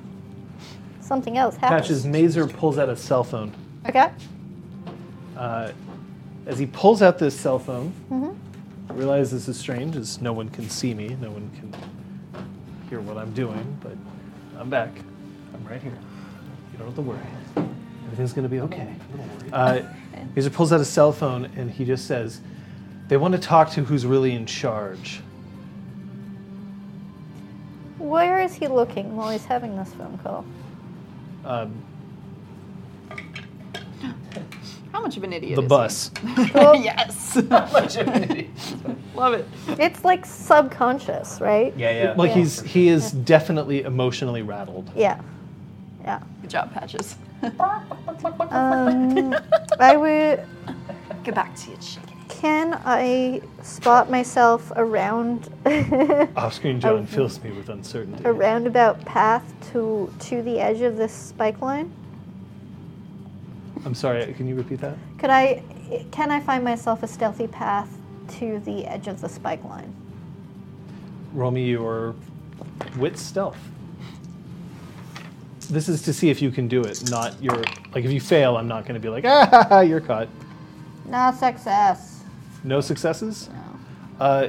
Something else happens.
Patches Mazer pulls out a cell phone.
Okay.
Uh, as he pulls out this cell phone, realize this is strange, as no one can see me, no one can hear what I'm doing, but I'm back. I'm right here. You don't have to worry. Everything's gonna be okay. Uh, Mazer pulls out a cell phone and he just says, "They want to talk to who's really in charge."
Where is he looking while he's having this phone call?
Um,
How much of an idiot
the
is he?
bus.
yes. Love it.
It's like subconscious, right?
Yeah, yeah.
Like
Yeah.
he's he is definitely emotionally rattled.
Yeah. Yeah.
Good job, Patches.
Um, I would.
Get back to you, chicken.
Can I spot myself around
Off screen, John
Oh.
fills me with uncertainty.
a roundabout path to to the edge of this spike line?
I'm sorry, can you repeat that?
Could I? Can I find myself a stealthy path to the edge of the spike line?
Roll me your wit stealth. This is to see if you can do it, not your. Like, if you fail, I'm not going to be like, ah, ha, ha, you're caught.
No success.
No successes? Uh,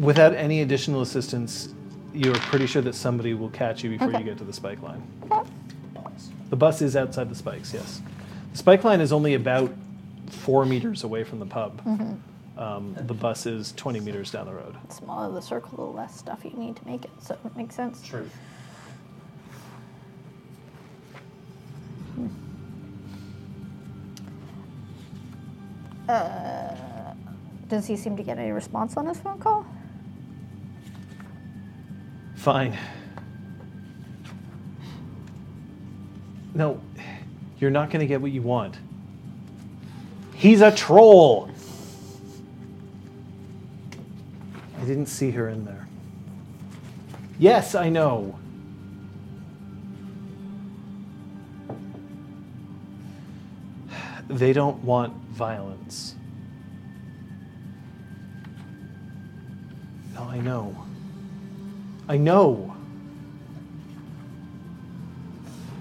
without any additional assistance, you're pretty sure that somebody will catch you before you get to the spike line. The bus is outside the spikes, yes. The spike line is only about four meters away from the pub. Um, the bus is 20 meters down the road.
The smaller the circle, the less stuff you need to make it. So it makes sense.
Truth.
Uh, does he seem to get any response on his phone call?
Fine. No, you're not going to get what you want. He's a troll! I didn't see her in there. Yes, I know. They don't want violence. No, I know. I know.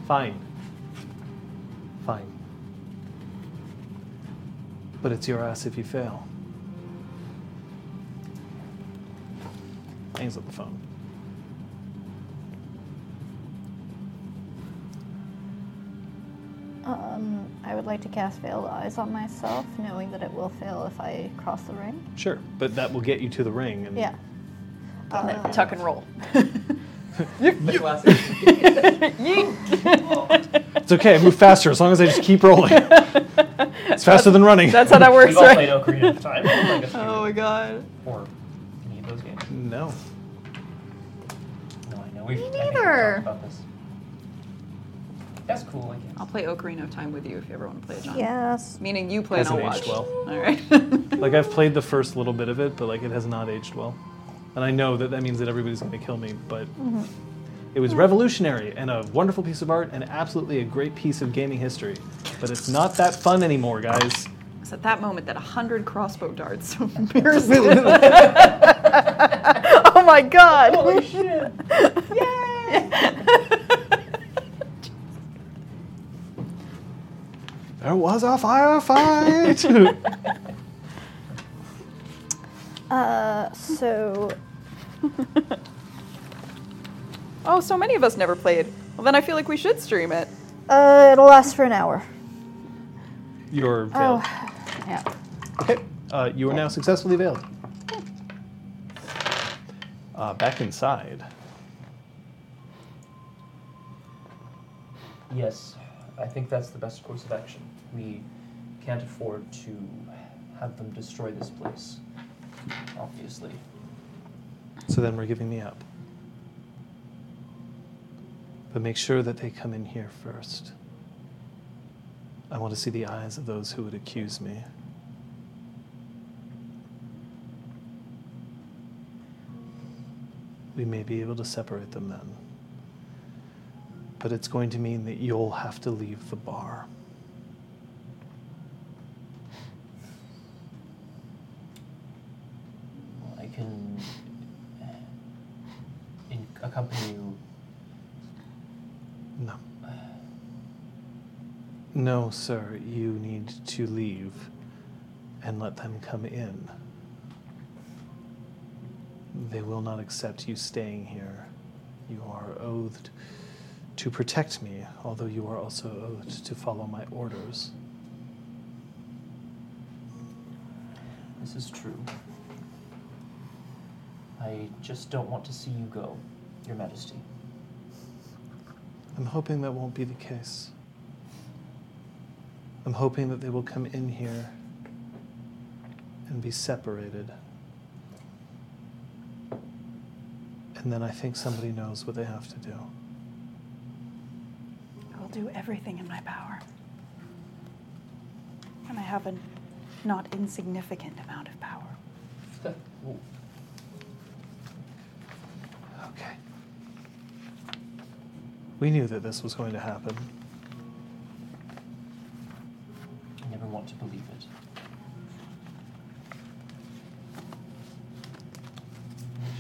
Fine. Fine. But it's your ass if you fail. Hangs up the phone.
Um, I would like to cast Veiled Eyes on myself, knowing that it will fail if I cross the ring.
Sure, but that will get you to the ring. And
Yeah. Uh,
Tuck and roll.
The classic.
It's okay, I move faster as long as I just keep rolling. it's faster than running.
That's how that works,
We've all played
right?
Ocarina of Time. Like a
Oh my god.
Or any of those games.
no.
No, I know. We've, Me
neither.
about this. That's cool. I guess.
I'll play Ocarina of Time with you if you ever want to play it, John.
yes.
Meaning you play and I'll
Hasn't
watch.
aged well.
All right.
Like I've played the first little bit of it, but like it has not aged well, and I know that that means that everybody's going to kill me. But it was revolutionary and a wonderful piece of art and absolutely a great piece of gaming history. But it's not that fun anymore, guys.
it's at that moment that a hundred crossbow darts pierced. oh my god. Holy shit.
There was a firefight.
Uh, so
Oh, so many of us never played. Well, then I feel like we should stream it.
uh, it'll last for an hour.
You're veiled.
Yeah.
Okay, uh, you are now successfully veiled. Uh, back inside.
Yes, I think that's the best course of action. We can't afford to have them destroy this place, obviously.
So then we're giving me up. But make sure that they come in here first. I want to see the eyes of those who would accuse me. We may be able to separate them then. But it's going to mean that you'll have to leave the bar.
can uh, in- accompany you.
No. No, sir, you need to leave and let them come in. They will not accept you staying here. You are oathed to protect me, although you are also oathed to follow my orders.
This is true. I just don't want to see you go, Your Majesty.
I'm hoping that won't be the case. I'm hoping that they will come in here and be separated. And then I think somebody knows what they have to do.
I will do everything in my power. And I have a not insignificant amount of power.
Ooh.
Okay. We knew that this was going to happen.
I never want to believe it.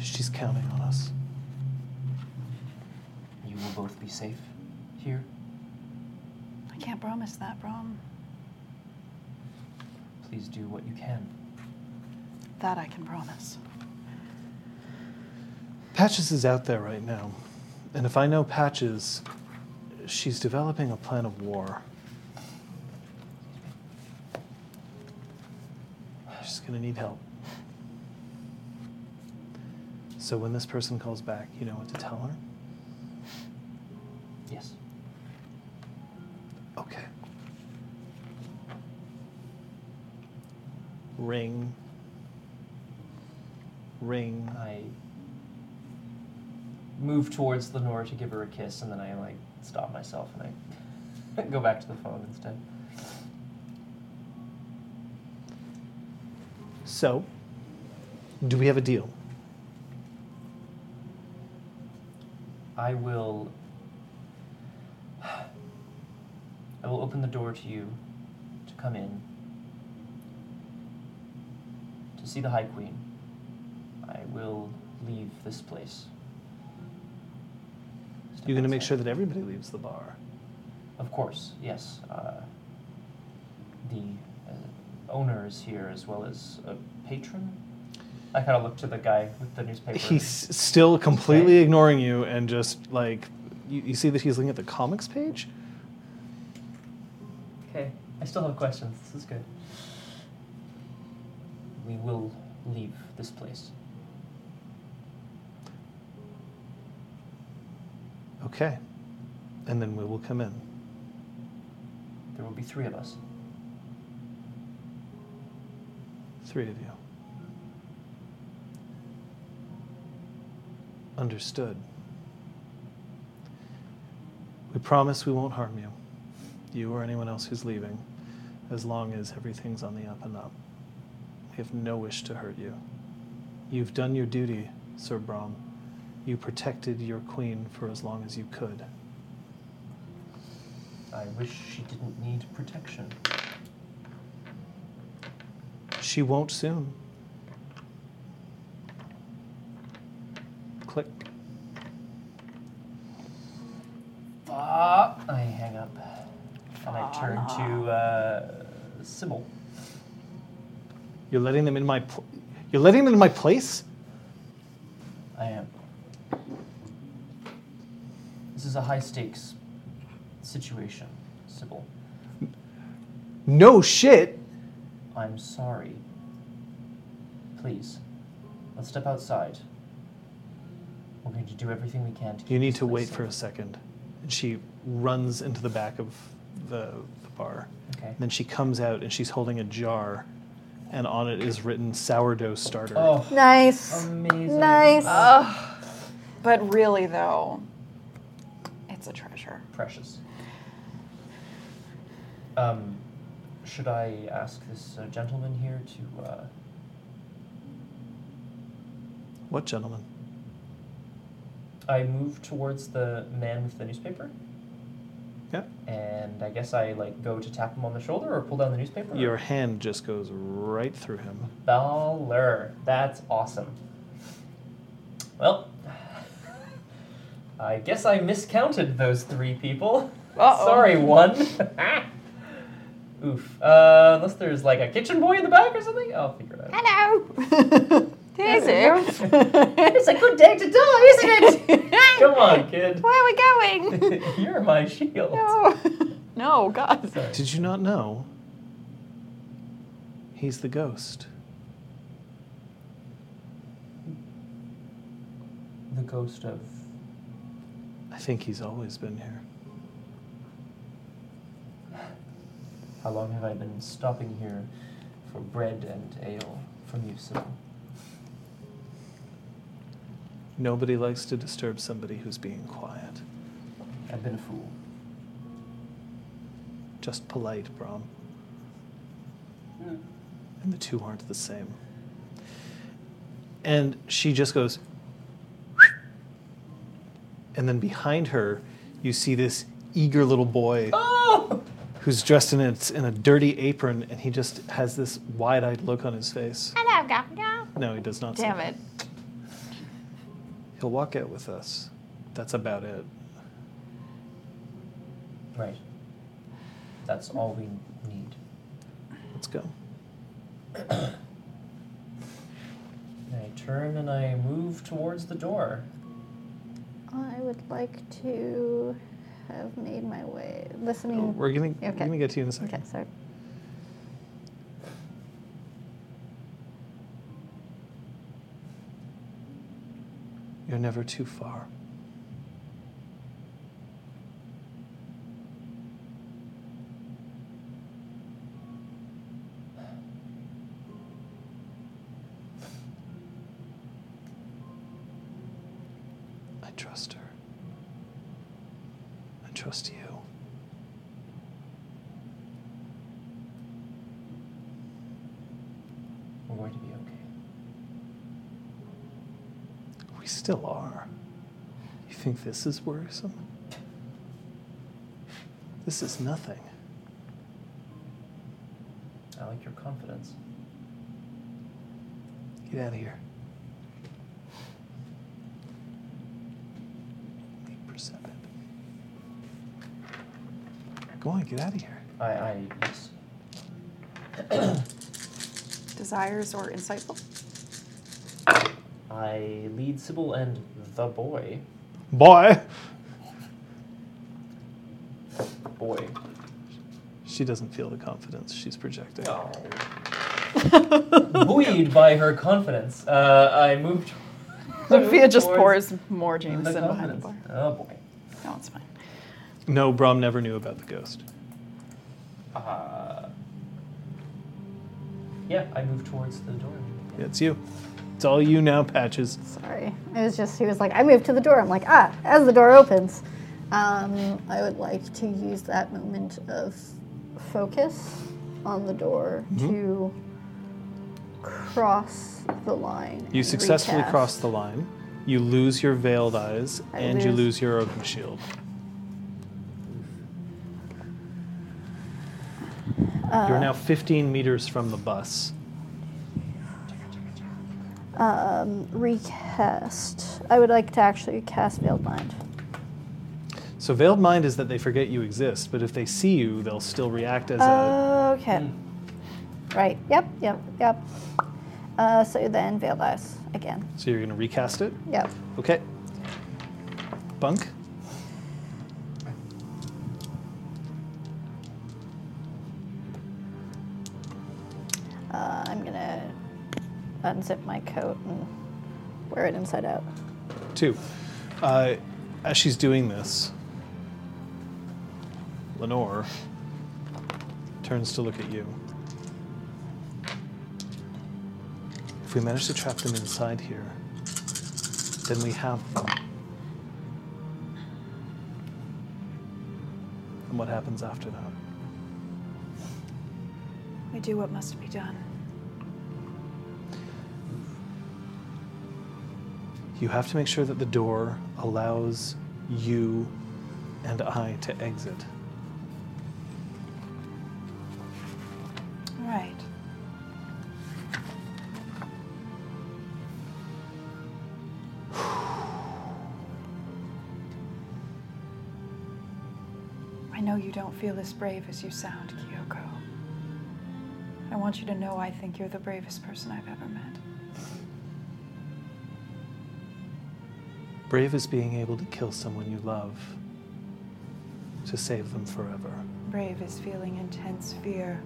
She's counting on us.
You will both be safe here.
I can't promise that, Brom.
Please do what you can.
That I can promise.
Patches is out there right now. And if I know Patches, she's developing a plan of war. She's going to need help. So when this person calls back, you know what to tell her?
Yes.
Okay. Ring. Ring.
I move towards Lenora to give her a kiss, and then I like stop myself and I go back to the phone instead.
So, do we have a deal?
I will. I will open the door to you to come in. To see the High Queen. I will leave this place. Step
You're going to make
outside.
sure that everybody leaves the bar.
Of course, yes. Uh, the uh, owner is here as well as a patron. I kind of looked to the guy with the newspaper.
He's still completely
Okay.
ignoring you and just like, you, you see that he's looking at the comics page?
Okay, I still have questions. This is good. We will leave this place.
Okay. And then we will come in.
There will be three of us.
Three of you. Understood. We promise we won't harm you, you or anyone else who's leaving, as long as everything's on the up and up. We have no wish to hurt you. You've done your duty, Sir Brom. You protected your queen for as long as you could.
I wish she didn't need protection.
She won't soon. Click.
Ah, I hang up. And I turn to uh, Sybil.
You're letting them in my. Pl- you're letting them in my place.
I am. This is a high stakes situation, Sybil.
No shit.
I'm sorry. Please, let's step outside. We're going to do everything we can to keep
You need
this
to
place
wait
safe.
for a second. And she runs into the back of the, the bar.
Okay.
then she comes out and she's holding a jar, and on it is written sourdough starter.
Oh,
Nice.
amazing. Ah,
Nice.
But really, though, it's a treasure.
Precious. Um, should I ask this uh, gentleman here to, uh,
What gentleman?
I move towards the man with the newspaper?
Yeah.
and I guess I like go to tap him on the shoulder or pull down the newspaper.
Your hand just goes right through him.
Baller. That's awesome. Well, I guess I miscounted those three people.
Uh-oh.
Sorry, one. Oof. Uh, unless there's like a kitchen boy in the back or something, I'll figure it out.
Daisy,
it's a good day to die, isn't it? Come on, kid.
where are we going?
You're my shield.
No. no, God.
Sorry.
Did you not know? He's the ghost.
The ghost of.
I think he's always been here.
How long have I been stopping here for bread and ale from you, Sybil?
Nobody likes to disturb somebody who's being quiet.
I've been a fool.
Just polite, Brom. And the two aren't the same. And she just goes. And then behind her, you see this eager little boy
Oh!
who's dressed in a, in a dirty apron, and he just has this wide eyed look on his face.
Hello, Governor.
No, he does not. say
Damn
that.
it.
He'll walk out with us. That's about it.
Right. That's all we need.
Let's go.
I turn and I move towards the door.
I would like to have made my way listening.
We're gonna, we're
Okay.
gonna get to you in Oh, a second.
Okay, sorry.
You're never too far. I trust her. I trust you.
We're going to be okay.
We still are. You think this is worrisome? This is nothing.
I like your confidence.
Get out of here. Make perceptive. Go on, get out of here.
I, I yes.
Desires or insightful?
I lead Sybil and the boy.
Boy!
Boy.
She doesn't feel the confidence she's projecting.
Buoyed by her confidence, uh, I moved.
Sophia just
towards
pours more
the
Jameson behind the
confidence.
bar.
Oh boy.
No, it's fine.
No, Brom never knew about the ghost.
Uh, yeah, I move towards the door.
It's you. It's all you now, Patches.
Sorry. It was just, he was like, I moved to the door. I'm like, ah, as the door opens. Um, I would like to use that moment of focus on the door
Mm-hmm.
to cross the line.
You
and
successfully
recast.
cross the line. You lose your veiled eyes,
I
and you
lose-
lose your oaken shield.
Uh.
You're now 15 meters from the bus.
Um, recast. I would like to actually cast Veiled Mind.
So veiled mind is that they forget you exist, but if they see you, they'll still react as
Uh.
a.
Okay.
Hmm.
Right. Yep. Yep. Yep. Uh, so then veiled eyes again.
So you're gonna recast it.
Yep.
Okay. Bunk.
Uh, I'm gonna unzip my coat and wear it inside out.
Two. Uh, as she's doing this, Lenore turns to look at you. If we manage to trap them inside here, then we have them. And what happens after that?
We do what must be done.
You have to make sure that the door allows you and I to exit.
I know you don't feel as brave as you sound, Kyoko. I want you to know I think you're the bravest person I've ever met.
Brave is being able to kill someone you love to save them forever.
Brave is feeling intense fear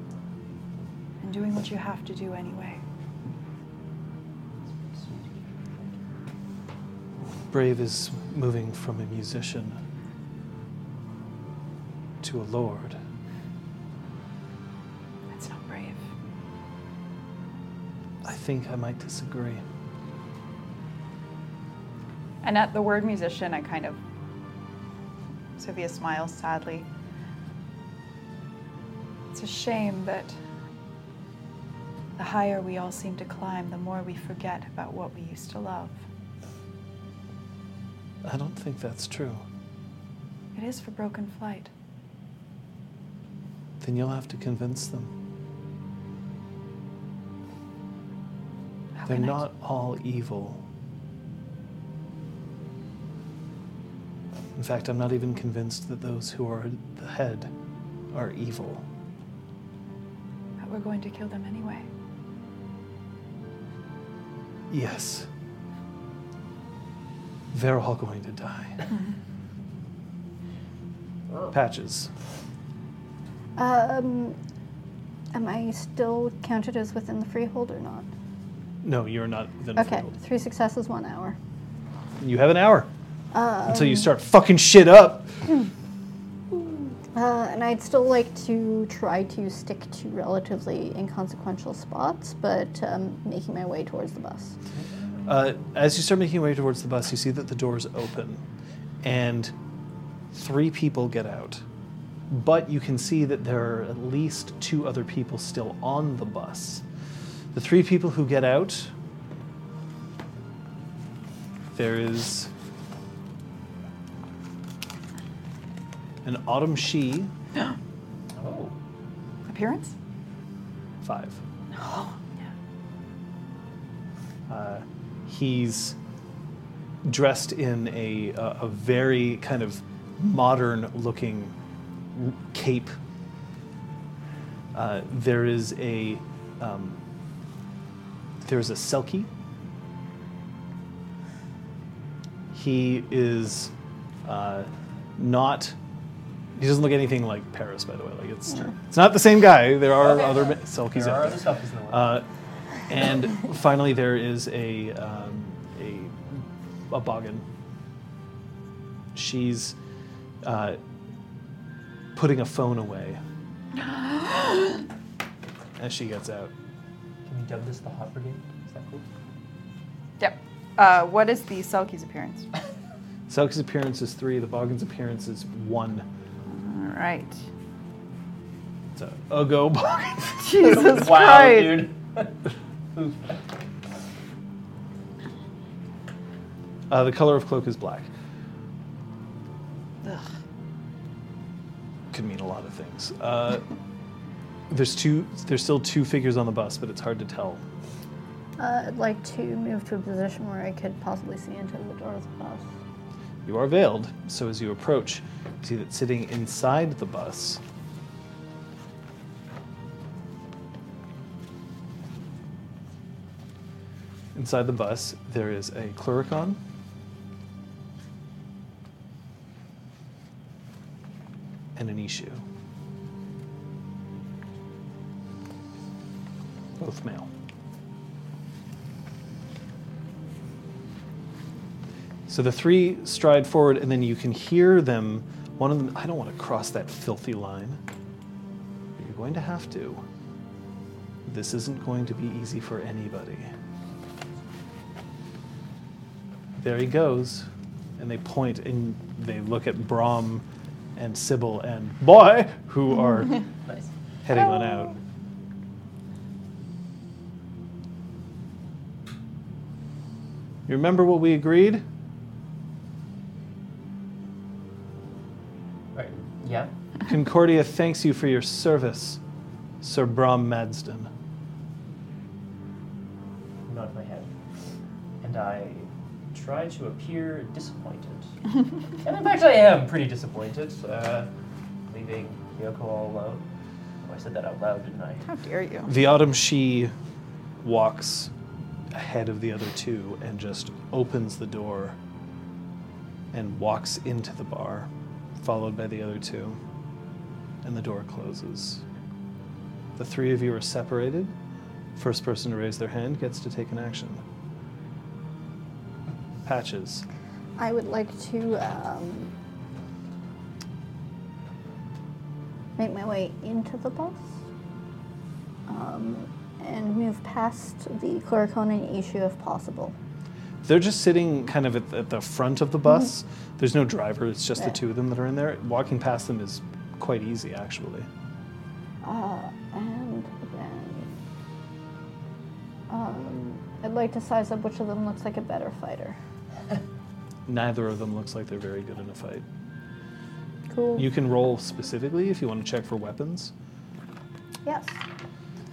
and doing what you have to do anyway.
Brave is moving from a musician to a lord.
That's not brave.
I think I might disagree.
And at the word musician, I kind of. Sophia smiles sadly.
It's a shame that the higher we all seem to climb, the more we forget about what we used to love.
I don't think that's true.
It is for broken flight.
Then you'll have to convince them.
How
They're
can I-
not all evil. In fact, I'm not even convinced that those who are at the head are evil.
But we're going to kill them anyway.
Yes. They're all going to die. Patches.
Um, am I still counted as within the freehold or not?
No, you're not within
Okay,
field.
three successes, one hour.
You have an hour
Um,
until you start fucking shit up.
Uh, and I'd still like to try to stick to relatively inconsequential spots, but um, making my way towards the bus.
Uh, as you start making your way towards the bus, you see that the doors open and three people get out. But you can see that there are at least two other people still on the bus. The three people who get out there is an Autumn She,
Oh.
Appearance?
five. Uh, he's dressed in a, uh, a very kind of modern looking cape. Uh, there is a um, there's a selkie. He is uh, not. He doesn't look anything like Paris, by the way. Like it's it's not the same guy. There are other ma- selkies
There
out
are
there.
other selfies in the world.
Uh, and finally, there is a um, a a boggin. She's uh, putting a phone away as she gets out.
Can we dub this the Hot Brigade? Is that cool?
Yep. Uh, what is the Selkie's appearance?
Selkie's appearance is three. The boggin's appearance is one.
All right.
It's a ugo boggin.
Jesus
wow,
Christ.
dude. Oof.
Uh, the color of cloak is black.
Ugh.
Could mean a lot of things. Uh, there's two. There's still two figures on the bus, but it's hard to tell
Uh, I'd like to move to a position where I could possibly see into the door of the bus.
You are veiled, so as you approach, you see that sitting inside the bus Inside the bus, there is a clericon. And an issue. Both male. So the three stride forward, and then you can hear them. One of them, I don't want to cross that filthy line. But you're going to have to. This isn't going to be easy for anybody. There he goes. And they point and they look at Brom and Sybil and Boy, who are
Nice.
heading on out. You remember what we agreed?
Right. Yeah.
Concordia thanks you for your service, Sir Brom Madsden.
Nod my head. And I try to appear disappointed. and in fact, I am pretty disappointed. Uh, the leaving Yoko all alone. Oh, I said that out loud, didn't I?
How dare you?
The autumn she walks ahead of the other two and just opens the door and walks into the bar, followed by the other two, and the door closes. The three of you are separated. First person to raise their hand gets to take an action. Patches.
I would like to um, make my way into the bus um, and move past the Chloroconin issue if possible.
They're just sitting kind of at the, at the front of the bus. There's no driver, it's just the two of them that are in there. Walking past them is quite easy, actually.
Uh, and then um, I'd like to size up which of them looks like a better fighter.
Neither of them looks like they're very good in a fight.
Cool.
You can roll specifically if you want to check for weapons.
Yes.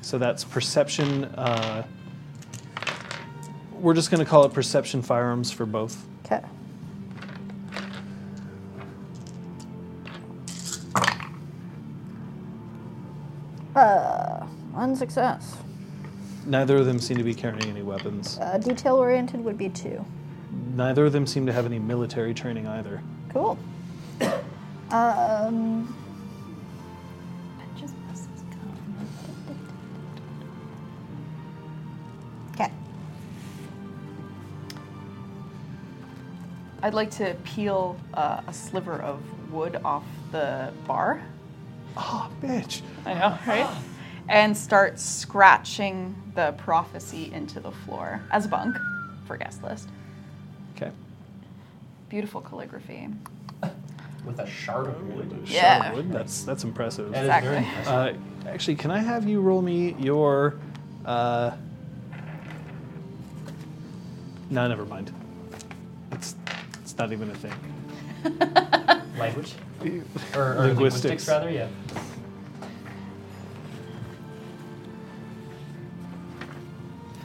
So that's perception. Uh, we're just going to call it perception firearms for both.
Okay. Uh, one success.
Neither of them seem to be carrying any weapons.
Uh, detail oriented would be two.
Neither of them seem to have any military training either.
Cool. um, okay.
I'd like to peel uh, a sliver of wood off the bar.
Oh, bitch.
I know, right? and start scratching the prophecy into the floor as a bunk for guest list.
Okay.
Beautiful calligraphy.
With a shard of wood.
Yeah.
Sharp wood, That's that's impressive.
That is
Exactly.
very impressive.
Uh, actually, can I have you roll me your? Uh, no, never mind. It's it's not even a thing.
Language? Or, or
Linguistics.
linguistics. rather, yeah.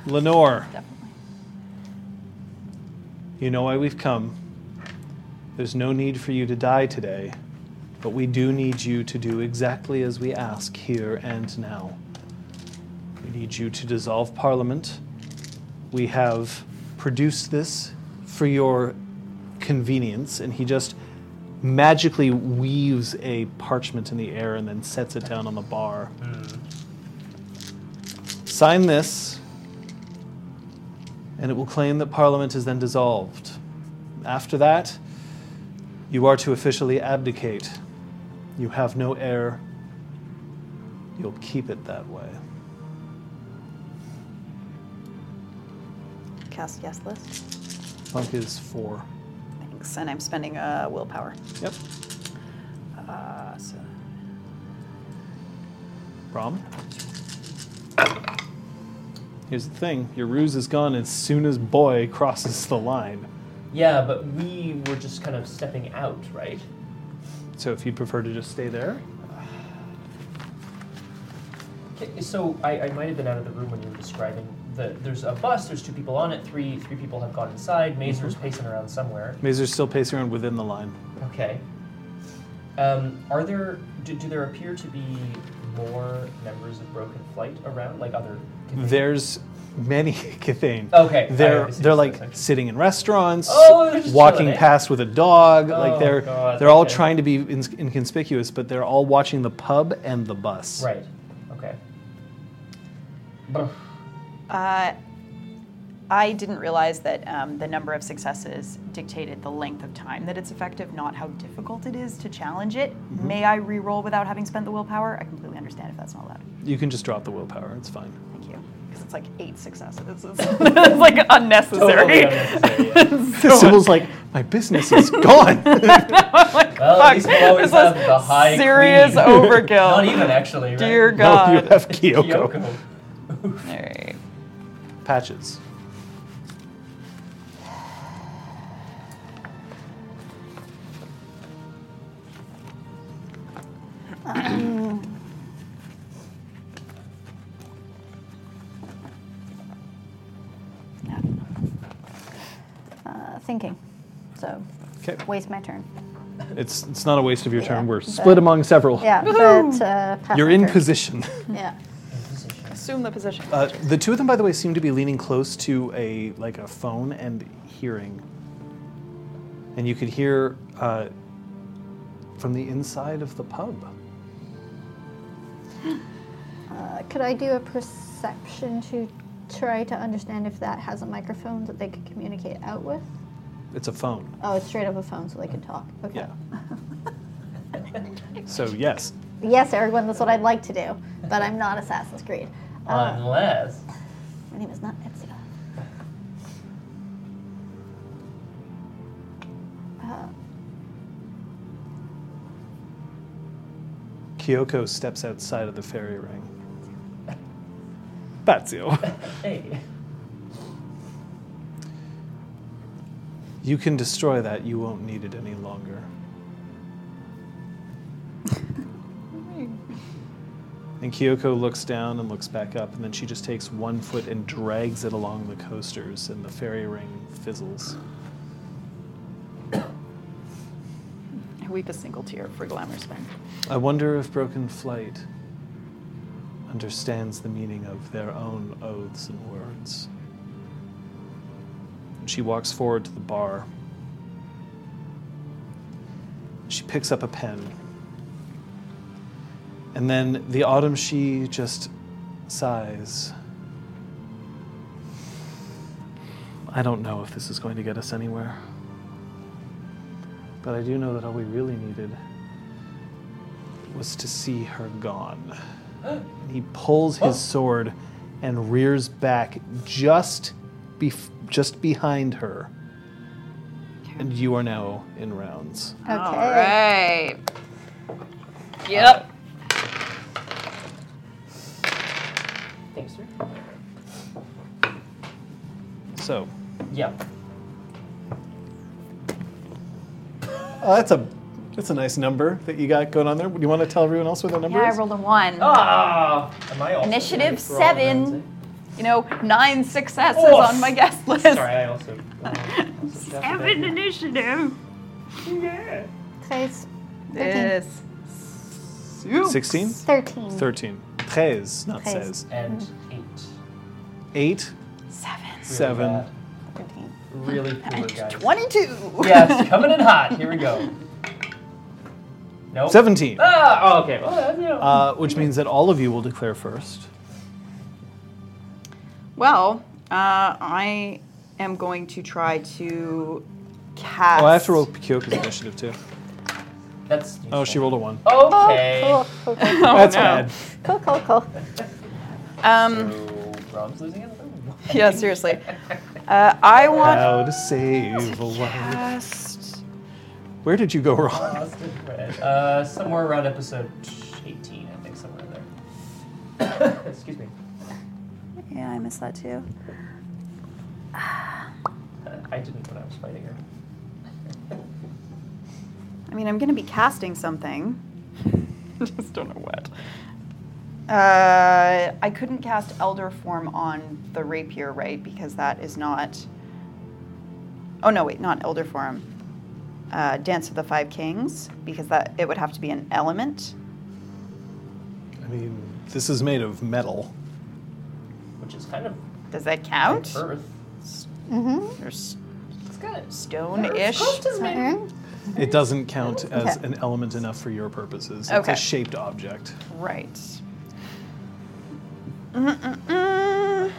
Lenore,
Definitely.
you know why we've come. There's no need for you to die today, but we do need you to do exactly as we ask here and now. We need you to dissolve Parliament. We have produced this for your convenience, and he just magically weaves a parchment in the air and then sets it down on the bar. Sign this, and it will claim that Parliament is then dissolved. After that, you are to officially abdicate. You have no heir. You'll keep it that way.
Cast guest list.
Funk is four.
Thanks. And I'm spending a uh, willpower.
Yep.
Uh, so
Brom. Here's the thing your ruse is gone as soon as boy crosses the line.
Yeah, but we were just kind of stepping out, right?
So if you'd prefer to just stay there,
Okay, So I, I might have been out of the room when you were describing the. There's a bus. There's two people on it. Three three people have gone inside. Mazer's
Mm-hmm.
pacing around somewhere.
Mazer's still pacing around within the line.
Okay. Um, are there do, do there appear to be more members of Broken Flight around, like other? conventions?
Mm-hmm. There's many Kithane.
Okay, I
They're
obviously
they're
missed that
like
section.
sitting in restaurants,
Oh, they're just
walking
chilling, eh?
past with a dog. like
Oh,
they're
God,
they're all
okay.
trying to be ins inconspicuous, but they're all watching the pub and the bus.
right. Okay. Bruh.
Uh, I didn't realize that um, the number of successes dictated the length of time that it's effective, not how difficult it is to challenge it. May I re-roll without having spent the willpower? I completely understand if that's not allowed.
You can just drop the willpower. It's fine.
Thank you. Because it's like eight successes. It's, it's like
Totally
unnecessary.
unnecessary, yeah.
Sybil's like, my business is gone.
I'm like,
Well,
fuck,
at least we'll always
this was
have the high
serious
queen.
overkill.
Not even actually. Right?
Dear
no, you
God.
have Kyoko.
Kyoko.
All right.
Patches.
Uh, thinking. So,
Okay.
Uh, waste my turn.
It's it's not a waste of your
Yeah,
turn. We're
but-
split among several.
Yeah, but uh, pass
You're
my
in
turn.
position.
Yeah.
Assume the position.
Uh, the two of them, by the way, seem to be leaning close to a like a phone and hearing, and you could hear uh, from the inside of the pub.
Uh, could I do a perception to try to understand if that has a microphone that they could communicate out with?
It's a phone.
Oh, it's straight up a phone, so they can talk. Okay.
Yeah. so yes.
Yes, everyone, that's what I'd like to do, but I'm not Assassin's Creed. Uh,
Unless.
my name is not Ezio. Uh,
Kyoko steps outside of the fairy ring. Bazio.
Hey.
You can destroy that. You won't need it any longer. And Kyoko looks down and looks back up, and then she just takes one foot and drags it along the coasters, and the fairy ring fizzles.
I weep a single tear for glamour spend.
I wonder if Broken Flight understands the meaning of their own oaths and words. And she walks forward to the bar. She picks up a pen. And then the autumn she just sighs. I don't know if this is going to get us anywhere. But I do know that all we really needed was to see her gone. And he pulls his sword and rears back just bef- just behind her. And you are now in rounds.
okay.
All right. Yep.
Thanks, sir.
So
Yep.
uh, that's a that's a nice number that you got going on there. Do you want to tell everyone else what the number
Yeah, I
is?
rolled a one.
Ah! Am I also
Initiative
good for all rounds,
seven. You know, nine successes
Oh,
on my guest list.
eh? Sorry, I also. seven
initiative.
Yeah.
Face
Yes.
Sixteen?
13.
Thirteen. Treize, not
Treize.
says.
And eight.
Eight,
Seven.
seven.
Really poor guys.
Twenty-two.
Yes, coming in hot. Here we go. Nope.
Seventeen.
Ah, oh, okay. Well, that's, you know.
Uh, which means that all of you will declare first.
Well, uh, I am going to try to cast.
Oh, I have to roll Kyoko's initiative too.
that's
Oh, she rolled a one.
Oh,
Okay.
cool, cool, cool.
That's
Oh, no.
bad.
cool, cool, cool.
Um,
So, Rob's losing another one.
yeah, seriously. Uh, I want
How to save a life.
cast.
Where did you go wrong?
Positive red. Uh, somewhere around episode 18, I think, somewhere in there. Excuse me.
Yeah, I missed that too.
Uh, I didn't when I was fighting her.
I mean, I'm going to be casting something. Just don't know what. Uh, I couldn't cast Elder Form on the rapier, right? Because that is not. Oh no, wait, not Elder Form. Uh, Dance of the Five Kings, because that it would have to be an element.
I mean, this is made of metal.
Which is kind of
Does that count?
earth.
Mm-hmm.
Or s-
It's good.
stone-ish.
Mm-hmm.
It doesn't count as
Okay.
an element enough for your purposes. It's
Okay.
a shaped object.
Right. Mm-mm-mm.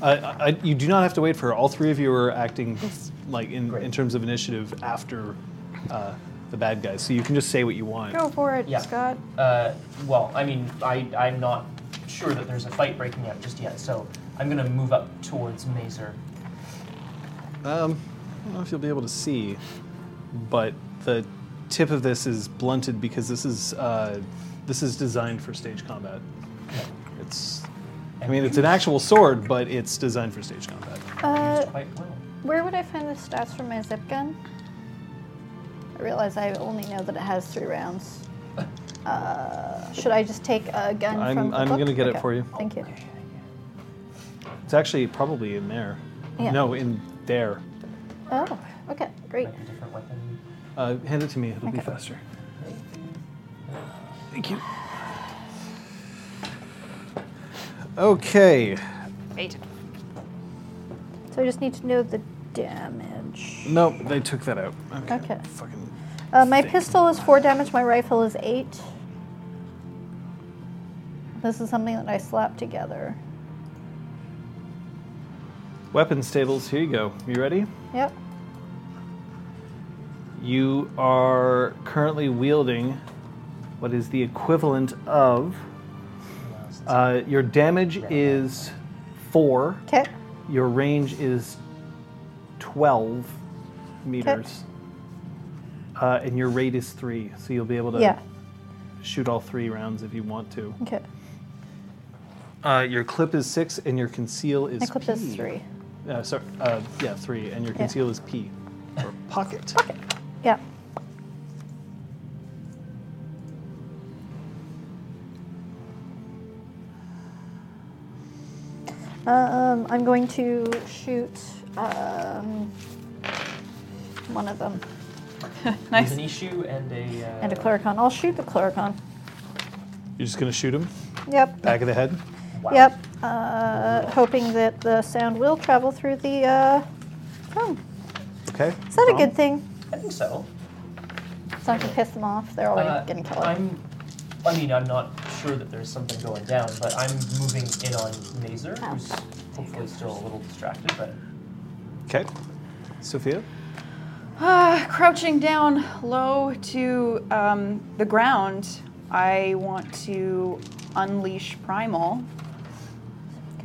Uh, I, I- you do not have to wait for her. All three of you are acting like in, in
Great.
terms of initiative after uh, the bad guys, so you can just say what you want.
Go for it,
Yeah.
Scott.
Uh, well, I mean, I, I'm not sure that there's a fight breaking out just yet, so I'm going to move up towards Mazer.
Um, I don't know if you'll be able to see, but the tip of this is blunted because this is uh, this is designed for stage combat. It's, I mean, it's an actual sword, but it's designed for stage combat.
Uh,
Quite well.
Where would I find the stats for my zip gun? I realize I only know that it has three rounds. Uh, should I just take a gun
I'm-
from the
I'm
book?
gonna get it for you.
Thank you.
It's actually probably in there.
Yeah.
No, in there.
Oh, okay, great.
Might be different weapon.
Uh, hand it to me. It'll be faster. Thank you. Okay.
Eight.
So I just need to know the damage.
Nope, they took that out. Okay.
Okay.
Fucking.
Uh, my
Thing.
pistol is four damage. My rifle is eight. This is something that I slapped together.
Weapons tables. Here you go. You ready?
Yep.
You are currently wielding what is the equivalent of. Uh, your damage is four.
Okay.
Your range is 12 meters. Uh, and your rate is three, so you'll be able to
Yeah.
shoot all three rounds if you want to.
Okay.
Uh, your clip is six, and your conceal is
My clip
P.
is three.
Uh, sorry, uh, yeah, three, and your conceal is P, or pocket.
Yeah. Um, I'm going to shoot um, one of them
Nice. An issue and a. Uh,
and a clericon. I'll shoot the clericon.
You're just gonna shoot him
Yep.
back of the head.
Uh, wow.
Yep. Uh, hoping that the sound will travel through the uh, phone.
Okay.
Is that a good thing?
I think so.
So I can piss them off. They're already
Uh,
getting killed.
I'm. I mean, I'm not sure that there's something going down, but I'm moving in on Mazer,
Oh.
who's hopefully still a little distracted, but um,
Okay. Sophia.
Uh, crouching down low to um, the ground, I want to unleash Primal.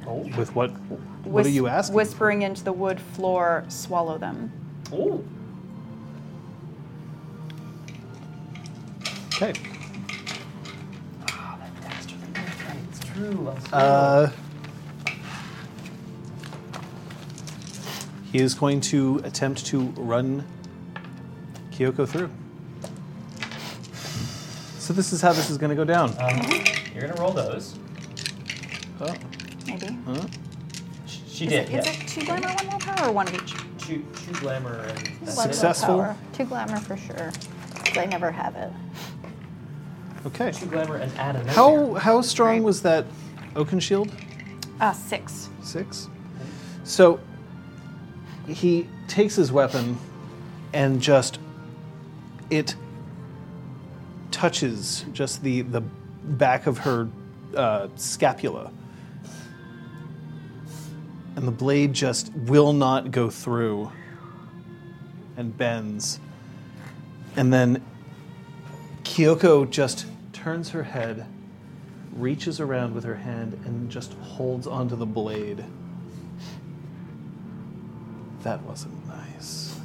Oh.
With what? What are
Whis-
you asking?
Whispering into the wood floor, swallow them.
oh,
Okay.
ah, that dexter thing. That's right. It's true. I'm so-
Uh, he is going to attempt to run Kyoko through. So this is how this is going to go down.
Um,
Uh-huh.
you're gonna roll those.
Oh,
Maybe.
huh?
Sh- She did.
Is
yeah.
it two glamour, one willpower, or one of each?
Two, two glamour and
One
Successful.
willpower. Two glamour for sure. 'cause I never have it.
Okay.
two glamour and add another.
How how strong was that Oaken shield?
Uh, six.
Six. So he takes his weapon and just it touches just the the back of her uh, scapula, and the blade just will not go through and bends, and then Kyoko just turns her head reaches around with her hand and just holds onto the blade. That wasn't nice.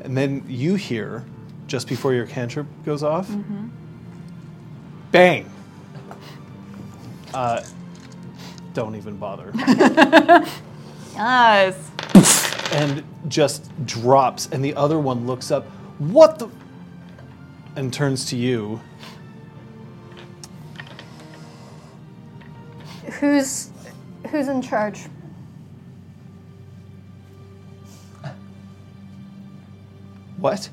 And then you hear, just before your cantrip goes off, bang! Uh, don't even bother.
Yes.
and just drops, and the other one looks up, what the? And turns to you.
Who's who's in charge?
What?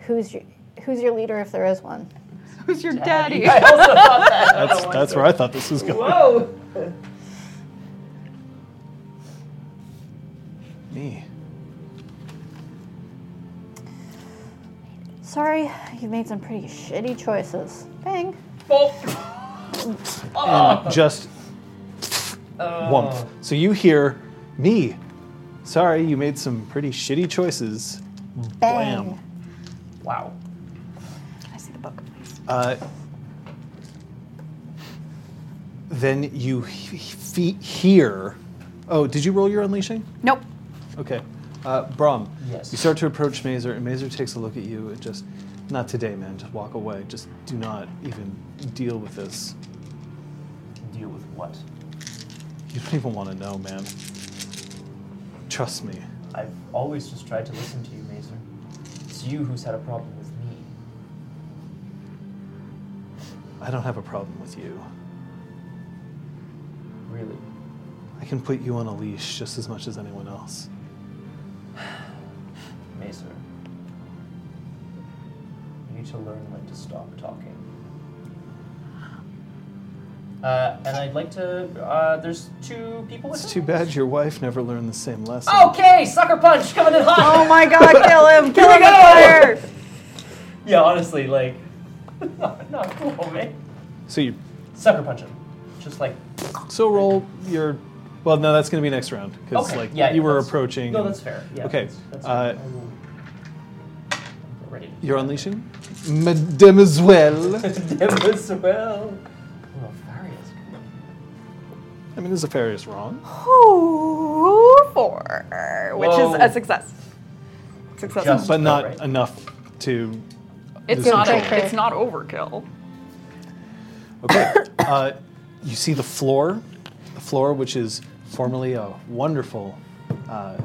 Who's your, who's your leader if there is one?
Who's your daddy?
That's, that's where I thought this was going.
Whoa!
Me.
Sorry, you've made some pretty shitty choices. Bang.
Oh.
And just whump. So you hear me. Sorry, you made some pretty shitty choices.
Bang.
Blam.
Wow.
I see the book.
Uh, then you he- he- hear. Oh, did you roll your unleashing?
Nope.
Okay. Uh, Brom,
Yes.
you start to approach Mazer, and Mazer takes a look at you and just, not today, man. Just walk away. Just do not even deal with this.
Deal with what?
You don't even want to know, man. Trust me.
I've always just tried to listen to you, Mazer. It's you who's had a problem with me.
I don't have a problem with you.
Really.
I can put you on a leash just as much as anyone else.
Macer. You need to learn when to stop talking. Uh, and I'd like to. Uh, there's two people. With
It's
him?
too bad your wife never learned the same lesson.
Okay, sucker punch coming in hot.
Oh my god, kill him! Kill
Here
him
we
with
go!
fire!
Yeah, honestly, like, not cool, man.
So you,
Sucker punch him, just like.
so roll your. Well, no, that's going to be next round because
Okay,
like
yeah,
you were
that's-
approaching.
No,
and-
that's fair. Yeah,
Okay,
That's, that's
uh,
fair. I will- I'm not ready.
You're unleashing, Mademoiselle.
Damn as well. Oh, Faria's good.
I mean, is Zephyrius wrong?
Ooh, Four, which
Whoa.
is a success. Success.
Just-
but not
Alright.
enough to.
it's
this
not.
control.
A, it's not overkill.
Okay. uh, you see the floor, the floor which is formerly a wonderful uh,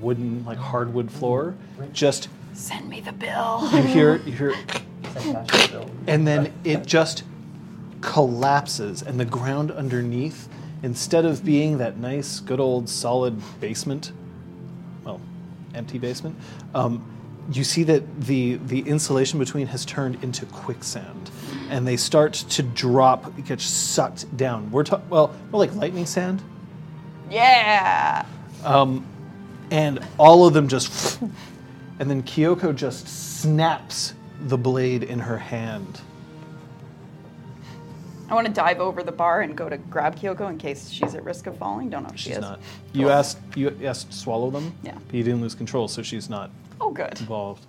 wooden, like hardwood floor. Just
Send me the bill.
you hear, you hear,
Send Tasha Bill.
and then it just collapses, and the ground underneath, instead of being that nice, good old solid basement, well, empty basement, um, you see that the the insulation between has turned into quicksand, and they start to drop, get sucked down. We're ta- well, more like lightning sand,
Yeah.
and all of them just, and then Kyoko just snaps the blade in her hand.
I want to dive over the bar and go to grab Kyoko in case she's at risk of falling. Don't know if she
She's
is.
not. You asked. You asked to swallow them.
Yeah.
But you didn't lose control, so she's not
Oh, good.
involved.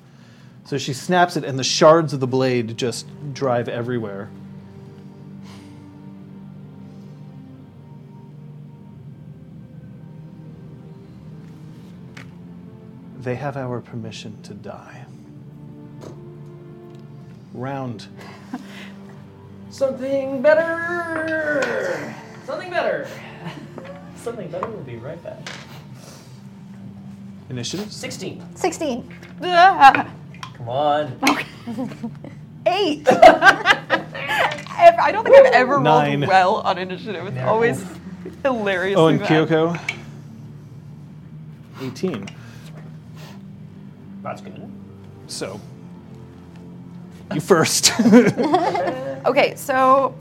So she snaps it, and the shards of the blade just drive everywhere. They have our permission to die. Round.
Something better. Something better. Something better will be right back.
Initiatives?
Sixteen.
16.
Ah,
Come on.
Eight. Ev- I don't think I've ever
Nine.
rolled well on initiative. It's
Yeah.
always hilarious.
Oh, and Kyoko? 18.
That's good.
So, you first.
Okay, so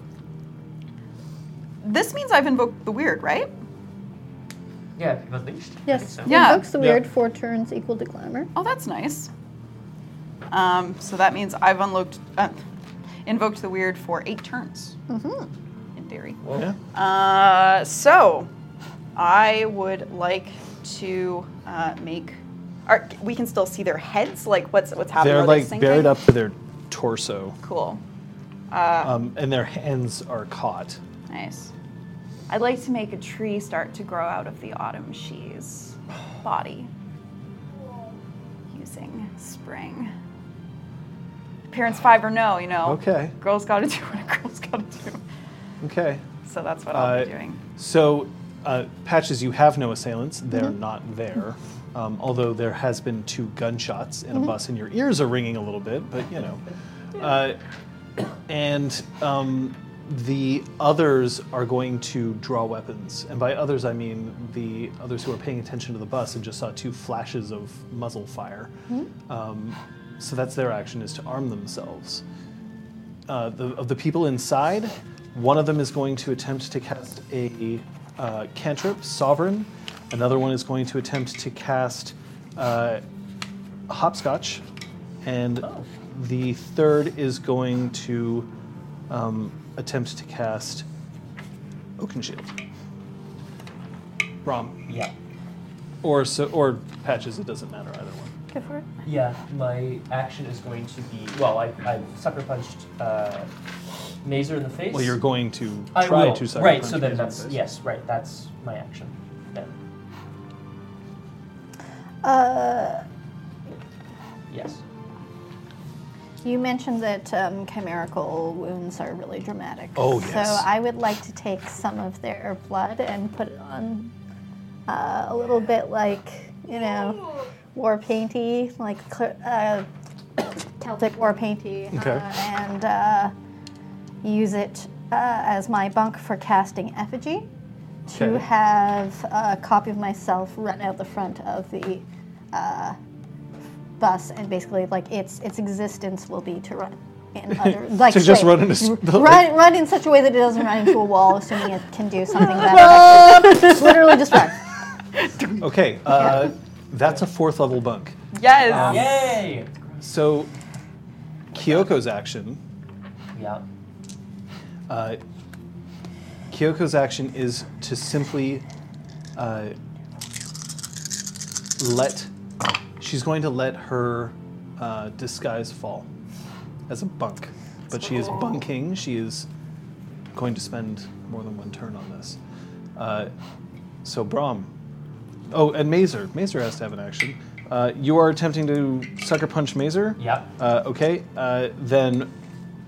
this means I've invoked the weird, right?
Yeah, if you've unleashed.
Yes.
So.
Yeah.
Invokes the
Yeah.
weird four turns equal to glamour.
Oh, that's nice. Um, so that means I've unlocked, uh, invoked the weird for eight turns, in theory.
Whoa.
Yeah.
Uh, so I would like to uh, make. Are, we can still see their heads. Like what's what's happening?
They're
Are they
like
sinking?
buried up to their torso,
Cool.
um, and their hands are caught.
Nice. I'd like to make a tree start to grow out of the autumn she's body using spring. Parents five or no, you know.
Okay.
Girls gotta do what a girl's gotta do.
Okay.
So that's what I'll be
Uh,
doing.
So, uh, patches, you have no assailants. They're not there. Um, although there has been two gunshots in a bus, and your ears are ringing a little bit, but you know. Uh, and um, the others are going to draw weapons, and by others I mean the others who are paying attention to the bus and just saw two flashes of muzzle fire. Um, so that's their action is to arm themselves. uh, the, of the people inside, one of them is going to attempt to cast a uh, cantrip, Sovereign. Another one is going to attempt to cast uh, Hopscotch. And the third is going to um, attempt to cast Oakenshield. Brom.
Yeah.
Or, so, or Patches, it doesn't matter either one.
Go for it.
Yeah, my action is going to be well. I, I sucker punched uh, Mazer in the face.
Well, you're going to
I
try
will.
to sucker
right.
punch
So then
Mazer in the
that's
face.
yes. Right. That's my action. Then
Uh,
yes.
you mentioned that um, chimerical wounds are really dramatic.
Oh,
So
yes.
I would like to take some of their blood and put it on uh, a little bit like, you know, war painty, like cl- uh, Celtic war painty. uh,
Okay.
and uh, use it uh, as my bunk for casting effigy. to
Okay.
have a copy of myself run out the front of the uh, bus, and basically, like its its existence will be to run in other like
To just
straight.
run into s- the-
run, run in such a way that it doesn't run into a wall, assuming it can do something that literally just run.
Okay, uh, that's a fourth level bunk.
Yes.
um,
Yay!
So, Kyoko's action.
Yeah.
Uh, Kyoko's action is to simply uh, let. She's going to let her uh, disguise fall as a bunk, but she is bunking. She is going to spend more than one turn on this. Uh, so Brom, oh, and Mazer. Mazer has to have an action. Uh, you are attempting to sucker punch Mazer.
Yep.
Uh, okay, uh, then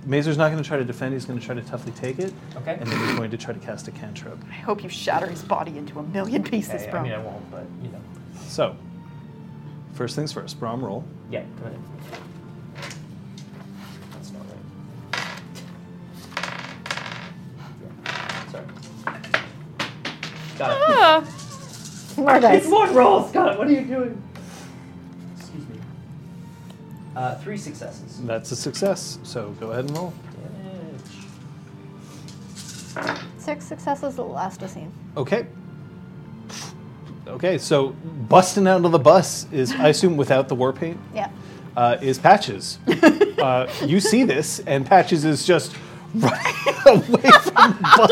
Mazer's not going to try to defend. He's going to try to toughly take it.
Okay.
And then he's going to try to cast a cantrip.
I hope you shatter his body into a million pieces,
Okay,
bro.
I mean, I won't, but you know.
So, first things first, Brom roll.
Yeah, go ahead. That's not right. Yeah. Sorry. Got it.
More dice.
more rolls, Oh, Scott. What are you doing? Excuse me. Uh, three successes.
That's a success. So go ahead and roll.
Six successes that will last a scene.
Okay. Okay, so busting out of the bus is, I assume, without the war paint,
Yeah.
uh, is Patches. uh, you see this, and Patches is just running away from the bus.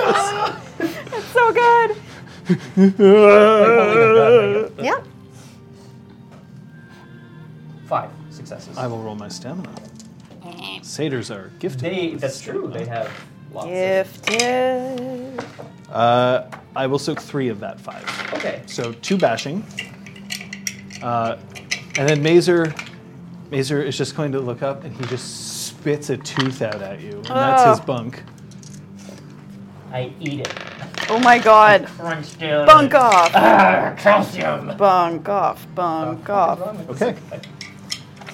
oh
So good.
Oh,
Uh,
Yeah.
Five successes.
I will roll my stamina. Satyrs are gifted.
They. That's true. They have lots.
Gifted.
Uh, I will soak three of that five.
Of, okay.
So two bashing. Uh, and then Mazer, Mazer is just going to look up and he just spits a tooth out at you. And that's his bunk.
I eat it.
Oh my god.
Crunch down.
Bunk off.
Arr, calcium.
Bunk off. Bunk off.
Okay.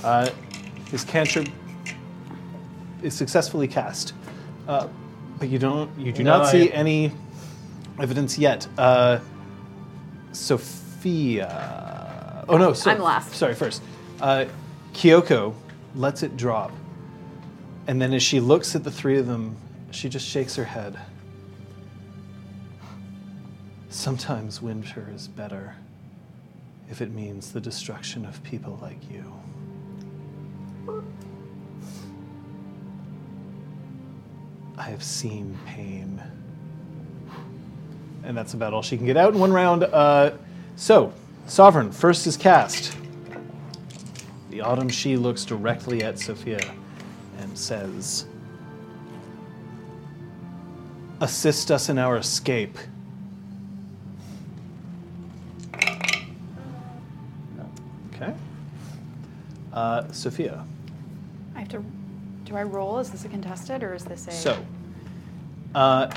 Uh, his cantrip is successfully cast, uh, but you don't. You do
No,
not see
I-
any evidence yet. Uh, Sophia. Oh no! So,
I'm last.
Sorry, first. Uh, Kyoko lets it drop, and then as she looks at the three of them, she just shakes her head. Sometimes winter is better if it means the destruction of people like you. I have seen pain. And that's about all she can get out in one round. Uh, so, Sovereign, first is cast. The Autumn She looks directly at Sophia and says, Assist us in our escape. Okay. Uh, Sophia.
I have to. Do I roll? Is this a contested or is this a.
So, uh,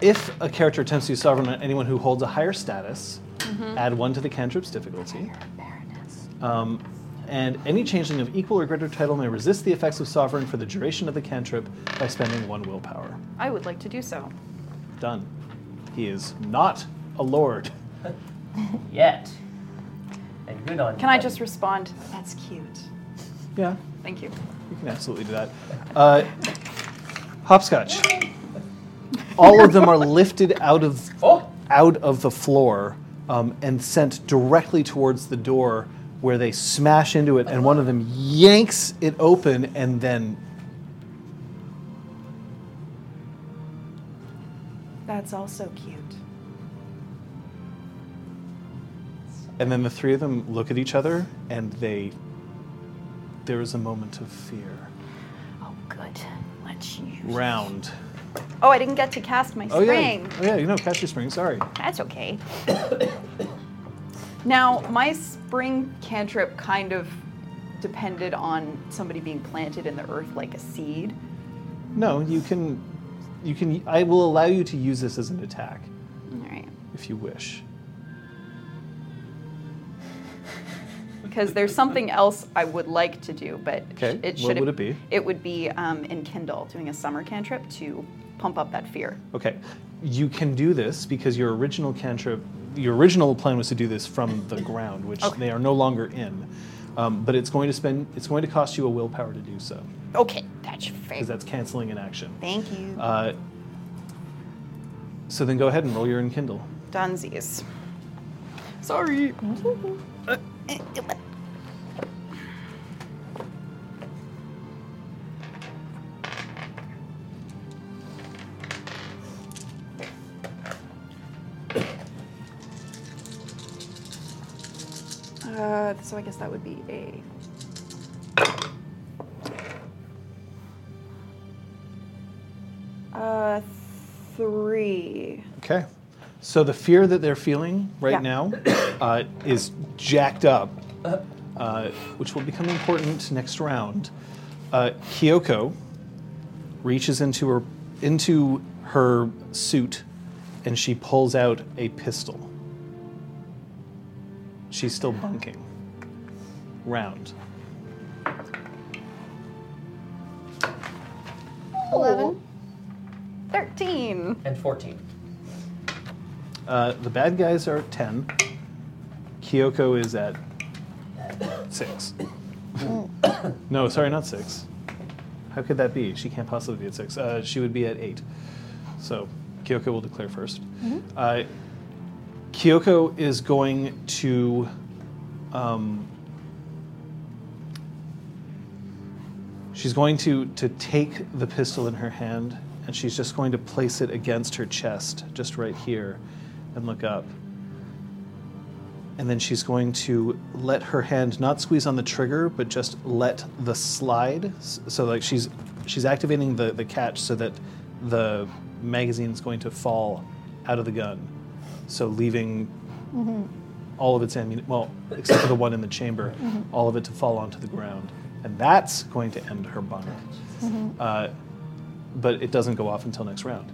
if a character attempts to use sovereign on anyone who holds a higher status, add one to the cantrip's difficulty. Um, and any changeling of equal or greater title may resist the effects of sovereign for the duration of the cantrip by spending one willpower.
I would like to do so.
Done. He is not a lord.
Yet. And good on you.
Can I
buddy.
just respond? That's cute.
Yeah,
Thank you.
you can absolutely do that. Uh, hopscotch. All of them are lifted out of
Oh.
out of the floor um, and sent directly towards the door where they smash into it and one of them yanks it open and then
That's also cute.
and then the three of them look at each other and they there is a moment of fear
Oh, good. Let's you.
round
Oh, I didn't get to cast my
oh
spring.
yeah oh yeah you know catch your spring sorry
That's okay.
Now, my spring cantrip kind of depended on somebody being planted in the earth like a seed.
no you can you can i will allow you to use this as an attack
All right.
if you wish
Because there's something else I would like to do, but sh-
Okay,
it should
what would it be?
It would be um, in Kindle, doing a summer cantrip to pump up that fear.
Okay. you can do this because your original cantrip, your original plan was to do this from the ground, which they are no longer in. Um, but it's going to spend, it's going to cost you a willpower to do so
Okay, that's fair.
because that's canceling an action.
Thank you.
Uh, so then go ahead and roll your enkindle.
Dunsies. Sorry. Uh, so I guess that would be a. Uh, three.
Okay. So the fear that they're feeling right
Yeah.
now uh, is jacked up, uh, which will become important next round. Uh, Kyoko reaches into her into her suit, and she pulls out a pistol. She's still bunking. Round. oh.
11.
13.
And 14.
Uh, the bad guys are at ten. Kyoko is at six. no, sorry, not six. How could that be? She can't possibly be at six. Uh, she would be at eight. So Kyoko will declare 1st Uh, Kyoko is going to. Um, she's going to to take the pistol in her hand, and she's just going to place it against her chest, just right here, and look up. And then she's going to let her hand not squeeze on the trigger, but just let the slide. s- So like she's she's activating the the catch so that the magazine is going to fall out of the gun, so leaving all of its ammunition, well, except for the one in the chamber, all of it to fall onto the ground, and that's going to end her bunk. Uh, but it doesn't go off until next round.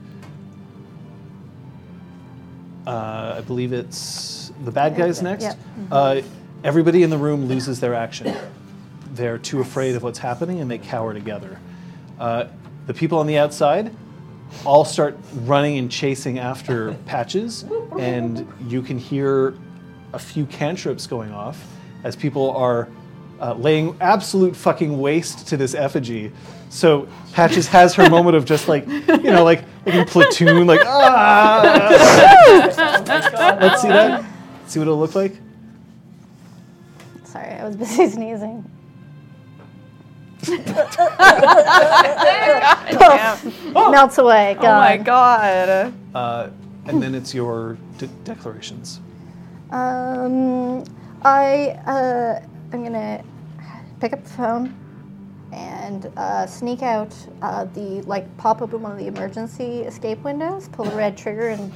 Uh, I believe it's the bad guys next.
yeah.
Uh, everybody in the room loses their action. They're too afraid of what's happening and they cower together. Uh, the people on the outside all start running and chasing after patches, and you can hear a few cantrips going off as people are uh, laying absolute fucking waste to this effigy. So Patches has her moment of just like, you know, like, like in platoon, like, ah! Let's see that. See what it'll look like.
Sorry, I was busy sneezing. Melts away.
Oh my
gone.
god.
Uh, and then it's your de- declarations.
Um, I uh, I'm gonna pick up the phone and uh, sneak out uh, the like pop open one of the emergency escape windows, pull the red trigger, and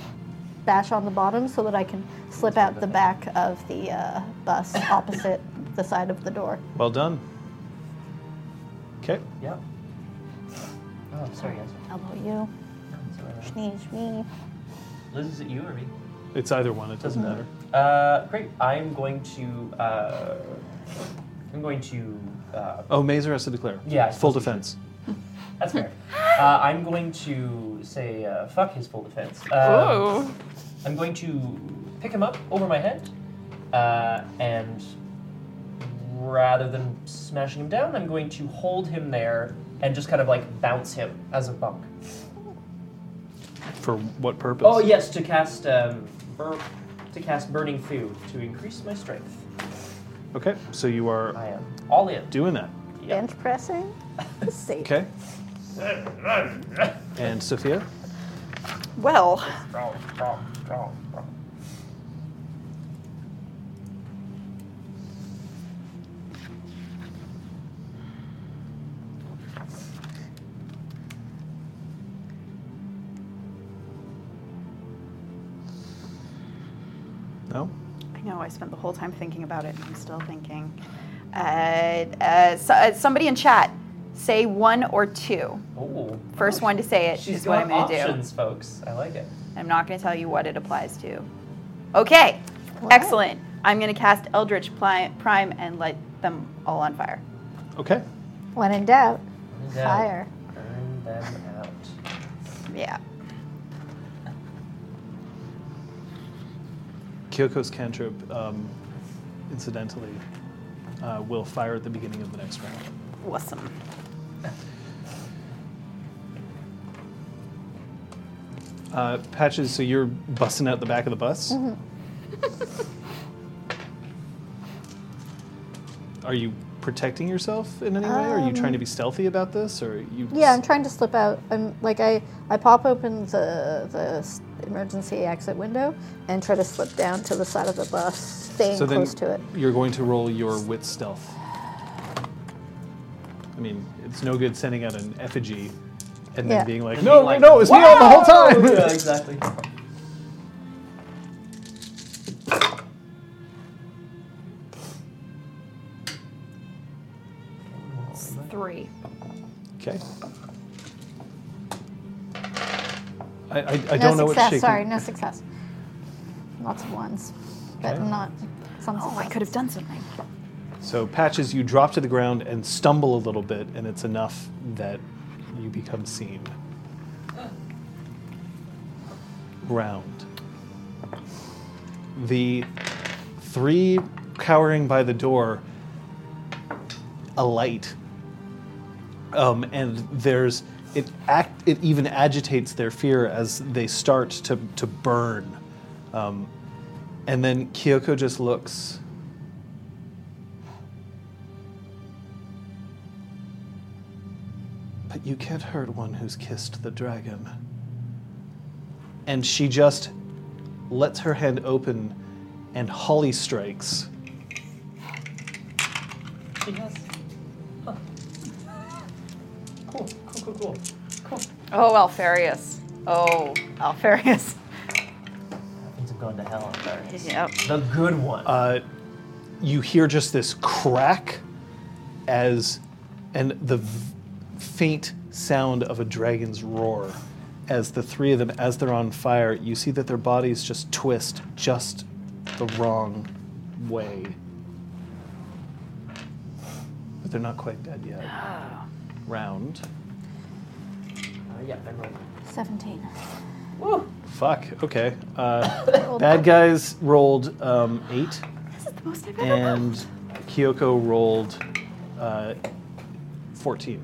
bash on the bottom so that I can slip out the back of the uh, bus opposite the side of the door.
Well done. Okay.
Yep. Oh, I'm sorry, guys.
Elbow you,
It's, uh,
sneeze me.
Liz, is it you or me?
It's either one. It
Mm-hmm.
doesn't matter.
Uh, great. I'm going to. Uh, I'm going to. Uh,
Oh, Mazer has to declare.
Yeah, I
Full
suppose we
defense.
that's fair. Uh, I'm going to say uh, fuck his full defense. Um,
Whoa.
I'm going to pick him up over my head, uh, and rather than smashing him down, I'm going to hold him there and just kind of like bounce him as a bunk.
For what purpose?
Oh yes, to cast um, bur- to cast burning food to increase my strength.
Okay. So you are
I am all in.
doing that.
Yeah.
Bench pressing. Safe.
Okay. And Sophia?
Well,
Strong, strong, strong, strong.
No?
I know I spent the whole time thinking about it and I'm still thinking. Uh, uh, so, uh, somebody in chat, say one or two.
Ooh.
First one to say it
She's
is what
got
I'm going to do.
options, folks. I like it.
I'm not going to tell you what it applies to. Okay, excellent. I'm going to cast Eldritch Pli- Prime and light them all on fire.
Okay.
When in doubt,
Burn them-
fire.
Burn them out.
Yeah.
Kyoko's cantrip, um, incidentally, uh, will fire at the beginning of the next round.
Awesome.
Uh, Patches, so you're busting out the back of the bus?
Mm-hmm.
Are you protecting yourself in any way? Are you trying to be stealthy about this? Or you
Um, Yeah, I'm trying to slip out. I'm like I, I pop open the the s- emergency exit window and try to slip down to the side of the bus, staying
So then
close to it.
You're going to roll your wit stealth. I mean, it's no good sending out an effigy and then
Yeah.
being like,
And
no,
being like,
no, no, it's me all the whole time.
yeah, exactly.
Three.
Okay. I, I, I
No
don't know what's shaking.
success. Sorry, no success. Lots of ones, but
Okay.
not some.
Oh, I could have done something.
So patches, you drop to the ground and stumble a little bit, and it's enough that you become seen. Round. The three cowering by the door alight, um, and there's it act it even agitates their fear as they start to to burn, um, and then Kyoko just looks. But you can't hurt one who's kissed the dragon. And she just lets her hand open and Holly strikes.
She has. Huh. Cool, cool, cool, cool. Cool.
Oh, Alfarius. Oh, Alfarius.
Things have gone to hell, I'm sorry.
Yep.
The good one.
Uh, you hear just this crack as, and the v- faint sound of a dragon's roar. As the three of them, as they're on fire, you see that their bodies just twist just the wrong way. But they're not quite dead yet. Round.
Uh, yeah, I rolled.
Seventeen.
Woo!
Fuck. Okay. Uh, bad guys rolled um, eight,
This is the most I've ever
and Kyoko rolled uh, fourteen.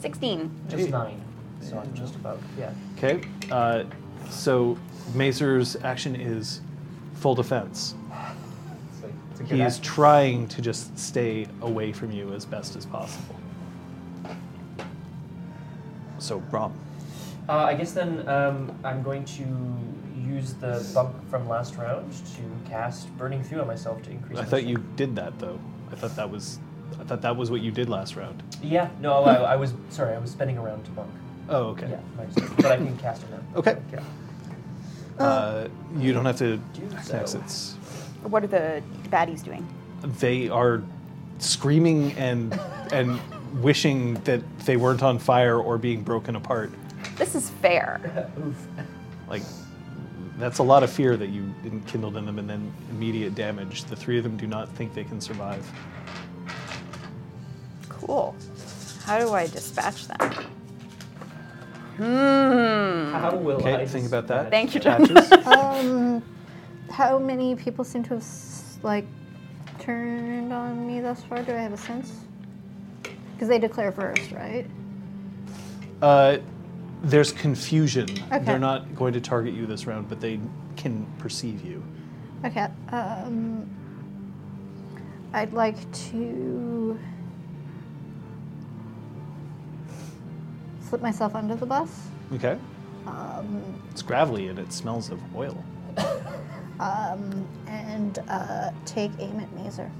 16.
Just nine. So I'm just about, yeah.
Okay. Uh, so Mazer's action is full defense.
It's like, it's a good
He is
act.
trying to just stay away from you as best as possible. So Brom.
Uh, I guess then um, I'm going to use the bump from last round to cast Burning Through on myself to increase.
I
my
thought
strength.
you did that though. I thought that was I thought that was what you did last round.
Yeah, no, I, I was sorry. I was spinning around to monk.
Oh, okay.
Yeah, my, but I can cast it now.
Okay.
Yeah.
Uh, you don't have to
Do
act
so.
exits.
What are the baddies doing?
They are screaming and and wishing that they weren't on fire or being broken apart.
This is fair.
Oof.
Like that's a lot of fear that you kindled in them, and then immediate damage. The three of them do not think they can survive.
Cool. How do I dispatch them?
Mm.
Hmm.
How will
Okay,
I
think about that.
Thank you, John.
Patches.
Um, how many people seem to have s- like turned on me thus far? Do I have a sense? Because they declare first, right?
Uh, there's confusion.
Okay.
They're not going to target you this round, but they can perceive you.
Okay. Um, I'd like to slip myself under the bus.
Okay.
Um,
It's gravelly and it smells of oil.
um, and uh, take aim at Mazer.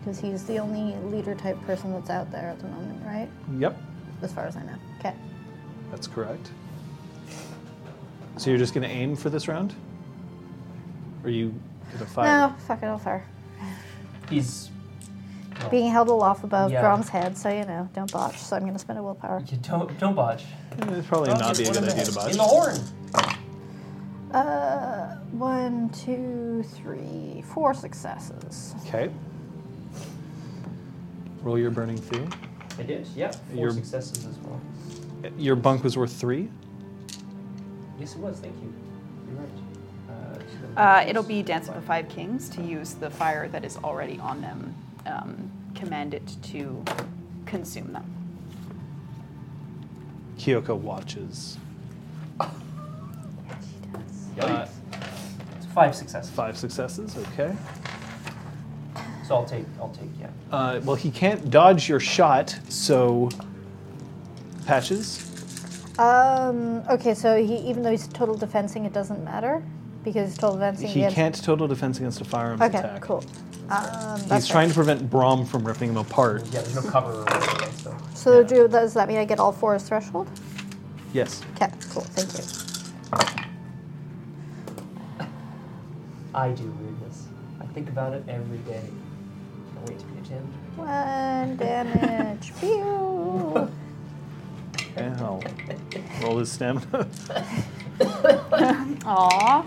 Because he's the only leader type person that's out there at the moment, right?
Yep,
As far as I know. Okay.
that's correct. So you're just going to aim for this round? Or are you going to fire?
No, fuck it, I'll fire.
He's. well,
Being held aloft above
Yeah.
Brom's head, so you know, don't botch. So I'm gonna spend a willpower.
You don't don't botch.
No. It's Eh, probably
Botch
not
is
be a
one
good
of the-
idea to botch.
In the horn.
Uh, one, two, three, four successes.
Okay. Roll your burning through.
I did. Yeah. 4
You're-
successes as well.
Your bunk Eh, was worth three.
Yes, it was. Thank you. You're right. Uh,
Uh, it'll be Dance of the Five Kings to use the fire that is already on them, um, command it to consume them.
Kyoko watches. Uh,
It's five successes.
five successes, okay.
So I'll take. I'll take. Yeah.
Uh, well, he can't dodge your shot, so. Patches?
Um, okay, so he, even though he's total defensing, it doesn't matter because total defensing.
He
against-
can't total defense against a firearms
Okay,
attack.
cool. Um,
He's
that's
trying to prevent Brom from ripping him apart.
Yeah. There's no cover. Or anything, so
right. So do, does that mean I get all four as threshold?
Yes.
Okay, cool. Thank you.
I do weirdness. I think about it every day. Can't wait to be a gym.
One damage. Pew.
Okay, I'll roll his stamina.
Aw.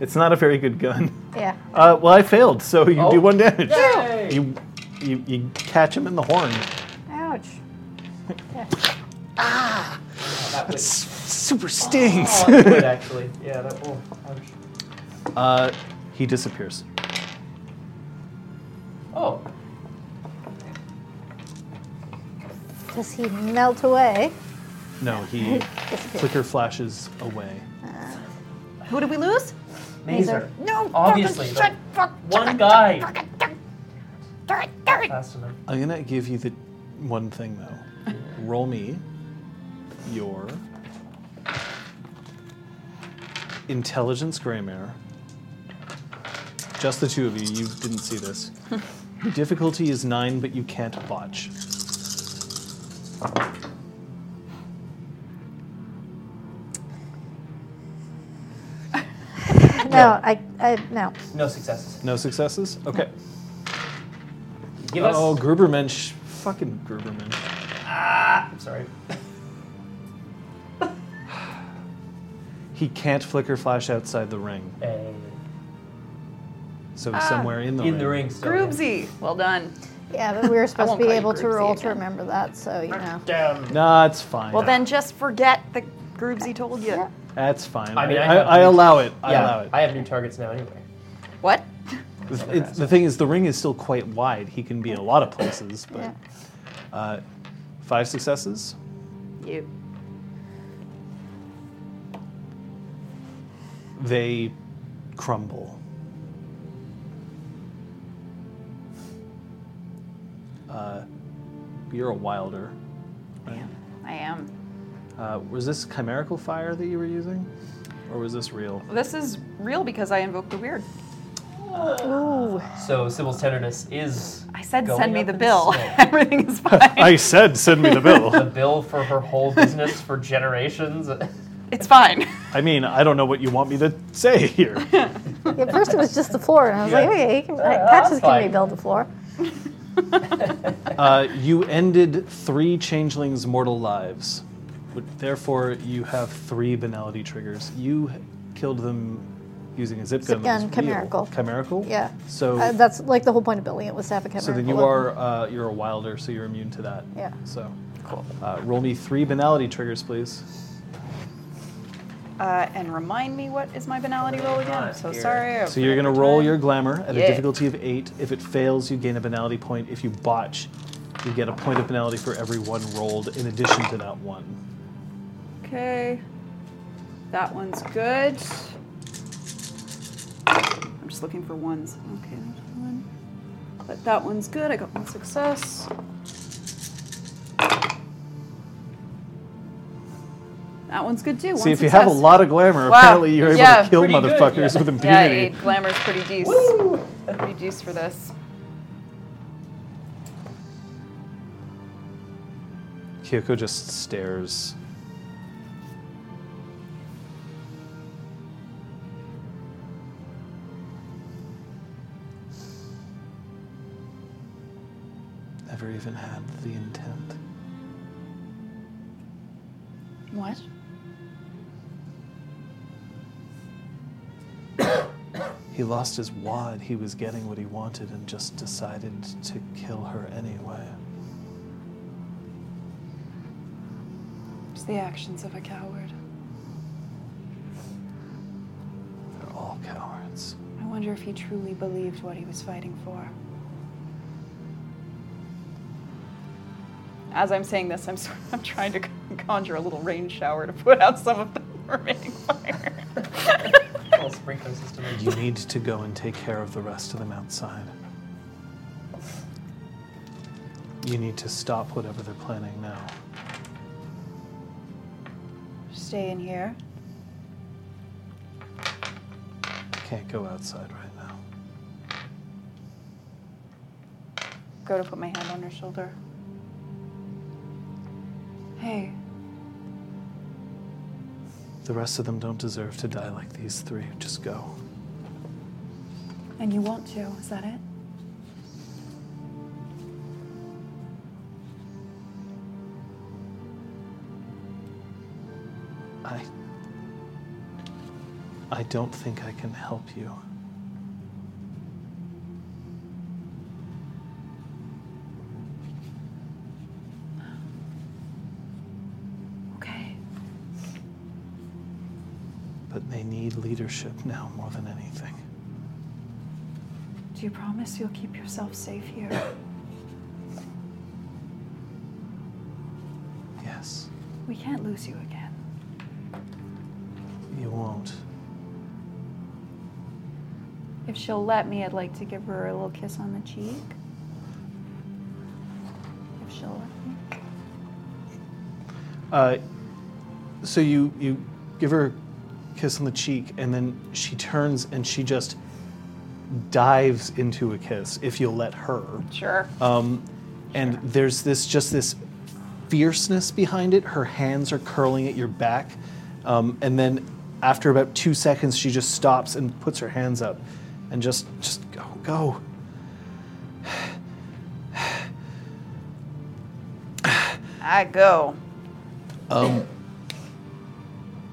it's not a very good gun.
Yeah.
Uh, well, I failed, so you
Oh.
do one damage.
Yay!
You, you, you catch him in the horn.
Ouch.
Oh, that would.
S- super stings.
Oh, that would actually. Yeah. That. Oh. ouch.
uh, he disappears.
Oh.
Does he melt away?
No, he flicker flashes away.
Who did we lose?
Mazer.
No.
Obviously. the one guy. Fast enough.
I'm gonna give you the one thing though. Roll me your intelligence, Greymare. Just the two of you. You didn't see this. Your difficulty is nine, but you can't botch.
No, I, I, no.
No successes.
No successes. Okay.
Give us.
Oh, Grubermensch. Fucking Grubermensch.
I'm sorry.
He can't flicker flash outside the ring.
Eh,
So he's somewhere in the
Ah. in
ring.
the ring still.
Groovesy. Well done.
Yeah, but we were supposed to
won't
be
call you
able to
Groupsy
roll to
again.
remember that, so you know.
Damn.
Nah, it's fine.
Well, then just forget the Groovesy told you.
Yeah.
That's fine.
I
I
mean, I
I,
have-
I allow it. I
yeah,
allow it.
I have new targets now anyway.
What?
It's- the thing is, the ring is still quite wide. He can be in a lot of places, but uh, five successes.
You.
They crumble. Uh, you're a wilder. Right?
I am.
Uh, was this chimerical fire that you were using, or was this real?
This is real because I invoked the weird.
So Sybil's tenderness is.
I said
going
send me
up
the
in
bill.
smoke.
Everything is fine.
said, send me
the
the bill.
bill for her whole business for generations.
it's fine.
I mean, I don't know what you want me to say here.
At first, it was just the floor, and I was like,
Yeah.
okay, you
Uh,
can,
yeah, that's
patches can
fine.
rebuild the floor.
Uh, you ended three changelings' mortal lives. But therefore, you have three banality triggers. You h- killed them using a zip gun.
Zip
that
gun,
was real.
chimerical.
Chimerical.
Yeah.
So,
Uh, that's like the whole point of building it was to have a camera.
so then you are uh, you're a wilder, so you're immune to that.
Yeah.
So, cool. Uh, roll me three banality triggers, please.
Uh, and remind me what is my banality roll again? I'm so
Here.
sorry. I
So you're
forgot
gonna
every
roll
time.
your glamour at a
Yeah.
difficulty of eight. If it fails, you gain a banality point. If you botch, you get a point of banality for every one rolled in addition to that one.
Okay. That one's good. I'm just looking for ones. Okay, there's one. But that one's good. I got one success. That one's good too.
See,
one
if you have a
success.
lot of glamour,
Wow.
apparently you're able
Yeah,
to kill
pretty good,
motherfuckers
yeah.
with
Yeah, I
impunity.
ate glamour's pretty deuce. Pretty deuce for this.
Kyoko just stares. Never even had the intent.
What?
He lost his wad. He was getting what he wanted and just decided to kill her anyway.
It's the actions of a coward.
There all cowards.
I wonder if he truly believed what he was fighting for. As I'm saying this, I'm, sort I'm trying to conjure a little rain shower to put out some of the remaining fire.
Little sprinkler system.
You need to go and take care of the rest of them outside. You need to stop whatever they're planning now.
Stay in here.
Can't go outside right now.
Go to put my hand on her shoulder. Hey,
The rest of them don't deserve to die like these three. Just go.
and you want to, is that it?
I. I don't think I can help you.
Okay.
But they need leadership now more than anything.
Do you promise you'll keep yourself safe here?
Yes,
we can't lose you again.
you won't.
If she'll let me, I'd like to give her a little kiss on the cheek. If she'll let me.
Uh, so you you give her a kiss on the cheek, and then she turns and she just dives into a kiss. If you'll let her.
Sure.
and there's this just this fierceness behind it. Her hands are curling at your back, um, and then after about two seconds, she just stops and puts her hands up, and just just go go.
I go.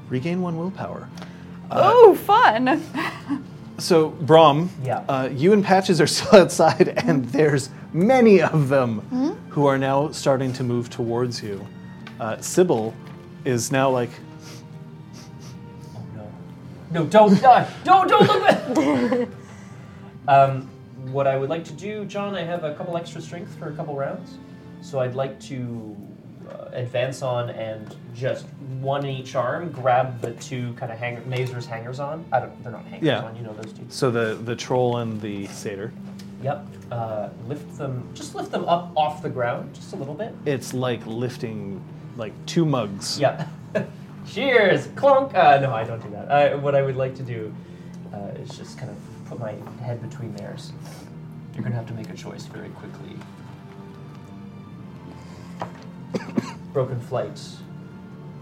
Regain one willpower.
oh, fun!
So Brom,
Yeah.
uh, you and Patches are still outside, and there's many of them who are now starting to move towards you. Uh, Sybil is now like,
Oh no. No, don't die! Don't, don't look back! um, what I would like to do, John, I have a couple extra strength for a couple rounds. So I'd like to uh, advance on and just one in each arm, grab the two kind of hanger, Mazer's hangers on. I don't, they're not hangers
Yeah.
on, you know those dudes.
so the the troll and the satyr.
Yep. Uh, lift them, just lift them up off the ground just a little bit.
It's like lifting like two mugs.
Yeah. Cheers! Clunk! Uh, no, I don't do that. I, what I would like to do uh, is just kind of put my head between theirs. You're going to have to make a choice very quickly. broken Flight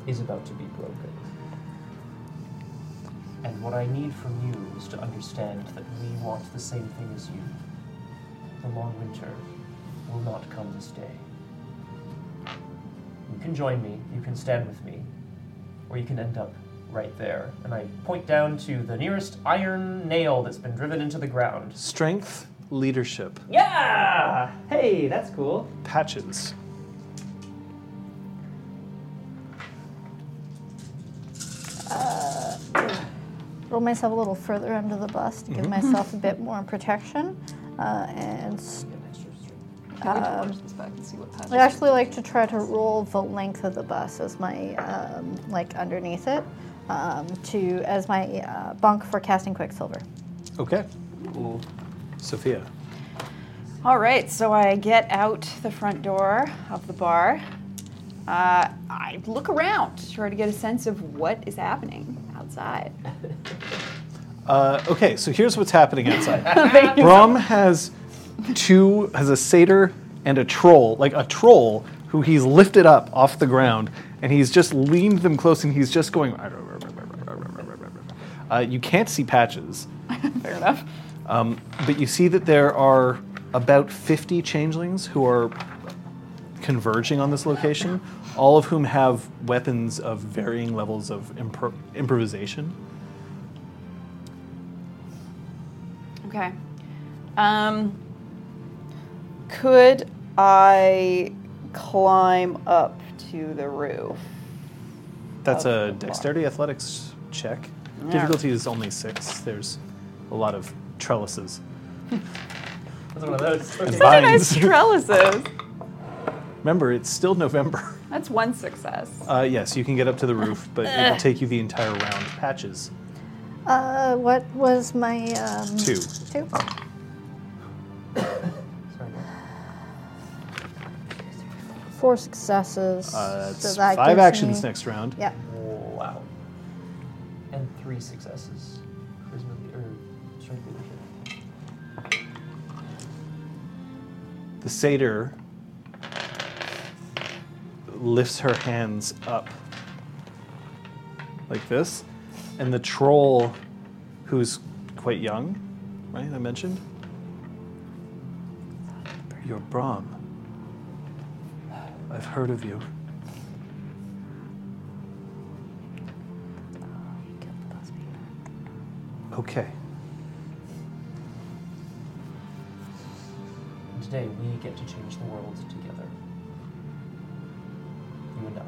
is about to be broken. And what I need from you is to understand that we want the same thing as you. The long winter will not come this day. You can join me, you can stand with me, or you can end up right there. And I point down to the nearest iron nail that's been driven into the ground.
Strength, leadership,
Yeah! Hey, that's cool.
patches.
roll myself a little further under the bus to give
Mm-hmm.
myself a bit more protection. Uh, and s- uh, I actually like to try to roll the length of the bus as my um, like underneath it um, to as my uh, bunk for casting quicksilver.
Okay. Sophia.
All right, so I get out the front door of the bar. Uh, I look around, to try to get a sense of what is happening outside.
Uh, okay, so here's what's happening outside. Brom has two, has a satyr and a troll, like a troll who he's lifted up off the ground, and he's just leaned them close, and he's just going. Uh, you can't see patches,
Fair enough.
um, but you see that there are about 50 changelings who are converging on this location, all of whom have weapons of varying levels of impro- improvisation.
Okay. Um, could I climb up to the roof?
That's
Of
a
the block.
dexterity athletics check. Difficulty is only six. There's a lot of trellises.
That's one of those.
And
Okay.
What a nice
vines.
trellises.
Remember, it's still November.
That's one success.
Uh, yes, you can get up to the roof, but it'll take you the entire round. Patches
Uh, what was my um,
two.
two?
Sorry.
Four successes.
Uh, that's
that
five
gives
actions
me-
next round.
Yeah.
Wow. And three successes. Charisma le- or strength leadership.
The satyr lifts her hands up like this, and the troll, who's quite young, right? I mentioned. You're Brahm. I've heard of you. Okay.
And today we get to change the world together. You and I.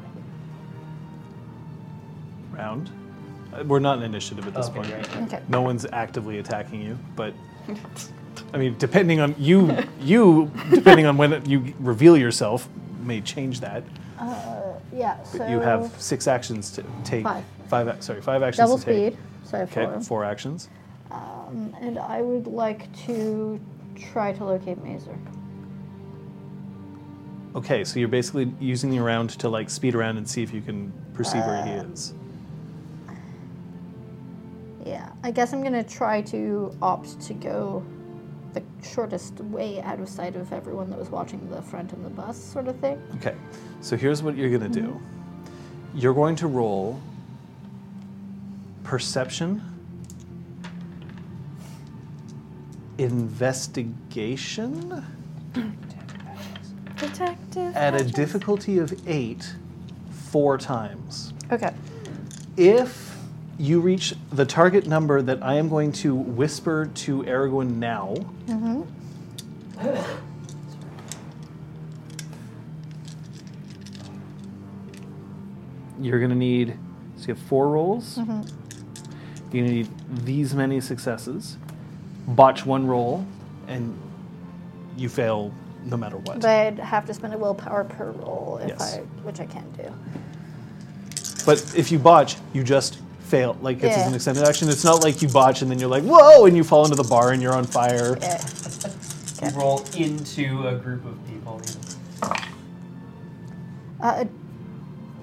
round. Uh, We're not in initiative at this
Okay,
point.
right.
Okay.
No one's actively attacking you, but I mean, depending on you, you depending on when you reveal yourself, may change that.
Yeah.
But
So
you have six actions to take.
Five.
five ac- sorry, five actions.
double
to take.
speed. So I have
Okay,
four.
four actions.
Um, And I would like to try to locate Mazer.
Okay, so you're basically using your round to like speed around and see if you can perceive where
Uh,
he is.
Yeah. I guess I'm gonna try to opt to go the shortest way out of sight of everyone that was watching the front of the bus, sort of thing.
Okay, so here's what you're gonna do. You're going to roll perception, investigation
Detective.
at a difficulty of eight, four times.
Okay.
If you reach the target number that I am going to whisper to Aragorn now, you're going to need, so you have four rolls. You're going to need these many successes. Botch one roll, and you fail no matter what.
But I'd have to spend a willpower per roll if
Yes.
I, which I can do.
But if you botch, you just fail. Like it's
Yeah.
an extended action. It's not like you botch and then you're like, whoa, and you fall into the bar and you're on fire.
Yeah.
You roll into a group of people.
Uh,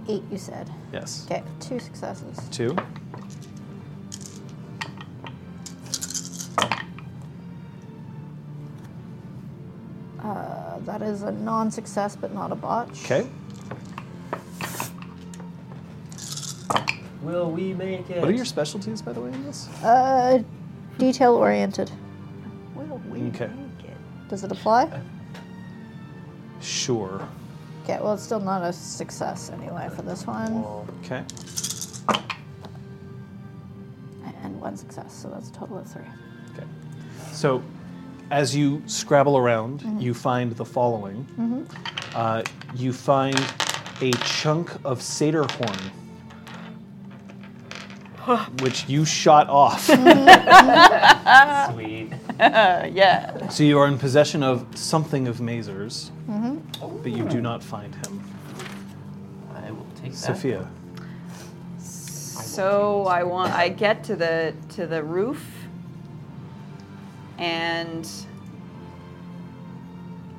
eight, you said.
Yes.
Okay, two successes.
Two.
Uh, that is a non-success, but not a botch.
Okay.
Will we make it?
What are your specialties, by the way, in this?
Uh, detail oriented.
Will we
Okay.
make it?
Does it apply?
Sure.
Okay, well, it's still not a success anyway for this one,
Okay.
and one success, so that's a total of three.
Okay. So, as you scrabble around,
Mm-hmm.
you find the following. Uh, you find a chunk of satyr horn, which you shot off.
Sweet.
Uh, yeah.
So you are in possession of something of Mazer's,
Mm-hmm.
but you do not find him.
I will take that.
Sophia.
So I want. I get to the to the roof, and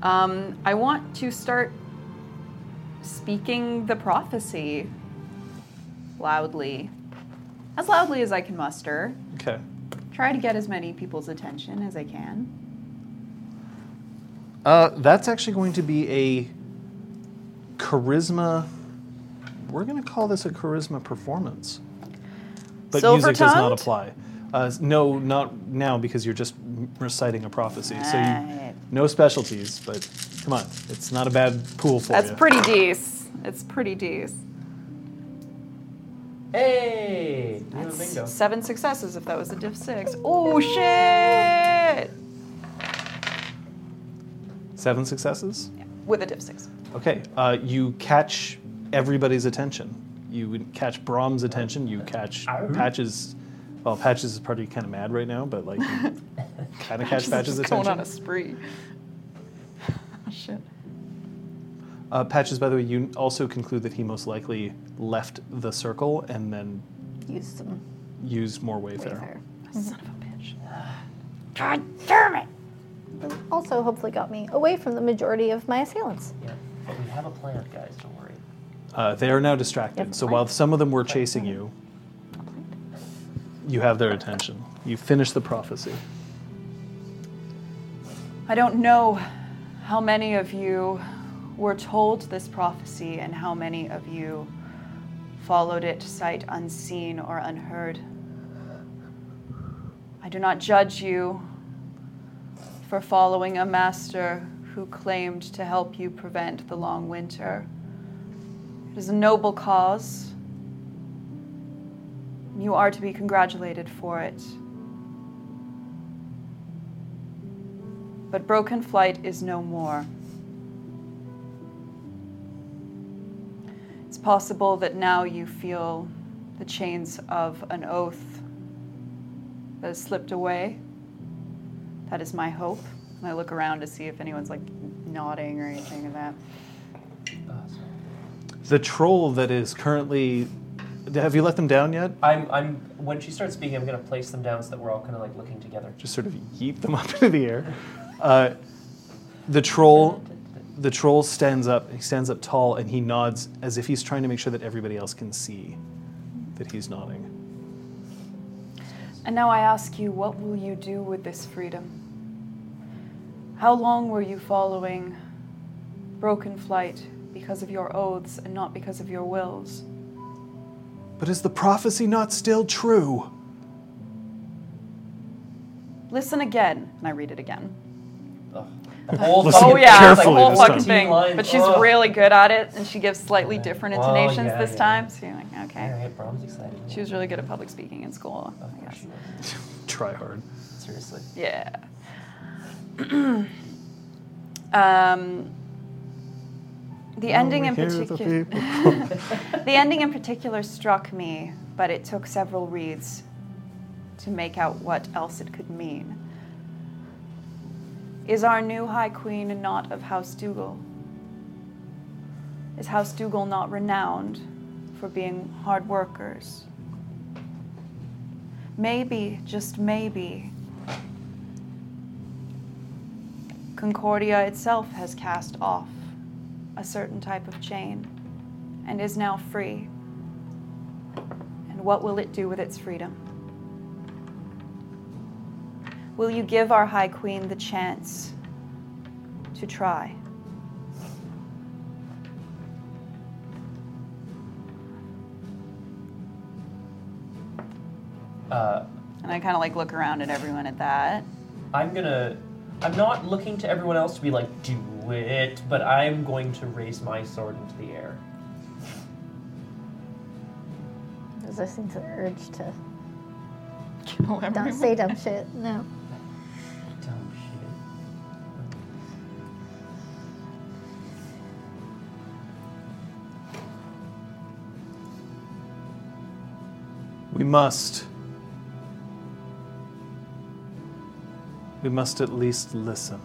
um, I want to start speaking the prophecy loudly, as loudly as I can muster.
Okay.
Try to get as many people's attention as I can.
Uh, that's actually going to be a charisma. We're going to call this a charisma performance. But music does not
Silver-tongued?
apply. Uh, s- no, not now because you're just m- reciting a prophecy. So you,
Right.
no specialties, but come on, it's not a bad pool for
That's
you.
pretty decent. It's pretty decent.
Hey! We have a bingo.
Seven successes if that was a diff six. Oh shit!
Seven successes.
With a diff six.
Okay, uh, you catch everybody's attention. You would catch Brahm's attention. You catch Patch's Well, Patches is probably kind of mad right now, but like, kind of catch Patches'
just going
attention.
on a spree. Shit.
Uh, Patches, by the way, you also conclude that he most likely left the circle and then
Use some
used more Wayfair.
Wayfair.
Son of a bitch.
God damn it! And also, hopefully, got me away from the majority of my assailants.
Yeah, but we have a plan, guys. Don't worry.
Uh, they are now distracted,
Yep.
so while some of them were chasing you, you have their attention. You finish the prophecy.
I don't know how many of you were told this prophecy and how many of you followed it sight unseen or unheard. I do not judge you for following a master who claimed to help you prevent the long winter. It is a noble cause. You are to be congratulated for it. but broken flight is no more. It's possible that now you feel the chains of an oath that has slipped away. That is my hope. And I look around to see if anyone's like nodding or anything of that.
Uh,
The troll that is currently. Have you let them down yet?
I'm, I'm. When she starts speaking, I'm gonna place them down so that we're all kind of like looking together.
Just sort of yeet them up into the air. Uh, the troll. The troll stands up. He stands up tall and he nods as if he's trying to make sure that everybody else can see that he's nodding.
And now I ask you, what will you do with this freedom? How long were you following broken flight because of your oaths and not because of your wills?
But is the prophecy not still true?
Listen again, and I read it again.
The whole
Listen
fucking-
Oh yeah, the
carefully
whole
this
fucking
time.
thing.
Lines,
But she's
ugh.
really good at it, and she gives slightly
Yeah.
different
Oh,
intonations
yeah,
this
yeah.
time. So you're like,
All
okay.
right, Brahm's excited.
She was really good at public speaking in school.
Of
I
course
guess.
she was.
Try hard.
Seriously.
Yeah. um, the ending in particular. The ending in particular struck me, but it took several reads to make out what else it could mean. Is our new High Queen not of House Dougal? Is House Dougal not renowned for being hard workers? Maybe, just maybe, Concordia itself has cast off a certain type of chain and is now free. And what will it do with its freedom? Will you give our High Queen the chance to try?
Uh,
And I kind of like look around at everyone at that.
I'm gonna. I'm not looking to everyone else to be like, do it, but I'm going to raise my sword into the air.
I was listening to the urge to
Kill
don't say dumb shit. No.
Dumb shit.
We must. We must at least listen.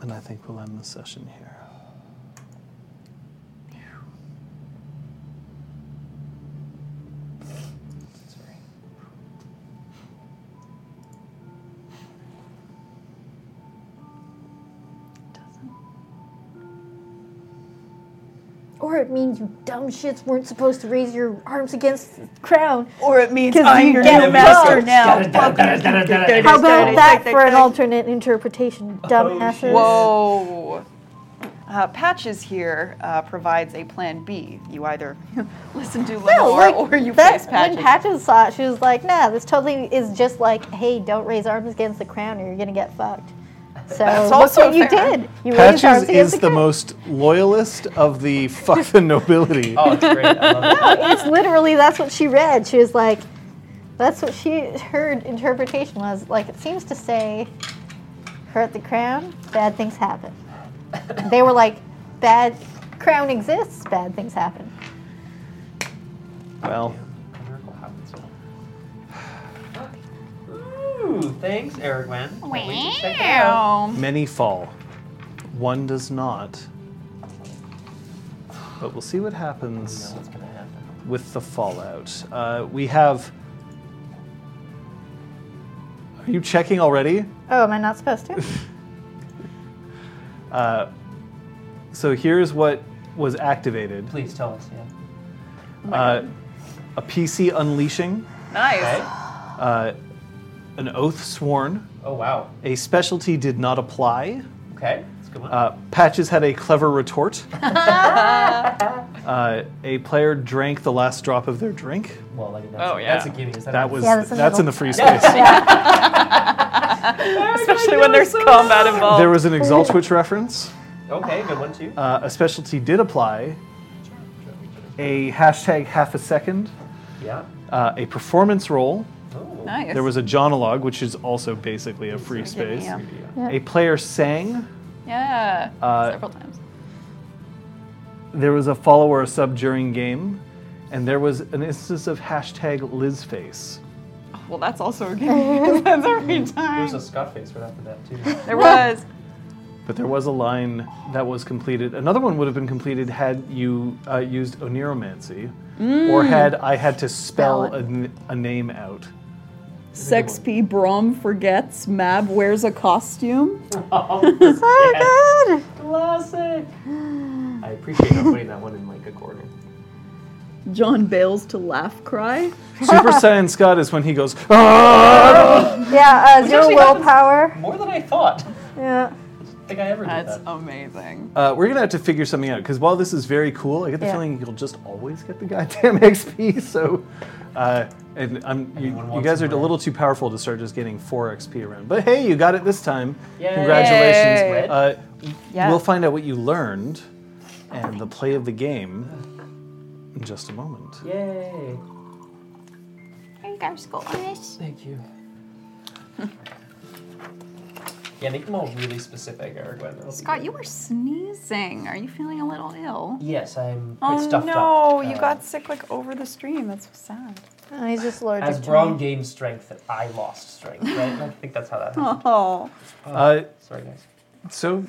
And I think we'll end the session here.
Sorry.
Or it means you dumb shits weren't supposed to raise your arms against the crown.
Or it means
'Cause
I'm
you
your
get
new
it.
master
No.
now.
How about
Tick,
that
tick,
for an
tick.
alternate interpretation, dumbasses?
Oh, Whoa. Uh, Patches here uh, provides a plan B. You either listen to
No,
Lenore
like,
or you
that,
face Patches.
When Patches saw it, she was like, nah, this totally is just like, hey, don't raise arms against the crown or you're going to get fucked. So look
also
what you
fair.
did. You raised arms
Patches
against
is
the
the
crown.
most loyalist of the fuck the nobility.
Oh, it's great. I love it.
It's literally, that's what she read. She was like, that's what she, her interpretation was. Like, it seems to say, hurt the crown, bad things happen. They were like, bad crown exists, bad things happen.
Well,
A miracle happens. Ooh, thanks, Erwin. Can't wait to check that out.
Ow.
many fall. One does not. But we'll see what happens.
What's gonna happen?
with the fallout. Uh, we have. Are you checking already?
Oh, am I not supposed to?
Uh, So here's what was activated
Oh
Please tell us, yeah.
uh, a PC unleashing, uh,
Nice.
Okay.
an oath sworn,
Oh wow.
a specialty did not apply.
Okay, that's a good one.
Uh, Patches had a clever retort. uh, a player drank the last drop of their drink.
well, like, that's,
oh, yeah.
that's a gimme. Is that,
That
a-
was
Yeah,
that's,
that's a
in
little-
the free space.
Especially when there's combat involved.
There was an Exalt Switch reference.
okay? Good one too.
Uh, a specialty did apply. A hashtag half a second.
yeah.
uh, a performance roll.
Oh.
nice.
There was a jonologue, which is also basically a free
Okay,
space.
Yeah.
A player sang.
yeah.
Uh,
Several times.
There was a follower a sub during game, and there was an instance of hashtag Lizface.
Well, that's also a game. that's every
There's
time.
a Scott face right after that too.
There was.
But there was a line that was completed. Another one would have been completed had you uh, used Oneromancy, or had I had to spell a, n- a name out.
Sex P. Brom forgets Mab wears a costume.
oh, good. Classic. I appreciate not putting that one in like a corner.
John Bales to laugh cry.
Super Saiyan Scott is when he goes, "Oh, "Ah!"
yeah, uh, zero
actually happens-
willpower.
More than I thought.
Yeah.
I think I ever did
That's
that.
amazing.
Uh, we're gonna have to figure something out because while this is very cool, I get the
Yeah.
feeling you'll just always get the goddamn XP. So, uh, and I'm, you,
Anyone
you
wants
guys are
some
a
more?
little too powerful to start just getting four XP around. But hey, you got it this time.
Yay.
Congratulations!
Red.
Uh,
Yeah.
We'll find out what you learned and the play of the game in just a moment.
Yay.
Are you guys going on this?
Thank you. yeah, make them all really specific, Eric. but that'll be
Scott,
good.
you were sneezing. Are you feeling a little ill?
Yes, I'm quite
Oh
stuffed
no,
up.
you
Uh,
got sick like over the stream. That's so sad.
Oh, he's just allergic
As
to
Brom
me.
gained strength, that I lost strength, right? I think that's how that happened.
Oh.
Uh,
Sorry, guys.
so,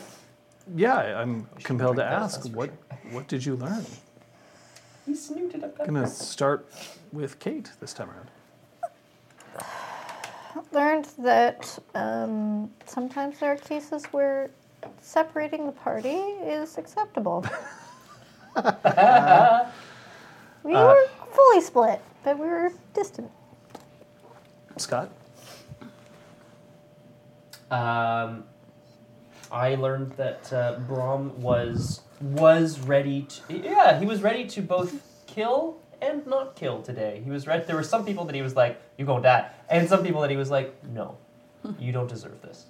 yeah, I- I'm compelled to
drink those,
ask
that's for
what what did you learn?
He snooted up that.
I'm gonna start with Kate this time around.
learned that um, sometimes there are cases where separating the party is acceptable. we
Uh,
were fully split, but we were distant.
Scott.
Um, I learned that uh, Brom was was ready to. Yeah, he was ready to both kill and not kill today. He was ready. There were some people that he was like, "You gonna die," and some people that he was like, "No,
Hmm.
you don't deserve this."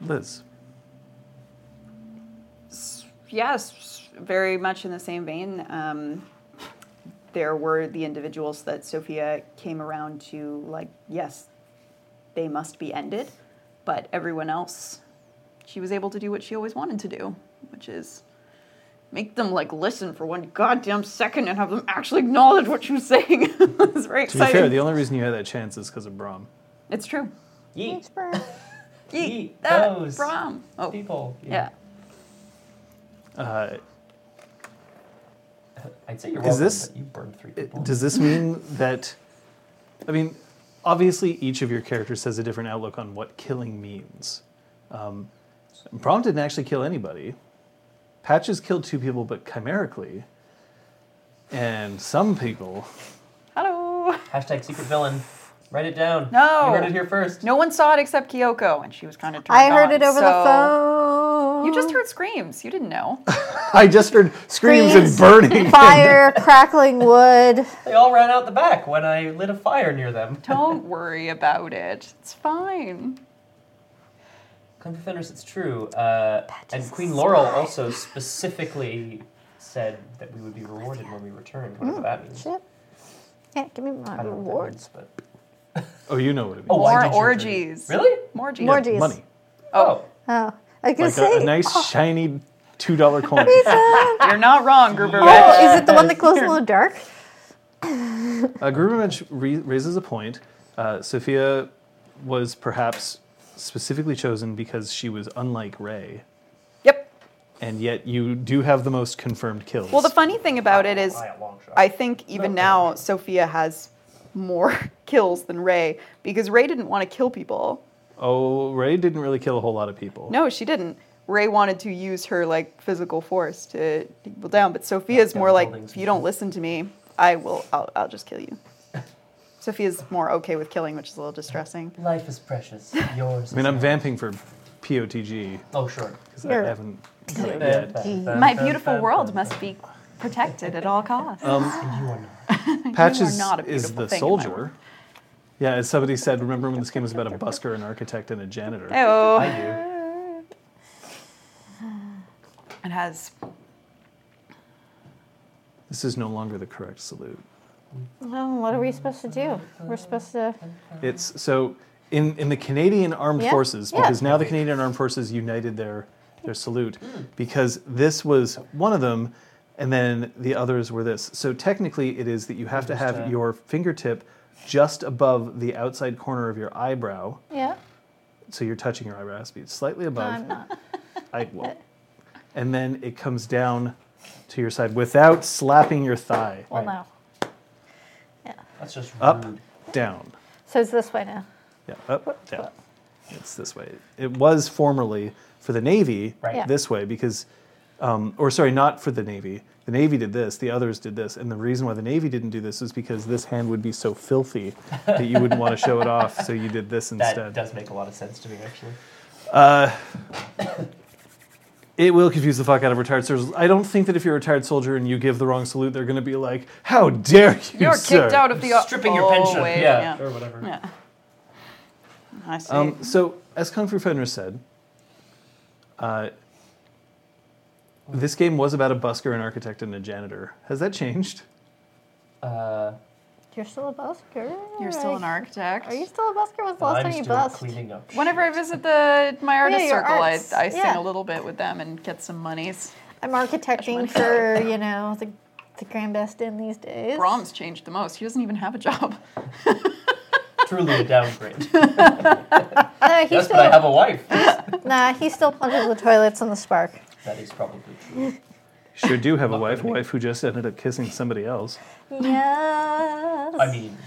Liz.
yes, very much in the same vein. Um, there were the individuals that Sophia came around to, like, yes, they must be ended, but everyone else, she was able to do what she always wanted to do, which is make them like listen for one goddamn second and have them actually acknowledge what she was saying. it's very
To be fair,
exciting.
the only reason you had that chance is because of Brom.
it's true.
Yeet.
Yeet
Yeet
that
those
Brom. Oh,
people.
yeah.
Uh,
I'd say you're
Is
welcome,
this-
but you burned three people.
does this mean that? I mean, obviously, each of your characters has a different outlook on what killing means. Um, Brom didn't actually kill anybody. Patches killed two people, but chimerically. And some people.
Hello.
Hashtag secret villain. Write it down.
No.
You heard it here first.
No one saw it except Kyoko, and she was kind of turned
I heard
on,
it over
so-
the phone.
You just heard screams. You didn't know.
I just heard screams and
Screams.
burning.
fire, crackling wood.
They all ran out the back when I lit a fire near them.
Don't worry about it. It's fine.
Kung Fu Fenders, it's true. Uh, and Queen Laurel also specifically said that we would be rewarded when we returned, whatever that means.
Shit. Yeah, give me
I
my
don't know what that
rewards.
means, but...
Oh, you know what it means.
Oh, I
More
did your
orgies.
Really?
More orgies.
More- orgies.
Money.
Oh.
Oh, I can
Like
say
a, a nice, shiny two dollar coin.
You're not wrong, Gruber Rich.
Oh, is it the one that glows in the dark?
Uh, Grubermensch re- raises a point. Uh, Sophia was perhaps specifically chosen because she was unlike Ray,
Yep.
and yet you do have the most confirmed kills.
Well, the funny thing about it is,
By a long shot.
I think even now Sophia has more kills than Ray because Ray didn't want to kill people.
oh, Ray didn't really kill a whole lot of people.
No, she didn't. Ray wanted to use her like physical force to take people down, but Sophia's
down
more like,
buildings
if
and
you don't listen to me, I will. I'll, I'll just kill you. Sophia's more okay with killing, which is a little distressing.
Life is precious. Yours.
I mean,
is
I'm
not.
vamping for POTG
Oh, sure.
because I haven't got it yet.
My beautiful world must be protected at all costs.
And you are not.
Patch
are
is,
not a
is
beautiful
the
thing in my
soldier. Yeah, as somebody said, remember when this game was about a busker, an architect, and a janitor?
Oh,
I do.
it has.
This is no longer the correct salute.
Well, what are we supposed to do? We're supposed to.
It's so in, in the Canadian Armed
Yeah,
Forces
yeah.
because now the Canadian Armed Forces united their their salute because this was one of them, and then the others were this. So technically, it is that you have to have
Understand.
your fingertip just above the outside corner of your eyebrow,
Yeah.
so you're touching your eyebrow, has to be slightly
No,
above.
I'm not.
I will. And then it comes down to your side without slapping your thigh.
Well, no.
That's just
Up,
rude.
down.
So it's this way now.
Yeah, up, down. It's this way. It was formerly for the Navy
Right. Yeah.
this way because, um, or sorry, not for the Navy. The Navy did this, the others did this. And the reason why the Navy didn't do this is because this hand would be so filthy that you wouldn't want to show it off, so you did this
That
instead.
does make a lot of sense to me, actually.
It will confuse the fuck out of retired soldiers. I don't think that if you're a retired soldier and you give the wrong salute, they're going to be like, "How dare you,
You're
sir?"
kicked out of the
Stripping
oh,
your pension.
wait,
yeah, or whatever.
Yeah. I see.
Um, so, as Kung Fu Fenris said, uh, this game was about a busker, an architect, and a janitor. Has that changed?
Uh,
You're still a busker.
You're still an architect.
Are you still a busker? When's the last
I'm
time you
still
busked?
cleaning up.
Whenever I visit the my artist
your
circle, I,
arts,
I sing
yeah.
a little bit with them and get some monies.
I'm architecting for, you know, the, the grand best in these days.
Brahms changed the most. He doesn't even have a job.
Truly a downgrade.
Nah, Uh, he
yes,
still,
but I have a wife.
nah, he still plunges the toilets on the spark.
that is probably true.
Sure, do have a wife, a wife who just ended up kissing somebody else.
Yes.
I mean,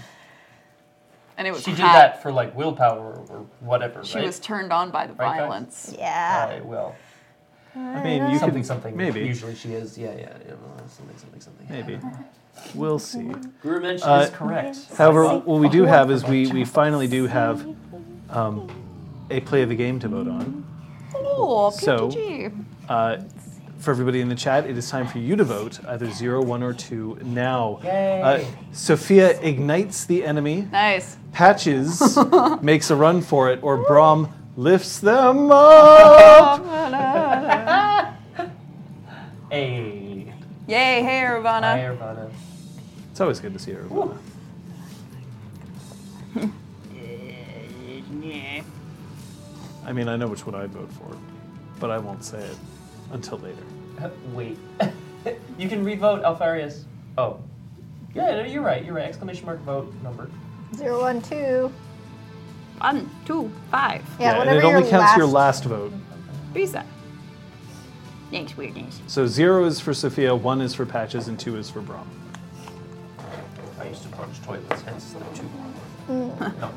And it was
she did
hot.
that for like willpower or whatever,
She
right?
was turned on by the
Right, guys?
violence.
yeah.
I will.
I mean, you
something,
can
something.
maybe,
Usually she is. Yeah, yeah. yeah well, something, something, something.
maybe. We'll see.
Guru mention is
Uh,
correct.
However, what we do have is we, we finally do have um, a play of the game to vote on.
Oh,
So-
PPG.
Uh, for everybody in the chat, it is time for you to vote, either zero, one, or two now. Uh, Sophia ignites the enemy.
Nice.
Patches makes a run for it, or Brom lifts them up.
Hey,
Yay, hey,
hi,
Ravana.
Irvana.
It's always good to see her. I mean, I know which one I'd vote for, but I won't say it until later.
Wait. you can re-vote Alfarius. Oh. Yeah, no, you're right. You're right. Exclamation mark vote number.
Zero, one, two.
One, two, five.
Yeah,
and
whatever
it only
your
counts
last,
your last vote.
Pizza. Thanks, weirdness.
So zero is for Sophia, one is for Patches, and two is for Brom.
I used to plunge toilets, hence the two.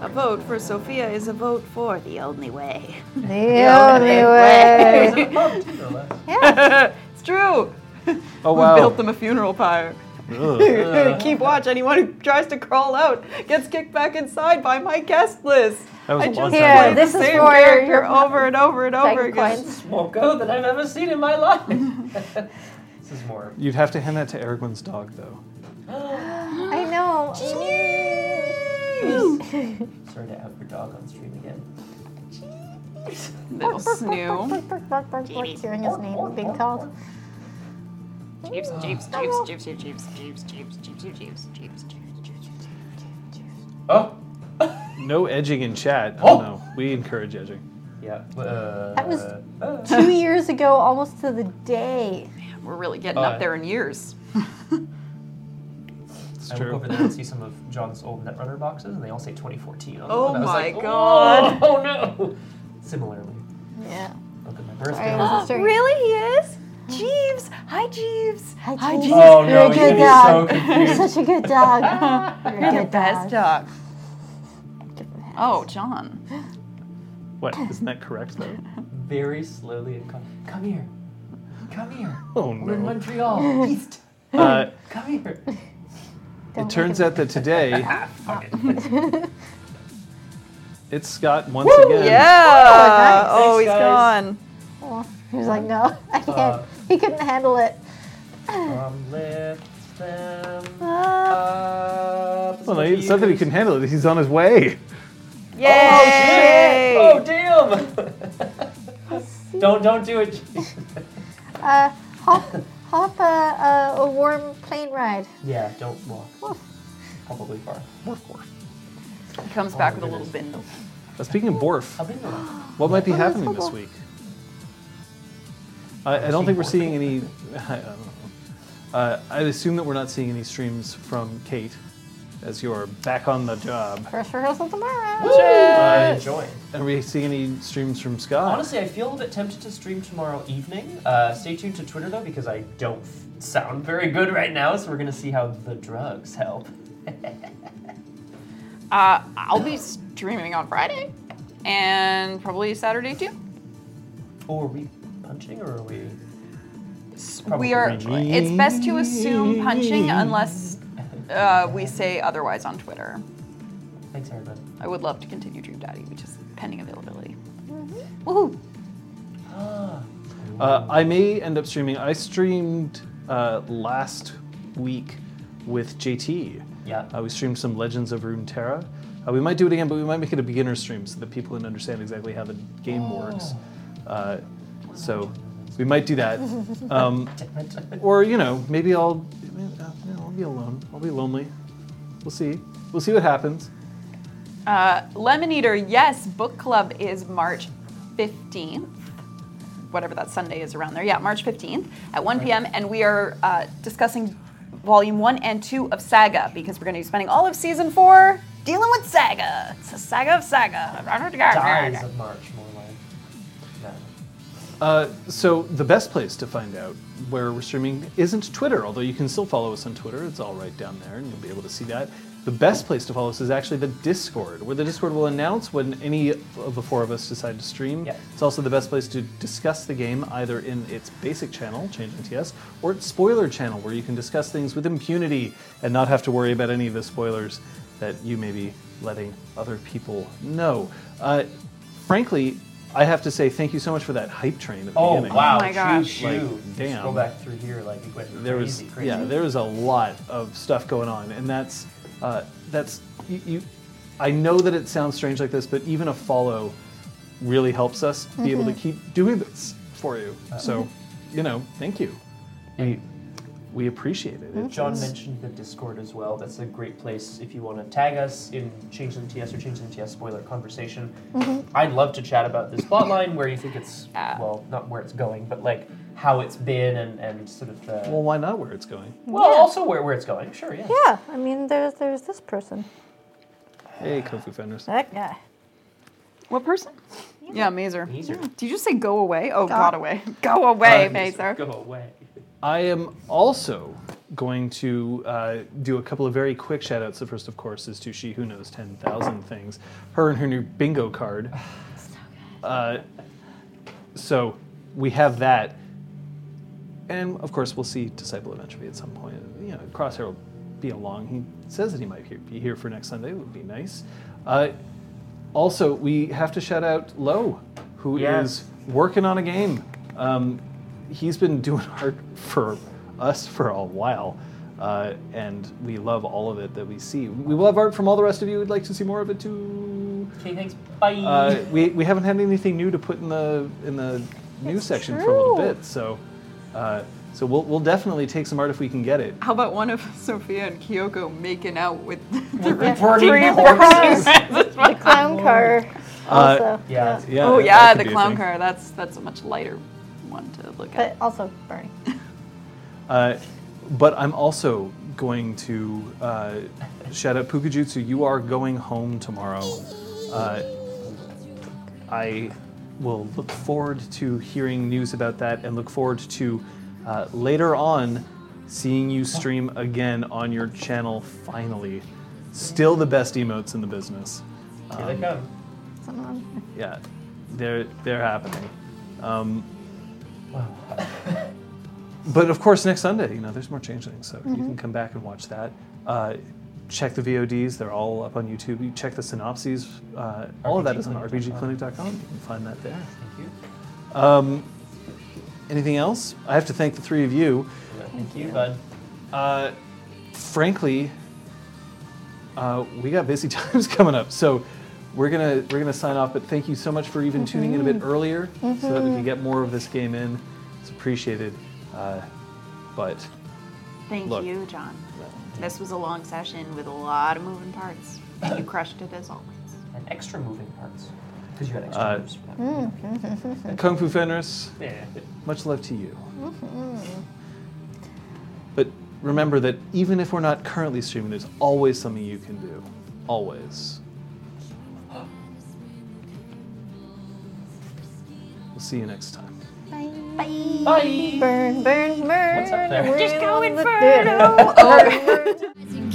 A vote for Sophia is a vote for the only way.
The only way.
No less.
It's true.
Oh
We built
wow!
them a funeral pyre.
Ugh.
Keep watch. Anyone who tries to crawl out gets kicked back inside by my guest list.
That was
I
a long
just
time
Yeah,
ago.
played the
this is
same
for
character
your
over and over and over
Titan
again.
coins.
More go that I've ever seen in my life. this is more.
You'd have to hand that to Erwin's dog, though.
I know.
Sorry to out your dog on stream again.
Little snoo.
Hearing his name being called.
Jeeves, Jeeves,
Oh.
Jeeves, Jeeves, Jeeves, Jeeves, Jeeves, Jeeves, Jeeves, Jeeves, Jeeves, Jeeves, Jeeves.
Oh,
No edging in chat.
Oh.
Oh, no, we encourage edging.
Yeah. Uh,
That was
uh,
Two years ago, almost to the day.
We're really getting
Uh,
up there in years.
I look over there and see some of John's old Netrunner boxes, and they all say 2014 on them.
Oh
and I was
my
like, "Oh,
God."
Oh, no! Similarly,
Yeah.
look at my
Sorry,
birthday.
I wasn't serious.
Really, he is? Jeeves! Hi, Jeeves!
Hi,
Hi,
Jeeves.
Jeeves!
Oh
You're
no,
a
he's
good
gonna
dog.
be so
You're
confused.
such a good dog. You're, a
You're the
good
best
dog.
dog. Oh, John.
What? Isn't that correct though?
Very slowly and con- come here, come here.
Oh
We're in
no.
Montreal, East.
Uh,
Come here.
Don't
it turns out that today
Fuck it.
it's Scott once again.
Yeah!
Oh, nice.
Oh, he's
Thanks, guys.
gone.
Oh, he was like, no, I can't.
Uh,
he couldn't handle it.
Um, lift them
Uh,
up.
Well, no, it's not that he can handle it. He's on his way.
Yay!
Oh damn! don't don't do it.
uh, hop, hop a, a, a warm plane ride.
yeah, don't walk. Probably far.
He comes back
Oh,
with a little
goodness.
bindle.
Uh, speaking of Borf,
I've been there.
what might be
What is
happening this
Borf?
week? I, I don't think we're seeing any. I don't know. Uh, I'd assume that we're not seeing any streams from Kate, as you're back on the job.
First rehearsal tomorrow.
I joined.
Are we seeing any streams from Scott?
Honestly, I feel a bit tempted to stream tomorrow evening. Uh, stay tuned to Twitter though, because I don't f- sound very good right now, so we're gonna see how the drugs help.
Uh, I'll be streaming on Friday and probably Saturday too.
Oh, are we punching or are we?
we are.
Probably.
It's best to assume punching unless uh, we say otherwise on Twitter.
Thanks, everybody.
I would love to continue Dream Daddy, which is pending availability.
Woohoo.
Ah.
Uh, I may end up streaming. I streamed uh, last week with JT.
Yeah.
Uh, we streamed some Legends of Runeterra. Uh, we might do it again, but we might make it a beginner stream so that people can understand exactly how the game works. Uh, so we might do that. Um, or, you know, maybe I'll, uh, no, I'll be alone. I'll be lonely. We'll see. We'll see what happens.
Uh, Lemon Eater, yes, book club is March 15th. Whatever that Sunday is around there. Yeah, March 15th at 1 p.m. And we are uh, discussing volume one and two of Saga because we're going to be spending all of season four dealing with Saga. It's a saga of Saga.
Dies of March, more like. No.
Uh, so the best place to find out where we're streaming isn't Twitter, although you can still follow us on Twitter. It's all right down there, and you'll be able to see that. The best place to follow us is actually the Discord, where the Discord will announce when any of the four of us decide to stream.
Yeah.
It's also the best place to discuss the game, either in its basic channel, Change MTS, or its spoiler channel, where you can discuss things with impunity and not have to worry about any of the spoilers that you may be letting other people know. Uh, frankly, I have to say thank you so much for that hype train at the
Oh
beginning.
wow!
Oh my gosh.
Shoo,
Like,
shoo.
damn.
Go back through here, like it went
There was
crazy, crazy.
yeah, there was a lot of stuff going on, and that's uh, that's you, you. I know that it sounds strange like this, but even a follow really helps us be able to keep doing this for you.
Uh-huh.
So, you know, thank you. We we appreciate it. It's-
John mentioned the Discord as well. That's a great place if you want to tag us in Change MTS or Change MTS spoiler conversation. I'd love to chat about this plot line where you think it's
Yeah.
well, not where it's going, but like how it's been and, and sort of the
Well,
well,
why not where it's going?
also where, where it's going. Sure, yeah.
Yeah, I mean, there's there's this person.
Hey, Kofu Fenders.
That guy.
What person? Yeah, Mazer.
Mazer.
Did you just say go away? Oh, got away. Go away,
Uh,
Mazer.
Go away.
I am also going to uh, do a couple of very quick shout outs. The first, of course, is to She Who Knows 10,000 Things, her and her new bingo card. Uh, so we have that. And of course, we'll see Disciple eventually at some point. You know, Crosshair will be along. He says that he might he- be here for next Sunday. It would be nice. Uh, also, we have to shout out Lo, who is
Yes.
working on a game. Um, he's been doing art for us for a while, uh, and we love all of it that we see. We love art from all the rest of you. We'd like to see more of it too.
Okay, thanks. Bye.
Uh, we, we haven't had anything new to put in the in the news section for a little
true.
bit, so uh, so we'll, we'll definitely take some art if we can get it.
How about one of Sophia and Kyoko making out with
Reporting
Three
horses.
The clown car.
Uh,
also.
Yeah, that's-
Yeah,
oh
that-
yeah,
that could
the
be a
clown
thing.
car. That's that's a much lighter one to look at.
But also burning.
Uh, but I'm also going to uh, shout out Pukajutsu. You are going home tomorrow. Uh, I will look forward to hearing news about that, and look forward to uh, later on seeing you stream again on your channel. Finally, still the best emotes in the business.
Here they come.
Someone.
Yeah, they're they're happening. Um, but of course, next Sunday, you know, there's more changelings, so you can come back and watch that. Uh, check the VODs; they're all up on YouTube. You check the synopses. Uh, all of that is on RPGClinic.com. You can find that there.
Thank you.
Um, anything else? I have to thank the three of you.
Thank you, bud.
Uh, frankly, uh, we got busy times coming up, so we're gonna we're gonna sign off. But thank you so much for even tuning in a bit earlier, so that we can get more of this game in. It's appreciated. Uh, but
Thank
Look.
you, John. This was a long session with a lot of moving parts. You crushed it as always.
And extra moving parts. Because you had extra
Uh,
moves.
Kung Fu Fenris,
Yeah.
much love to you. But remember that even if we're not currently streaming, there's always something you can do. Always. We'll see you next time.
Bye.
Burn, burn, burn.
What's up there?
We're
Just go
on the-
inferno.
Burn, burn.
Rising